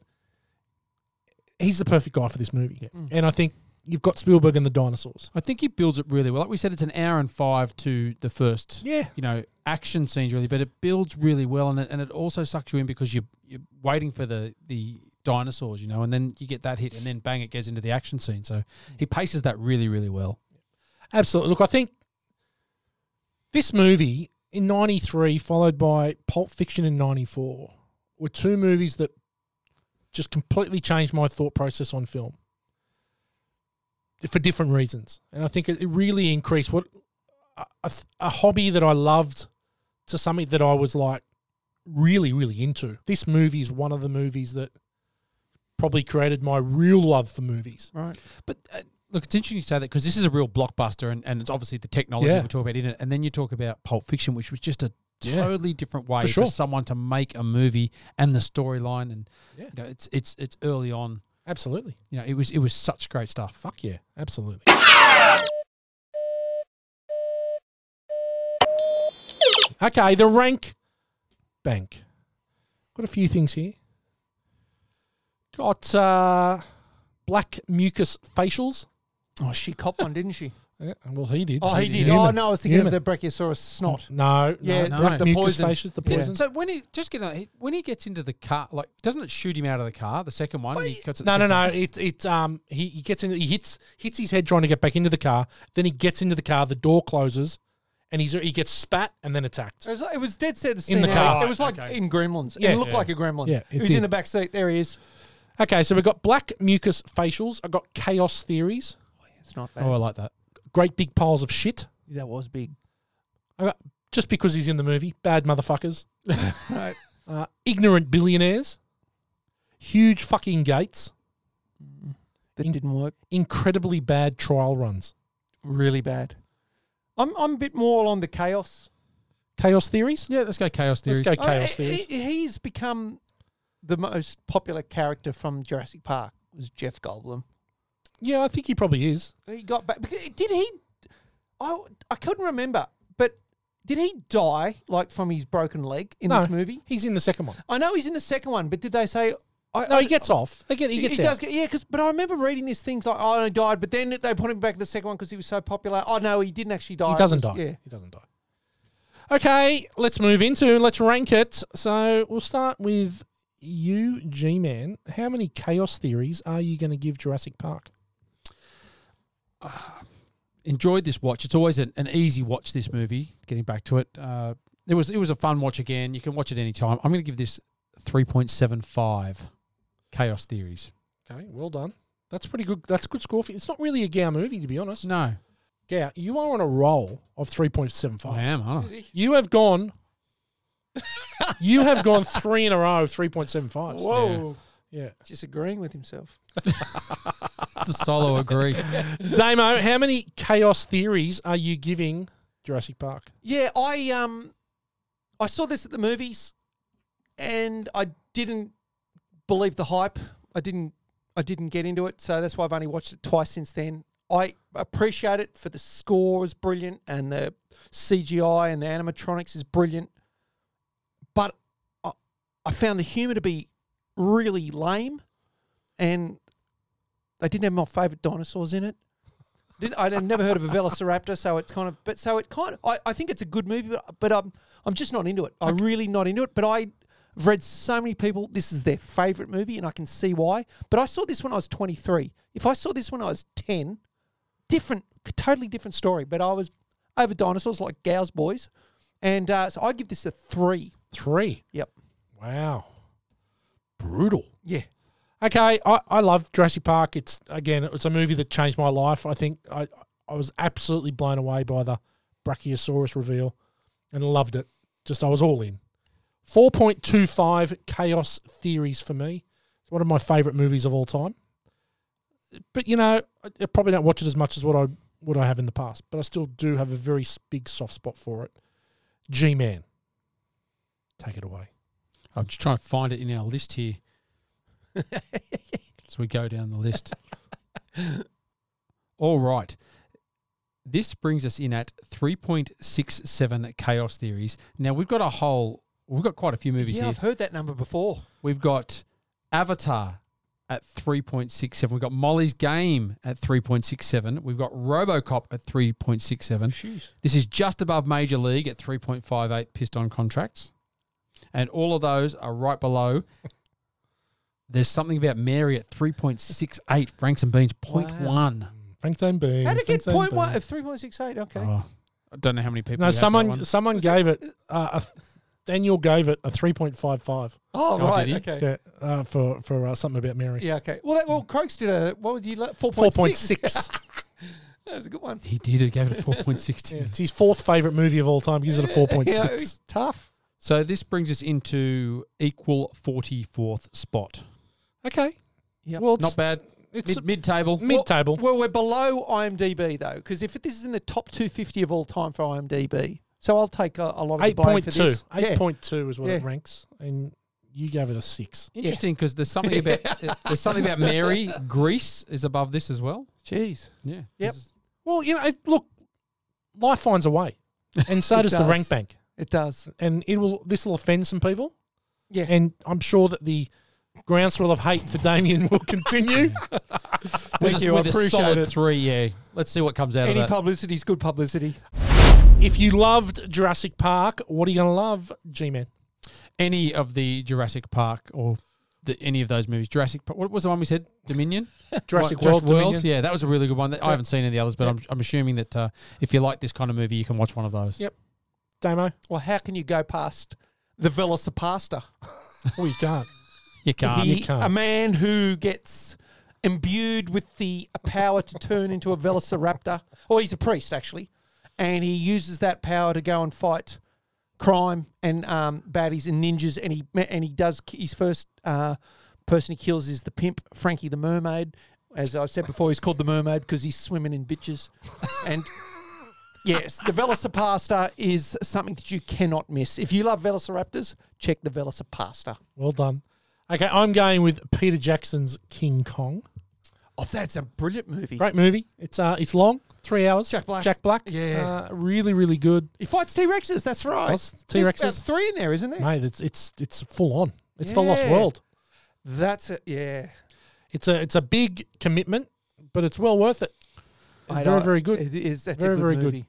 S1: he's the perfect guy for this movie. And I think you've got Spielberg and the dinosaurs.
S2: I think he builds it really well. Like we said, it's an hour and five to the first,
S1: Yeah.
S2: you know, action scenes really, but it builds really well, and it, and it also sucks you in because you're, you're waiting for the the dinosaurs, you know, and then you get that hit, and then bang, it goes into the action scene. So he paces that really, really well.
S1: Absolutely. Look, I think this movie in 93, followed by Pulp Fiction in 94, were two movies that just completely changed my thought process on film for different reasons. And I think it it really increased what a- a, th- a hobby that I loved to something that I was like really, really into. This movie is one of the movies that probably created my real love for movies.
S3: Right.
S2: But uh, look, it's interesting you say that because this is a real blockbuster, and, and it's obviously the technology
S1: Yeah.
S2: we talk about in it. And then you talk about Pulp Fiction, which was just a
S1: Yeah.
S2: totally different way
S1: For
S2: for,
S1: sure.
S2: someone to make a movie and the storyline, and
S1: Yeah.
S2: you know, it's it's it's early on.
S1: Absolutely.
S2: You know, it was it was such great stuff.
S1: Fuck yeah. Absolutely. Okay, the rank bank. Got a few things here. Got uh, black mucus facials.
S3: Oh, she copped one, didn't she?
S1: Yeah, well, he did.
S3: Oh, he did.
S1: Newman.
S3: Oh no, I was thinking
S1: Newman.
S3: of the Brachiosaurus snot.
S1: No,
S3: Yeah,
S1: no,
S2: like
S1: no.
S2: the
S1: mucus
S3: poison.
S1: facius, the
S3: Yeah.
S1: poison.
S2: So when he just get out- he- when he gets into the car, like doesn't it shoot him out of the car? The second one, he cuts it
S1: No, no, no. It's it's um he, he gets in he hits hits his head trying to get back into the car. Then he gets into the car. The door closes, and he's he gets spat and then attacked.
S3: It was, it was dead set.
S1: In the car.
S3: It was like
S2: Okay.
S3: in Gremlins.
S1: Yeah.
S3: it looked
S1: Yeah.
S3: like a gremlin.
S1: Yeah, it
S3: it was
S1: did.
S3: in the back seat. There he is.
S1: Okay, so we've got black mucus facials. I've got chaos theories.
S3: It's not bad.
S2: Oh, I like that.
S1: Great big piles of shit.
S3: That was big.
S1: I got just because he's in the movie. Bad motherfuckers.
S3: Right.
S1: Uh, ignorant billionaires. Huge fucking gates.
S3: That didn't work.
S1: Incredibly bad trial runs.
S3: Really bad. I'm I'm a bit more on the chaos.
S1: Chaos theories.
S2: Yeah, let's go chaos
S1: Let's
S2: theories.
S1: go chaos
S3: I- I-
S1: theories.
S3: he- he's become the most popular character from Jurassic Park. Was Jeff Goldblum?
S1: Yeah, I think he probably is.
S3: He got back. Because did he? I I couldn't remember. But did he die like from his broken leg in
S1: No,
S3: this movie?
S1: he's in the second one.
S3: I know he's in the second one, but did they say? I,
S1: No,
S3: I-
S1: he gets off. They get, he gets
S3: he
S1: out.
S3: does get yeah, because but I remember reading these things like oh, he died, but then they put him back in the second one because he was so popular. Oh no, he didn't actually die.
S1: He
S3: It
S1: doesn't
S3: was-
S1: die.
S3: Yeah,
S1: He doesn't die. Okay, let's move into let's rank it. So we'll start with you, G Man. How many chaos theories are you going to give Jurassic Park?
S2: Enjoyed this watch. It's always an, an easy watch. This movie. Getting back to it, uh, it was it was a fun watch again. You can watch it any time. I'm going to give this three point seven five. Chaos theories.
S1: Okay, well done. That's pretty good. That's a good score. For, it's not really a Gao movie, to be honest.
S2: No,
S1: Gao, you are on a roll of three point seven five.
S2: I am. Aren't I?
S1: You have gone. you have gone three in a row, three point seven five.
S3: Whoa.
S1: Yeah.
S3: just agreeing with himself.
S2: It's a solo agree.
S1: Damo, how many chaos theories are you giving Jurassic Park?
S3: Yeah, I um, I saw this at the movies, and I didn't believe the hype. I didn't, I didn't get into it, so that's why I've only watched it twice since then. I appreciate it for the score is brilliant, and the CGI and the animatronics is brilliant, but I, I found the humor to be really lame, and they didn't have my favorite dinosaurs in it. Did, I'd I'd never heard of a Velociraptor, so it's kind of, but so it kind of, I, I think it's a good movie, but, but um, I'm just not into it. I'm really not into it, but I have read so many people, this is their favourite movie, and I can see why. But I saw this when I was 23. If I saw this when I was 10, different, totally different story, but I was over dinosaurs like Gow's Boys. And uh, so I give this a three.
S1: Three.
S3: Yep.
S1: Wow. Brutal.
S3: Yeah.
S1: Okay, I, I love Jurassic Park. It's again, it's a movie that changed my life. I think I I was absolutely blown away by the Brachiosaurus reveal and loved it. Just I was all in. 4.25 chaos theories for me. It's one of my favorite movies of all time. But you know, I, I probably don't watch it as much as what I what I have in the past, but I still do have a very s- big soft spot for it. G-Man. Take it away.
S2: I'm just trying to find it in our list here. so we go down the list. All right. This brings us in at 3.67 chaos theories. Now we've got a whole we've got quite a few movies
S3: Yeah,
S2: here.
S3: I've heard that number before.
S2: We've got Avatar at 3.67. We've got Molly's Game at 3.67. We've got RoboCop at 3.67. This is just above Major League at 3.58 pissed on contracts. And all of those are right below. There's something about Mary at 3.68. Franks and Beans, 0.1.
S1: Frankenstein Bean.
S3: How did it get
S1: Frankenstein
S3: point
S1: Bean.
S3: one, 3.68? Okay.
S2: Oh, I don't know how many people.
S1: No,
S2: had that
S1: someone
S2: one.
S1: someone gave it. Uh, a, Daniel gave it a three point five five.
S3: Oh,
S2: Oh,
S3: right.
S2: did he?
S3: Okay.
S1: Yeah, uh, for for uh, something about Mary.
S3: Yeah, okay. Well, that, well, Croaks did a what was he? Four
S1: Four
S3: point
S1: point
S3: six.
S1: six.
S3: That was a good one.
S2: He did. He gave it a 4.62.
S1: it's his fourth favorite movie of all time. Gives it a four point
S3: Yeah, it
S1: six.
S3: was tough.
S2: So this brings us into equal 44th spot.
S1: Okay.
S3: Yeah.
S1: Well,
S2: Not
S1: it's
S2: bad.
S1: it's
S2: Mid, mid-table.
S1: mid table.
S3: Well, we're below IMDb though, because if this is in the top two fifty of all time for IMDb, so I'll take a, a lot of the
S1: Eight
S3: blame
S1: point
S3: for
S1: two.
S3: this.
S1: Eight point two is what it
S3: Yeah.
S1: ranks, and you gave it a six.
S2: Interesting because there's something about there's something about Mary. Greece is above this as well.
S3: Yeah. Jeez.
S2: Yeah.
S3: Yep.
S2: This-
S1: Well, you know, it, look, life finds a way, and so
S3: It
S1: does the
S3: does.
S1: rank bank.
S3: It does.
S1: and it will this will offend some people.
S3: Yeah.
S1: And I'm sure that the groundswell of hate for Damien will continue.
S2: with
S3: Thank
S2: a,
S3: you, I
S2: with a
S3: appreciate
S2: solid
S3: it.
S2: three, yeah. Let's see what comes out
S3: Any
S2: of that.
S3: publicity is good publicity.
S1: If you loved Jurassic Park, what are you going to love, G-Man?
S2: any of the Jurassic Park or the, any of those movies. Jurassic Park. What was the one we said? Dominion.
S1: Jurassic
S2: What, Jurassic
S1: World Dominion?
S2: Yeah, that was a really good one. I haven't seen any of the others, but I'm, I'm assuming that uh, if you like this kind of movie, you can watch one of those.
S1: Yep. Damo?
S3: Well, how can you go past the Velocipasta?
S1: Oh, you can't.
S2: You can't.
S3: He- a man who gets imbued with the power to turn into a velociraptor. Or he's a priest, actually. And he uses that power to go and fight crime and um, baddies and ninjas. And he and he does his first uh, person he kills is the pimp, Frankie the Mermaid. As I've said before, he's called the Mermaid because he's swimming in bitches. And yes, the Velocipasta is something that you cannot miss. If you love Velociraptors, check the Velocipasta.
S1: Well done. Okay, I'm going with Peter Jackson's King Kong.
S3: Oh, that's a brilliant movie.
S1: Great movie. It's uh, it's long, three hours.
S3: Jack Black.
S1: Jack Black.
S3: Yeah.
S1: Uh, really, really good.
S3: He fights T Rexes. That's right.
S1: Does
S3: There's about
S1: T-Rexes?
S3: three in there, isn't there?
S1: Mate, it's it's it's full on. It's the Lost
S3: Yeah.
S1: World.
S3: That's it. Yeah.
S1: It's a it's a big commitment, but it's well worth it. It's
S3: I
S1: very,
S3: know.
S1: very good.
S3: It is. That's
S1: Very,
S3: a good
S1: very good.
S3: movie.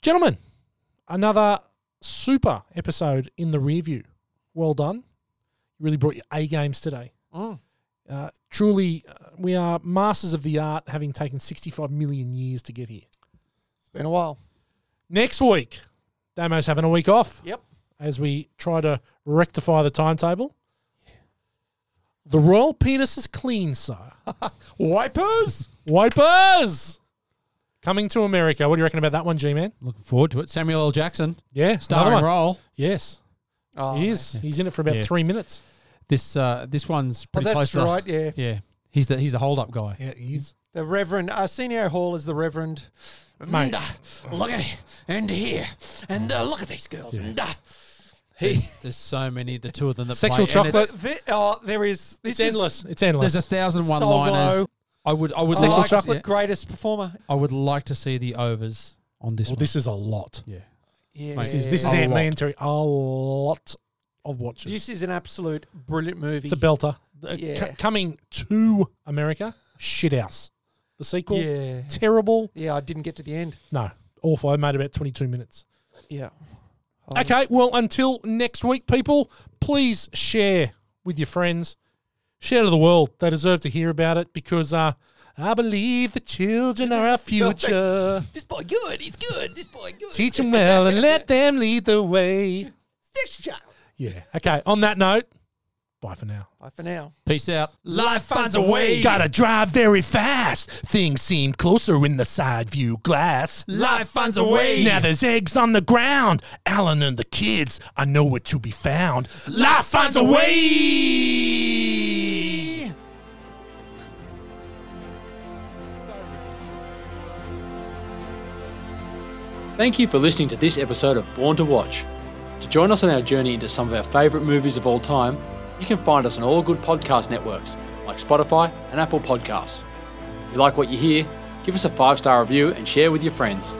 S1: Gentlemen, another super episode in the review. Well done. You really brought your A games today.
S3: Mm.
S1: Uh, truly, uh, we are masters of the art, having taken 65 million years to get here.
S3: It's been a while.
S1: Next week, Damo's having a week off
S3: Yep.
S1: as we try to rectify the timetable. The royal penis is clean, sir.
S3: Wipers.
S1: Wipers! Coming to America. What do you reckon about that one, G Man?
S2: Looking forward to it. Samuel L. Jackson,
S1: Yeah, another
S2: starring
S1: one.
S2: role.
S1: Yes,
S3: Oh,
S1: he is. He's in it for about
S2: Yeah.
S1: three minutes.
S2: This uh, this one's
S3: Oh,
S2: pretty close.
S3: that's
S2: to the-
S3: right. Yeah.
S2: yeah, he's the he's the hold up guy.
S1: Yeah, he is.
S3: The Reverend Arsenio Hall is the Reverend.
S1: Mate.
S3: "Nda, Look at him. And here. And uh, look at these girls. Nda."
S2: There's so many. The two of them that
S1: Sexual
S2: play, and it's-
S1: chocolate.
S3: But thi- oh, there is. This
S1: It's
S3: is
S1: endless. It's endless.
S2: There's a thousand one
S3: Solo.
S2: liners. I would I would
S3: Sexual
S2: like,
S3: chocolate.
S2: yeah,
S3: Greatest performer.
S2: I would like to see the overs on this
S1: well,
S2: one.
S1: this is a lot.
S2: yeah.
S3: Yeah. Oh,
S1: This is this is
S2: A
S1: Ant
S2: lot.
S1: Man territory. A lot of watches.
S3: This is an absolute brilliant movie.
S1: it's a belter. Uh,
S3: Yeah.
S1: co- coming to America, shit house. The sequel,
S3: Yeah.
S1: terrible.
S3: Yeah, I didn't get to the end.
S1: No, awful. I made about 22 minutes.
S3: Yeah. Oh.
S1: Okay, well, until next week, people, please share with your friends. Share to the world. They deserve to hear about it because uh, I believe the children are our future.
S3: This boy good. He's good. This boy good.
S1: Teach them well and let them lead the way.
S3: Next child.
S1: Yeah. Okay, on that note, bye for now.
S3: Bye for now.
S2: Peace out.
S1: Life finds a way. Gotta drive very fast. Things seem closer in the side view glass. Life finds a way. Now there's eggs on the ground. Alan and the kids, I know where to be found. Life finds a way.
S10: Thank you for listening to this episode of Born to Watch. To join us on our journey into some of our favourite movies of all time, you can find us on all good podcast networks like Spotify and Apple Podcasts. If you like what you hear, give us a five star review and share with your friends.